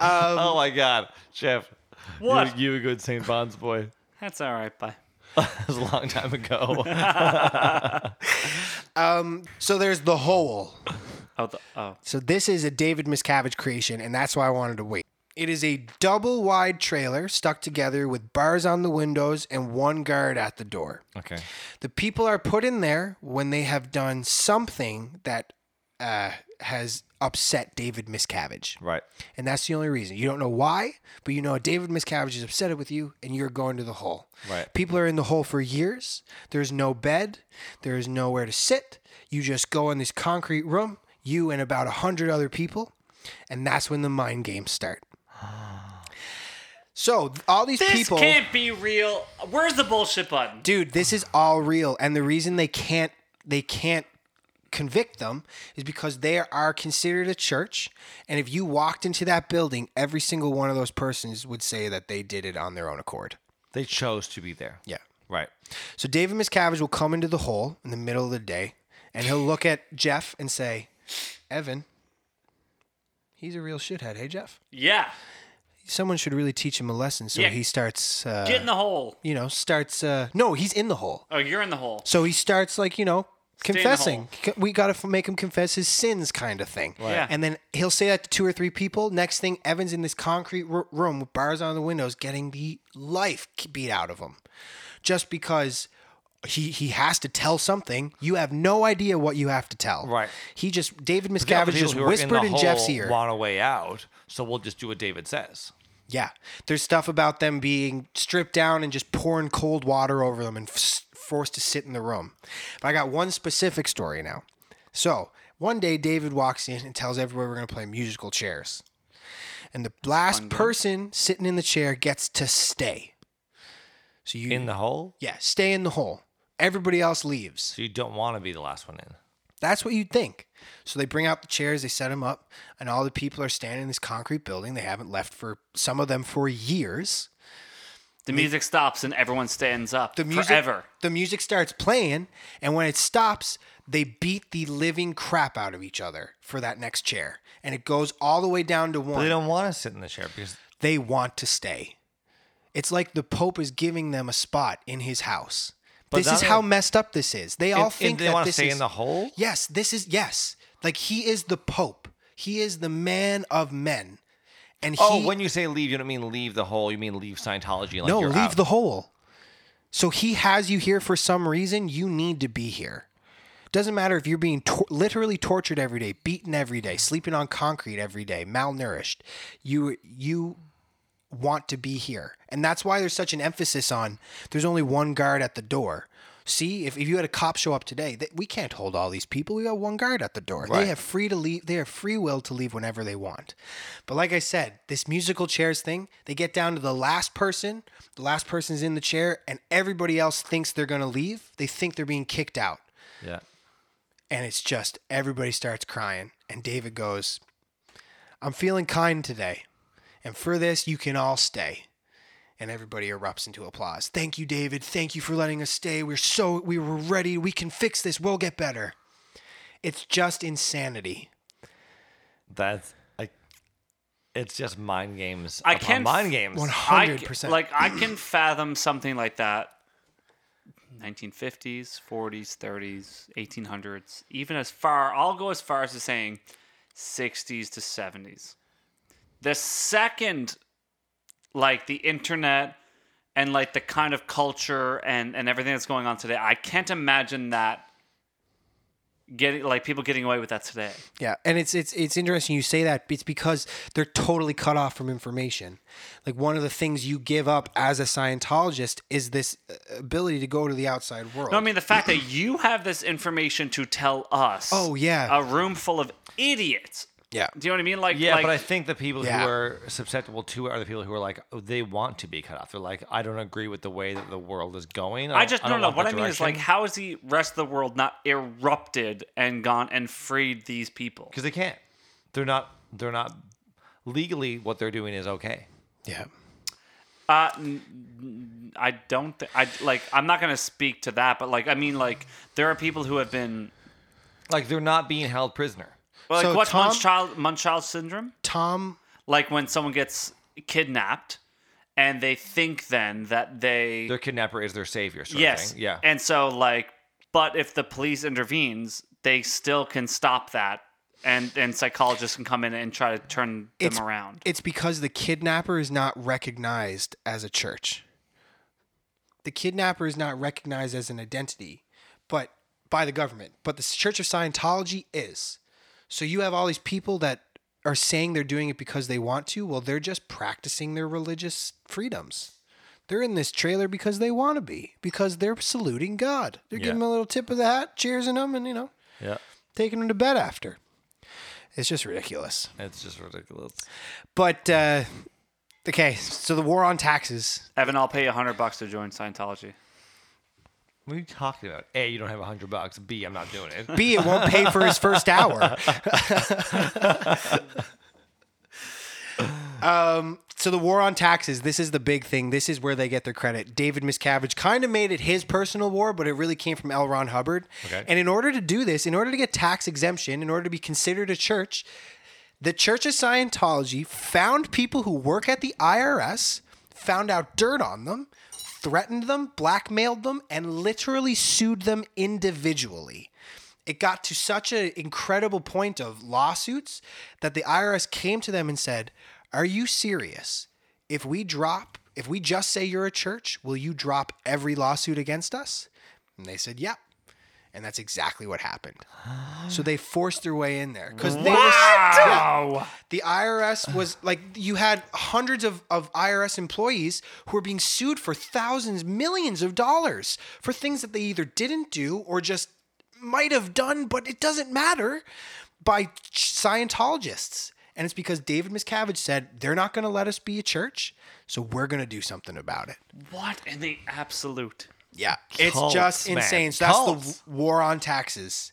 oh my God, Jeff. you-
What?
You, a good St. Bon's boy?
That's all right. Bye.
That was a long time ago.
so there's the whole.
Oh, the, oh.
So this is a David Miscavige creation, and that's why I wanted to wait. It is a double wide trailer stuck together with bars on the windows and one guard at the door.
okay.
The people are put in there when they have done something that uh, has upset David Miscavige.
Right.
And that's the only reason. You don't know why, but you know David Miscavige is upset with you and you're going to the hole.
Right.
People are in the hole for years. There's no bed. There is nowhere to sit. You just go in this concrete room, you and about a hundred other people, and that's when the mind games start. So all these
This
people,
can't be real. Where's the bullshit button?
dude, this is all real, and the reason they can't they can't convict them is because they are considered a church, and if you walked into that building, every single one of those persons would say that they did it on their own accord.
They chose to be there.
Yeah.
Right.
So David Miscavige will come into the hole in the middle of the day, and he'll look at Jeff and say, "Evan, he's a real shithead. Hey, Jeff."
Yeah.
someone should really teach him a lesson so
Yeah.
he starts uh,
Get in the hole.
you know starts uh, no he's in the hole
Oh, you're in the hole.
so he starts like you know
in the
confessing C- we gotta f- make him confess his sins kind of thing
Yeah.
and then he'll say that to two or three people next thing evan's in this concrete r- room with bars on the windows getting the life k- beat out of him just because he he has to tell something you have no idea what you have to tell
Right.
he just david
The other
miscavige
people
just
who are
whispered
the
in, jeff's
hole
ear
Want a way out? So we'll just do what David says.
Yeah. There's stuff about them being stripped down and just pouring cold water over them and f- forced to sit in the room. But I got one specific story now. So one day, David walks in and tells everybody we're going to play musical chairs. And the last person sitting in the chair gets to stay. So you,
In the hole,
yeah, stay in the hole. Everybody else leaves.
so you don't want to be the last one in.
That's what you'd think. So they bring out the chairs, they set them up, and all the people are standing in this concrete building. They haven't left for some of them for years.
The music stops and everyone stands up.
the music
forever.
the music starts playing and when it stops they beat the living crap out of each other for that next chair and it goes all the way down to
But
one
they
they,
don't want to sit in the chair because
want to stay it's like the pope is giving them a spot in his house this is
that-
how messed up this is they all
and
think
they
that
wanna
this
stay
is,
in the hole?
yes this is yes like he is the pope he is the man of men and he
oh, when you say leave, you don't mean leave the hole. You mean leave Scientology. Like
no
you're
leave
out.
the hole so he has you here for some reason you need to be here doesn't matter if you're being tor- literally tortured every day beaten every day sleeping on concrete every day malnourished you you want to be here and that's why there's such an emphasis on there's only one guard at the door see if, if you had a cop show up today that we can't hold all these people we got one guard at the door they
Right.
have free to leave they have free will to leave whenever they want but like i said this musical chairs thing they get down to the last person the last person's in the chair and everybody else thinks they're going to leave they think they're being kicked out
Yeah.
and it's just everybody starts crying and david goes i'm feeling kind today and for this you can all stay and everybody erupts into applause thank you david thank you for letting us stay we're so we were ready we can fix this we'll get better it's just insanity
That's like it's just mind games.
I
upon
can f-
mind games.
100%
I, like I can fathom something like that. 1950s, 40s, 30s, 1800s, even as far. I'll go as far as to saying 60s to 70s. The second, like the internet and like the kind of culture and and everything that's going on today, I can't imagine that getting like people getting away with that today.
Yeah, and it's it's it's interesting you say that. It's because they're totally cut off from information. Like one of the things you give up as a Scientologist is this uh, ability to go to the outside world.
No, I mean the fact that you have this information to tell us.
Oh, yeah.
a room full of idiots.
yeah,
Do you know what I mean? Like,
Yeah,
like,
but I think the people
Yeah.
who are susceptible to it are the people who are like oh, they want to be cut off. They're like, I don't agree with the way that the world is going.
I just
I
no,
don't
no.
want
What I
that
mean is
direction."
like, how is the rest of the world not erupted and gone and freed these people?
because they can't. They're not. They're not legally. What they're doing is okay.
yeah.
Uh, n- n- I don't. Th- I like. I'm not gonna speak to that, but like, I mean, like, there are people who have been.
Like they're not being held prisoner.
Well, like,
So,
what's
Tom-
Munchchild Munchchild syndrome?
Tom,
Like when someone gets kidnapped, and they think then that they
Their kidnapper is their savior. Sort
yes
Of thing. Yeah.
and so like but if the police intervenes they still can stop that and and psychologists can come in and try to turn them
It's-
around
it's because the kidnapper is not recognized as a church. The kidnapper is not recognized as an identity, but by the government. But the Church of Scientology is. So you have all these people that are saying they're doing it because they want to. Well, they're just practicing their religious freedoms. They're in this trailer because they want to be, because they're saluting God. They're giving
Yeah.
him a little tip of the hat, cheersing him, and you know,
yeah.
taking him to bed after. It's just ridiculous.
It's just ridiculous.
But uh, Okay, so the war on taxes.
Evan, I'll pay you hundred bucks to join Scientology.
What are you talking about? A, you don't have a hundred bucks. B, I'm not doing it.
B, it won't pay for his first hour. um, so the war on taxes. This is the big thing. This is where they get their credit. David Miscavige kind of made it his personal war, but it really came from L. Ron Hubbard.
Okay.
And in order to do this, in order to get tax exemption, in order to be considered a church, the Church of Scientology found people who work at the IRS, found out dirt on them, threatened them, blackmailed them, and literally sued them individually. It got to such an incredible point of lawsuits that the IRS came to them and said, Are you serious? If we drop, if we just say you're a church, will you drop every lawsuit against us? And they said, Yep. And that's exactly what happened. So they forced their way in there because they were
Wow.
the IRS was like you had hundreds of, of IRS employees who were being sued for thousands, millions of dollars for things that they either didn't do or just might have done, but it doesn't matter by Scientologists. And it's because David Miscavige said they're not going to let us be a church, so we're going to do something about it.
What in the absolute?
Yeah, it's
Cults,
just
man.
insane. So that's
Cults.
the w- war on taxes.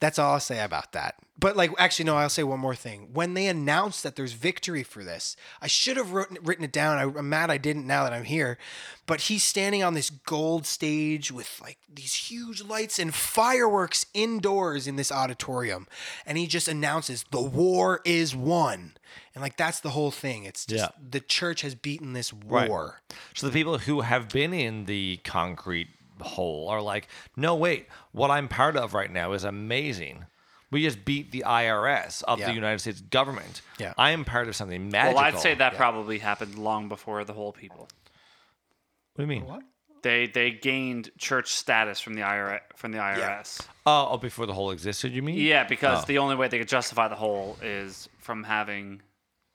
That's all I'll say about that. But like, actually, no, I'll say one more thing. When they announced that there's victory for this, I should have written, written it down. I, I'm mad I didn't now that I'm here. But he's standing on this gold stage with like these huge lights and fireworks indoors in this auditorium, and he just announces the war is won, and like that's the whole thing. It's just
Yeah.
the church has beaten this
Right.
war.
So the people who have been in the concrete hole are like, no, wait, what I'm part of right now is amazing. We just beat the IRS of
Yeah.
the United States government.
Yeah.
I am part of something magical.
Well, I'd say that probably happened long before the whole people.
What do you mean?
They they gained church status from the IRS. From the IRS.
Oh, oh, before the hole existed, you mean?
Yeah, because
Oh.
the only way they could justify the whole is from having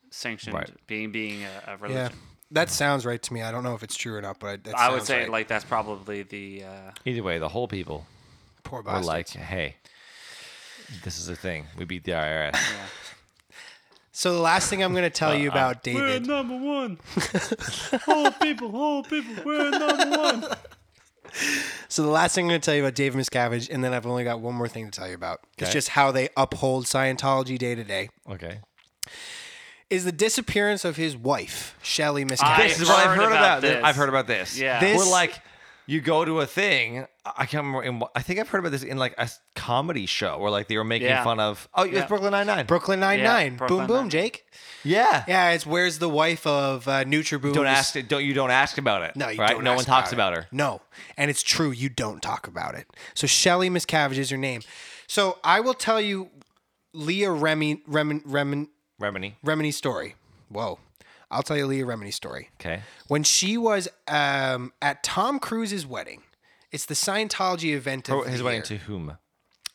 sanctioned
Right.
being being a, a
Yeah,
religion.
that sounds right to me. I don't know if it's true or not, but I, that
I would
sounds
say
right.
like that's probably the uh,
Either way, the whole people
poor
were
bastards.
like, hey, this is a thing. We beat the IRS.
So the last thing I'm going to
Uh,
tell you about David.
number one. whole people, whole people, we're number one.
So the last thing I'm going to tell you about David Miscavige, and then I've only got one more thing to tell you about. It's
Okay.
just how they uphold Scientology day to day.
Okay.
Is the disappearance of his wife, Shelley
I-
Miscavige?
This is what I've
heard
heard
about
about. this.
this.
I've heard about this.
Yeah.
This-
Well, like you go to a thing. I I can't remember. In, what- I think I've heard about this in like a s- comedy show where like they were making
Yeah.
fun of. Oh, it was
Yeah.
Brooklyn Nine Nine.
Brooklyn Nine Nine.
Yeah,
boom,
Brooklyn
boom,
Nine-Nine.
Jake.
yeah.
Yeah, it's where's the wife of uh, Nutriboom?
Don't ask. it- Don't you don't ask about it.
No, you
right?
don't.
No one
ask
talks
about,
about,
it.
her.
No, and it's true. You don't talk about it. So Shelly Miscavige is her name. So I will tell you, Leah Remy Remen Remen
Remini.
Remini story. Whoa, I'll tell you Leah Remini story.
Okay.
When she was um, at Tom Cruise's wedding, it's the Scientology event. Of
Her- His
the
wedding
year.
to whom?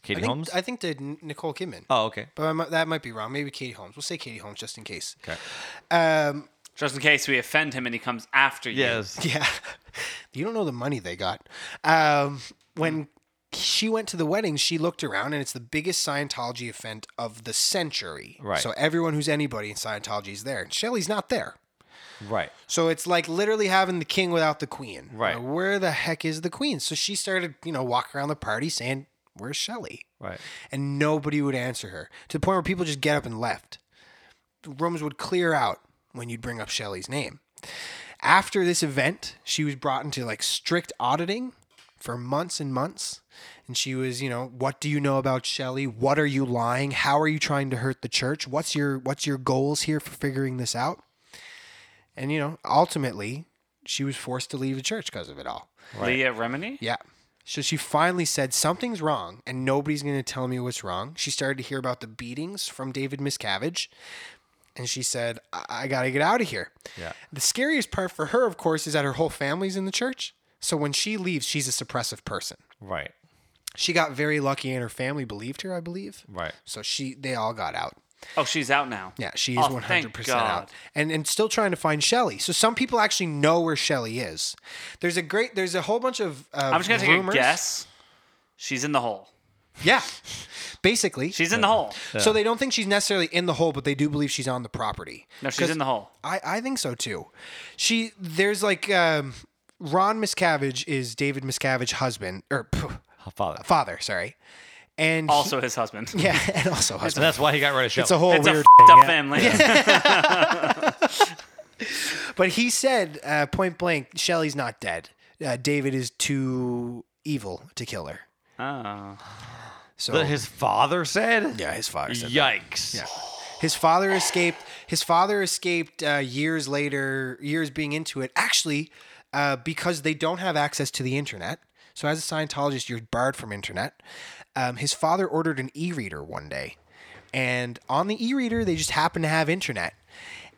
Katie
I think
Holmes.
I think to N- Nicole Kidman.
oh, okay.
But I mi- that might be wrong. Maybe Katie Holmes. We'll say Katie Holmes just in case.
Okay.
Um,
Just in case we offend him and he comes after you.
Yes.
Yeah. You don't know the money they got. Um, when she went to the wedding, she looked around and it's the biggest Scientology event of the century.
Right.
So everyone who's anybody in Scientology is there. And Shelley's not there.
Right.
So it's like literally having the king without the queen.
Right.
Like, where the heck is the queen? So she started, you know, walking around the party saying, Where's Shelley?
Right.
And nobody would answer her to the point where people just get up and left. The rooms would clear out when you'd bring up Shelley's name. After this event, she was brought into like strict auditing for months and months. And she was, you know, what do you know about Shelley? What are you lying? How are you trying to hurt the church? What's your what's your goals here for figuring this out? And you know, ultimately, she was forced to leave the church because of it all.
Leah Remini?
Yeah. So she finally said something's wrong, and nobody's going to tell me what's wrong. She started to hear about the beatings from David Miscavige, and she said, "I, I got to get out of here."
Yeah.
The scariest part for her, of course, is that her whole family's in the church. So when she leaves, she's a suppressive person.
Right.
She got very lucky, and her family believed her, I believe.
Right.
So she, they all got out.
Oh, she's out now.
Yeah, she is
Oh,
one
thank
hundred percent out,
God.
and and still trying to find Shelly. So some people actually know where Shelly is. There's a great, there's a whole bunch of. Uh,
I'm just going to take
rumors.
a guess. She's in the hole.
Yeah. Basically.
She's in the hole.
So they don't think she's necessarily in the hole, but they do believe she's on the property.
No, she's
'Cause
in the hole.
I, I think so too. She there's like um, Ron Miscavige is David Miscavige's husband or phew,
Father.
father, sorry, and he-
Also, his husband.
yeah, and also
So
husband.
that's why he got rid of show.
It's a whole
It's a
weird
f***ed
thing,
up
yeah.
family.
But he said uh, point blank, Shelley's not dead. Uh, David is too evil to kill her.
Oh.
So
That his father said.
yeah, his father said
Yikes. Yeah.
His father escaped. His father escaped uh, years later, years being into it, actually, uh, because they don't have access to the internet. So, as a Scientologist, you're barred from internet. Um, his father ordered an e-reader one day, and on the e-reader, they just happened to have internet.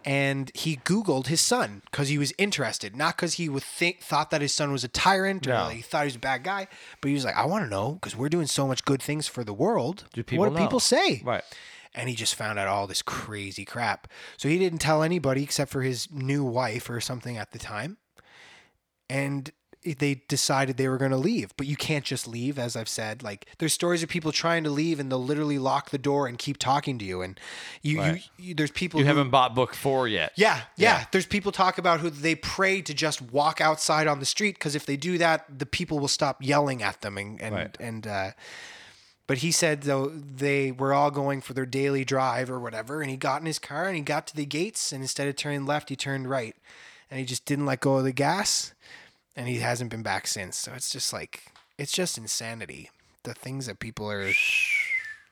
And he Googled his son because he was interested, not because he would think thought that his son was a tyrant or
No.
like, he thought he was a bad guy, but he was like, I want to know because we're doing so much good things for the world. what do
know?
people say?
Right.
and he just found out all this crazy crap. So he didn't tell anybody except for his new wife or something at the time. And they decided they were going to leave, but you can't just leave, as I've said. Like there's stories of people trying to leave, and they'll literally lock the door and keep talking to you. And you,
Right.
you, you there's people
You
who,
haven't bought book four yet.
yeah, yeah, There's people talk about who they pray to just walk outside on the street because if they do that, the people will stop yelling at them and and
Right.
and. Uh, but he said though they were all going for their daily drive or whatever, and he got in his car and he got to the gates, and instead of turning left, he turned right, and he just didn't let go of the gas, and he hasn't been back since. So it's just like it's just insanity. The things that people are,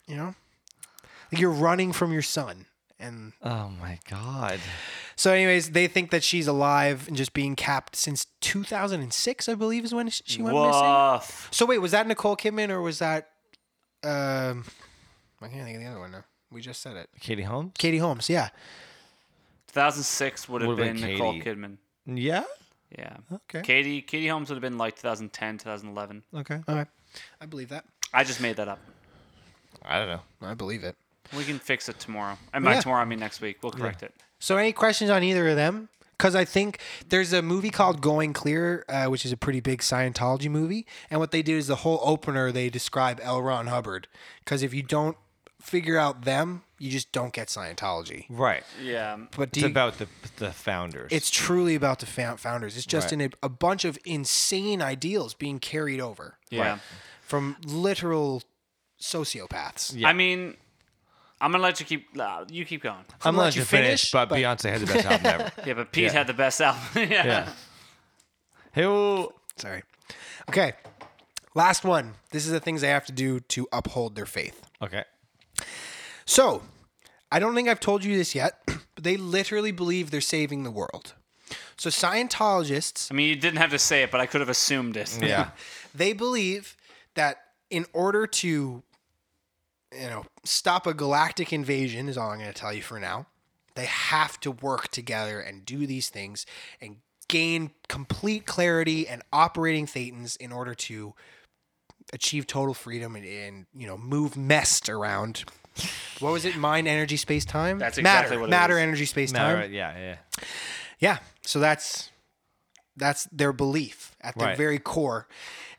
you know, like you're running from your son, and
Oh my god.
so, anyways, they think that she's alive and just being capped since 2006, I believe, is when sh- she went missing.
Woof.
So, wait, was that Nicole Kidman or was that? Um, I can't think of the other one now. We just said it.
Katie Holmes.
Katie Holmes, yeah.
2006 would have
Would've
been,
been
Nicole
Katie.
Kidman.
Yeah.
Yeah.
Okay.
Katie Katie Holmes would have been like 2010, 2011.
Okay.
All right. I believe that.
I just made that up.
I don't know.
I believe it.
We can fix it tomorrow. And by
Yeah.
tomorrow, I mean next week. We'll correct it.
So, any questions on either of them? Because I think there's a movie called Going Clear, uh, which is a pretty big Scientology movie. And what they do is the whole opener, they describe L. Ron Hubbard. Because if you don't figure out them, you just don't get Scientology.
Right.
Yeah.
But do
It's
you,
about the the founders.
It's truly about the found founders. It's just
Right.
in a, a bunch of insane ideals being carried over
Yeah.
from literal sociopaths.
Yeah.
I mean, I'm gonna let you keep. Uh, you keep going.
I'm
gonna
gonna
let you finish,
but,
but-
Beyonce had the best album ever.
Yeah, but Pete
Yeah.
had the best album. yeah.
Yeah. Who?
Sorry. Okay. Last one. This is the things they have to do to uphold their faith.
Okay.
So, I don't think I've told you this yet, but they literally believe they're saving the world. So, Scientologists
I mean, you didn't have to say it, but I could have assumed it.
Yeah.
they believe that in order to you know stop a galactic invasion is all i'm going to tell you for now they have to work together and do these things and gain complete clarity and operating thetans in order to achieve total freedom and, and you know move messed around what was it mind energy space time
That's
matter
exactly what it
matter
is.
energy space
All
time
right. Yeah. Yeah.
yeah. So that's that's their belief at their
Right.
very core.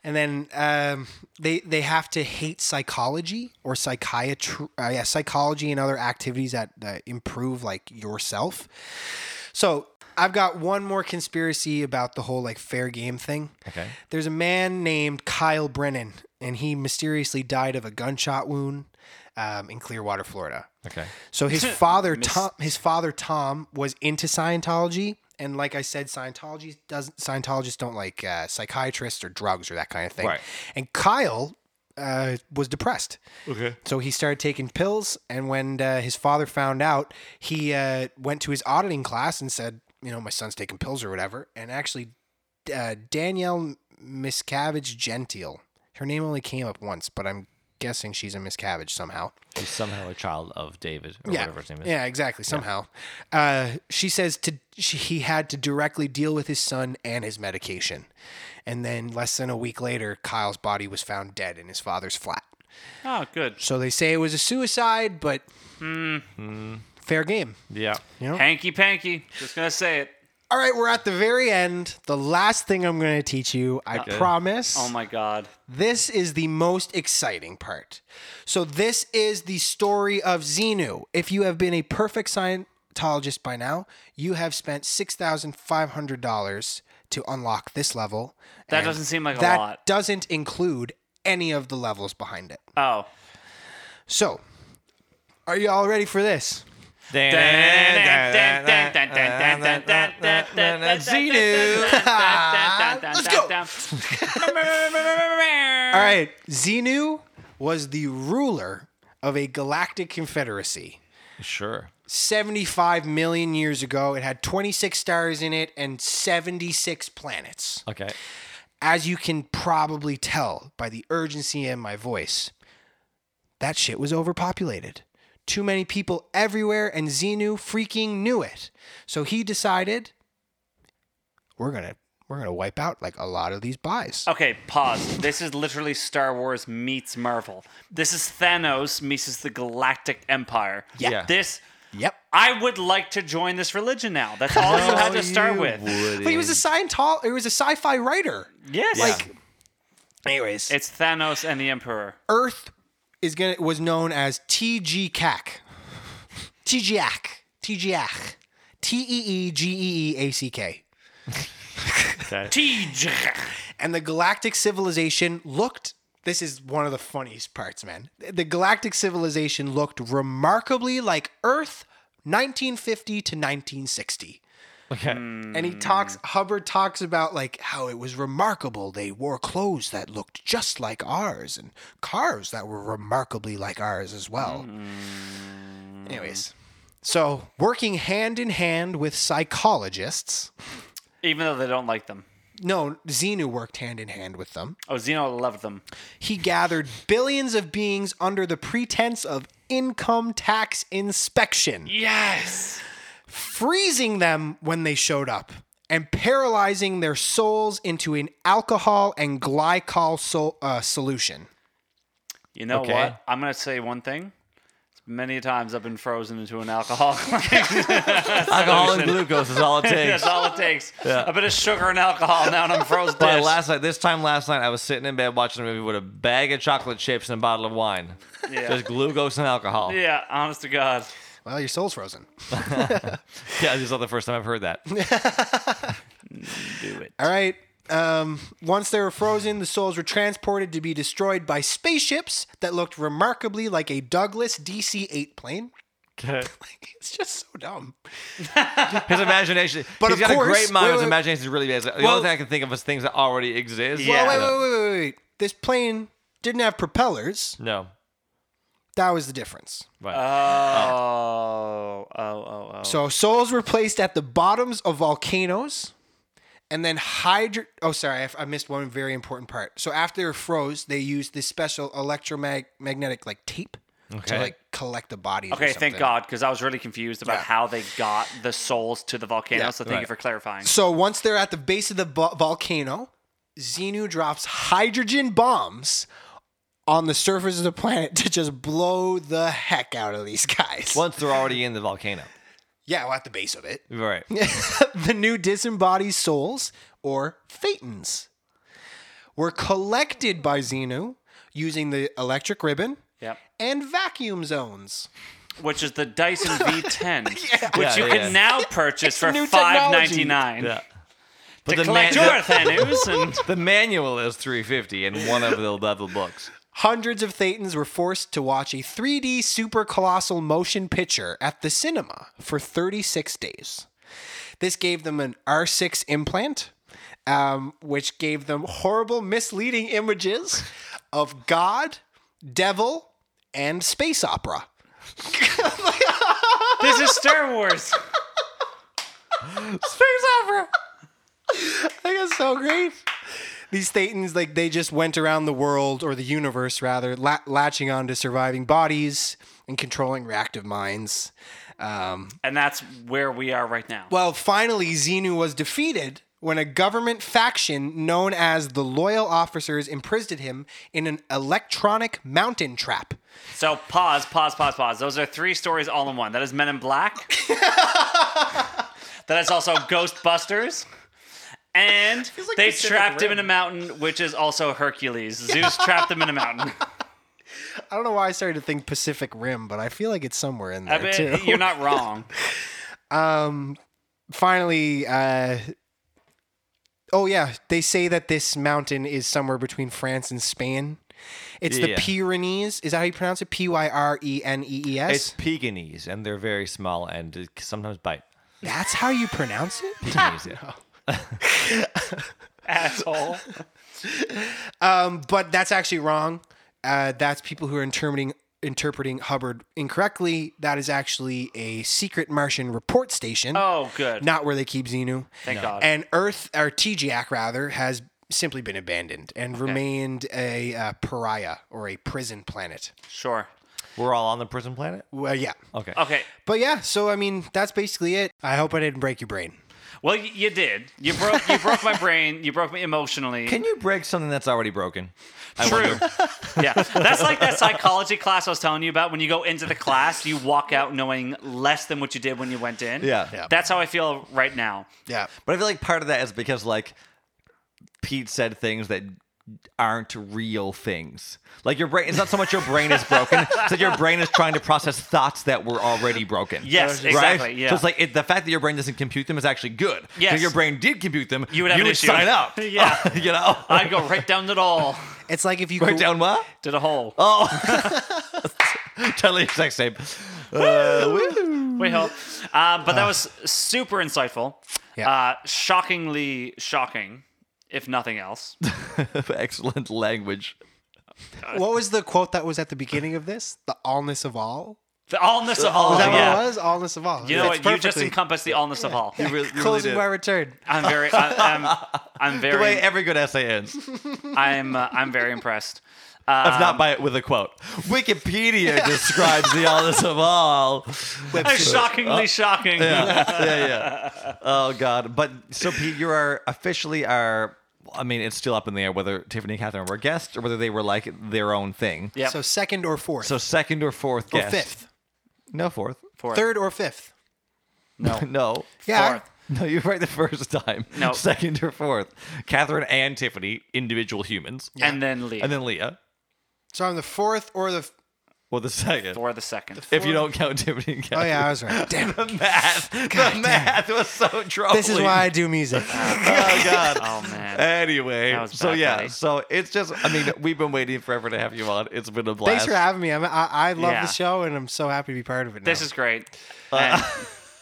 And then um, they they have to hate psychology or psychiatry, uh, yeah, psychology and other activities that uh, improve like yourself. So I've got one more conspiracy about the whole like fair game thing.
Okay.
There's a man named Kyle Brennan, and he mysteriously died of a gunshot wound um, in Clearwater, Florida.
Okay.
So his father Tom, his father Tom was into Scientology, and like I said, Scientology doesn't Scientologists don't like uh, psychiatrists or drugs or that kind of thing.
Right.
And Kyle uh, was depressed,
Okay.
so he started taking pills. And when uh, his father found out, he uh, went to his auditing class and said, "You know, my son's taking pills or whatever." And actually, uh, Danielle Miscavige Gentile, her name only came up once, but I'm guessing she's a Miscavige somehow.
He's somehow a child of David or whatever his name is.
Yeah, exactly. Somehow, Uh, she says to she, he had to directly deal with his son and his medication, and then less than a week later, Kyle's body was found dead in his father's flat.
Oh, good.
So they say it was a suicide, but fair game.
Mm-hmm. Yeah.
Hanky panky. Just gonna say it.
All right, we're at the very end. The last thing I'm going to teach you, I promise.
Oh my god.
This is the most exciting part. So, this is the story of Xenu. If you have been a perfect Scientologist by now, you have spent $6,500 to unlock this level.
That
and
doesn't seem like a
that
lot.
doesn't include any of the levels behind it.
Oh.
So, are you all ready for this?
Xenu.
Let's
go. All right, Xenu was the ruler of a galactic confederacy.
Sure.
75 million years ago. It had 26 stars in it and 76 planets.
Okay.
As you can probably tell by the urgency in my voice, that shit was overpopulated. Too many people everywhere, and Xenu freaking knew it. So he decided we're gonna we're gonna wipe out like a lot of these buys.
Okay, pause. This is literally Star Wars meets Marvel. This is Thanos meets the Galactic Empire.
Yeah.
This
Yep.
I would like to join this religion now. That's all you had to start with.
But he was a Scientol he was a sci-fi writer.
Yes.
Like anyways.
it's Thanos and the Emperor.
Earth is gonna was known as TG CAC. TGAC. TGAC. T E E G E E A C K.
Tej.
And the galactic civilization looked this is one of the funniest parts, man. The galactic civilization looked remarkably like Earth 1950 to 1960.
Okay.
And he talks, Hubbard talks about like how it was remarkable. They wore clothes that looked just like ours and cars that were remarkably like ours as well. Anyways, so working hand in hand with psychologists.
Even though they don't like them.
No, Xenu worked hand in hand with them.
Oh, Zeno loved them.
He gathered billions of beings under the pretense of income tax inspection.
Yes.
freezing them when they showed up and paralyzing their souls into an alcohol and glycol sol- uh, solution.
You know
Okay.
what? I'm gonna say one thing. Many times I've been frozen into an alcohol.
Alcohol and glucose is all it takes.
That's all it takes. A bit of sugar and alcohol. Now and I'm frozen.
But last night, this time last night, I was sitting in bed watching a movie with a bag of chocolate chips and a bottle of wine.
Yeah.
There's glucose and alcohol. Yeah,
yeah. Honest to God.
Well, your soul's frozen.
this is not the first time I've heard that.
Do it.
All right. Um, once they were frozen, the souls were transported to be destroyed by spaceships that looked remarkably like a Douglas DC 8 plane. Like, it's just so dumb. Oh,
His imagination.
But
But
of
he's got
course-
a great mind.
wait,
but His
wait.
imagination is really bad. The
Well-
only thing I can think of is things that already exist.
Yeah.
Well, wait, wait, wait, wait, wait. This plane didn't have propellers.
No.
That was the difference.
Right.
Uh, Oh. Oh. Oh. Oh.
So souls were placed at the bottoms of volcanoes, and then hydro. Oh, sorry, I, I missed one very important part. So after they were froze, they used this special electromagnetic like tape to
Okay.
like collect the bodies. or
Okay,
something.
thank God, because I was really confused about
Yeah.
how they got the souls to the volcano.
Yeah,
so thank you
right.
for clarifying.
So once they're at the base of the vo- volcano, Xenu drops hydrogen bombs on the surface of the planet to just blow the heck out of these guys.
Once they're already in the volcano.
Yeah, well, at the base of it.
Right.
the new disembodied souls, or Phaetons, were collected by Xenu using the electric ribbon
Yep.
and vacuum zones.
Which is the Dyson V10, which
Yeah,
you
Oh, yeah,
can
yeah.
now purchase for
new
five
technology.
ninety nine.
Yeah.
To
But the,
collect
man-
your Thanos and
the manual is 350 in one of the level books.
Hundreds of Thetans were forced to watch a 3D super colossal motion picture at the cinema for 36 days. This gave them an R6 implant, um, which gave them horrible, misleading images of God, devil, and space opera.
this is Star Wars.
Space opera. I think it's so great. These Thetans, like they just went around the world or the universe rather, la- latching onto surviving bodies and controlling reactive minds. Um,
And that's where we are right now.
well, finally, Xenu was defeated when a government faction known as the Loyal Officers imprisoned him in an electronic mountain trap.
So pause, pause, pause, pause. Those are three stories all in one. That is Men in Black. That is also Ghostbusters. And
like
they
Pacific
trapped him in a
Rim.
mountain, which is also Hercules. Zeus trapped him in a mountain.
I don't know why I started to think Pacific Rim, but I feel like it's somewhere in
I
there
bet
too.
you're not wrong.
Finally, uh, oh yeah, they say that this mountain is somewhere between France and Spain. It's
Yeah.
the Pyrenees. Is that how you pronounce it? P y r e n e e s.
It's Pekinese, and they're very small and uh, sometimes bite.
That's how you pronounce it.
Pekinese, yeah.
Asshole.
but that's actually wrong. Uh, that's people who are interpreting interpreting Hubbard incorrectly. That is actually a secret Martian report station,
Oh, good.
not where they keep Xenu.
Thank God.
And Earth, or TGAC rather, has simply been abandoned and remained a uh, pariah or a prison planet.
sure.
We're all on the prison planet.
Well, yeah.
Okay.
Okay.
But yeah, so I mean, that's basically it. I hope I didn't break your brain.
Well, y- you did. You broke. You broke my brain. You broke me emotionally.
Can you break something that's already broken?
True. yeah. That's like that psychology class I was telling you about. When you go into the class, you walk out knowing less than what you did when you went in.
Yeah. Yeah.
That's how I feel right now.
Yeah.
But I feel like part of that is because like Pete said things that aren't real things. Like your brain, it's not so much your brain is broken, it's that your brain is trying to process thoughts that were already broken.
Yes,
Right?
exactly. Yeah.
So it's like it, the fact that your brain doesn't compute them is actually good.
Yes.
If your brain did compute them,
You would have an issue.
sign up.
Yeah. Uh,
you know?
I go right down the hole
It's like if you
Right
go-
down what?
to the hole.
Totally sex tape. Uh, woo.
Wait, hold. Uh, but that was super insightful.
Yeah.
Uh, shockingly shocking, if nothing else.
Excellent language.
What was the quote that was at the beginning of this? The allness of all.
The allness of all.
Is that
Oh, yeah.
what it was? Allness of all.
You know
Fits
what? You just
perfectly.
encompassed the allness of all.
You really, you really
closing
did.
my return.
I'm very, I'm, I'm, I'm
the way
very,
every good essay ends.
I'm, uh, I'm very impressed. Uh,
if not by it with a quote. Wikipedia describes the oldest of all.
shockingly shocking.
Oh. Yeah, yeah, yeah. Oh God! But so Pete, you are officially our. I mean, it's still up in the air whether Tiffany and Catherine were guests or whether they were like their own thing.
Yep.
So second or fourth.
So second or fourth
or
guest?
fifth.
No, fourth.
Fourth.
Third or fifth.
no.
No.
Yeah.
Fourth.
No, you're right the first time.
No.
Second or fourth. Catherine and Tiffany, individual humans.
And then leave
And then Leah.
So I'm the fourth or the.
Well, the second.
for the second.
If you don't count Tiffany and
Oh
Catherine.
yeah, I was right. Damn.
The math. the math was so troubling.
This is why I do music.
Oh God.
Oh man. That
Anyway,
was
so
bad,
yeah,
buddy.
so it's just. I mean, we've been waiting forever to have you on. It's been a blast.
Thanks for having me. I'm, I, I love
Yeah.
the show, and I'm so happy to be part of it. Now.
This is great. And,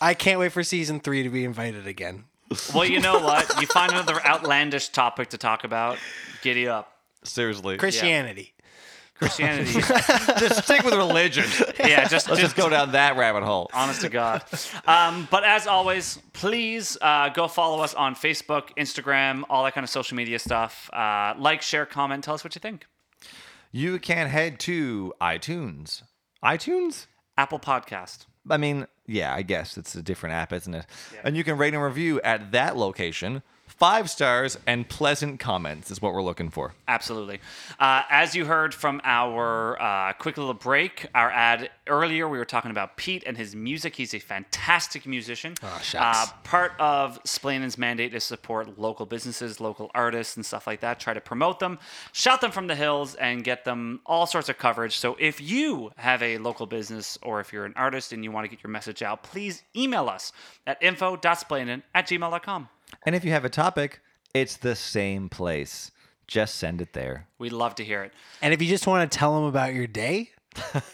I can't wait for season three to be invited again.
well, you know what? You find another outlandish topic to talk about. Giddy up.
Seriously,
Christianity.
Christianity.
just stick with religion.
yeah, just,
Let's just go down that rabbit hole.
honest to God. Um, but as always, please uh, go follow us on Facebook, Instagram, all that kind of social media stuff. Uh, like, share, comment, tell us what you think.
You can head to iTunes. iTunes.
Apple Podcast.
I mean, yeah, I guess it's a different app, isn't it? And you can rate and review at that location. Five stars and pleasant comments is what we're looking for.
Absolutely. Uh, as you heard from our uh, quick little break, our ad earlier, we were talking about Pete and his music. He's a fantastic musician.
shucks.
Uh, part of Splanin's mandate is support local businesses, local artists, and stuff like that. Try to promote them, shout them from the hills, and get them all sorts of coverage. So if you have a local business or if you're an artist and you want to get your message out, please email us at info.splanin at gmail.com.
And if you have a topic, it's the same place. Just send it there.
We'd love to hear it.
And if you just want to tell them about your day,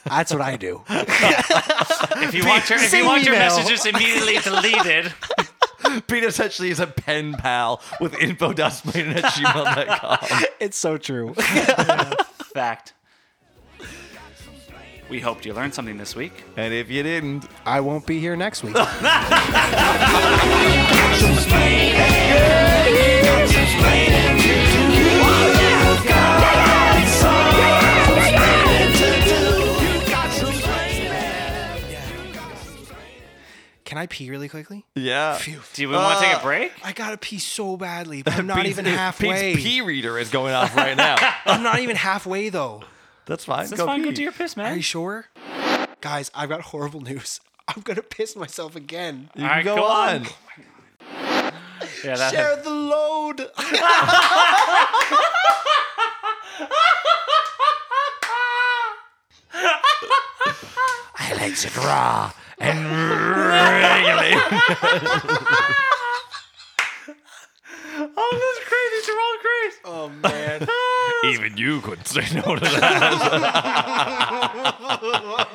that's what I do.
If you want your, if you
Same
want your
email.
messages immediately deleted,
Pete essentially is a pen pal with info.splain at gmail.com.
it's so true.
fact. We hoped you learned something this week.
And if you didn't,
I won't be here next week. Can I pee really quickly?
yeah.
Phew.
Do you want to take a break?
I gotta pee so badly, but I'm not
Pete's-
even
Pete's
halfway.
pee reader is going off right now.
I'm not even halfway though.
That's fine.
That's
go
fine. Go
pee.
do your piss,
Are
man.
you sure? Guys, I've got horrible news. I'm gonna piss myself again.
You
All right,
can go,
go on.
on.
Yeah, that
Share the load.
I like it raw and regular.
Oh, that's crazy. Gerald Grace.
oh man.
Even you couldn't say no to that.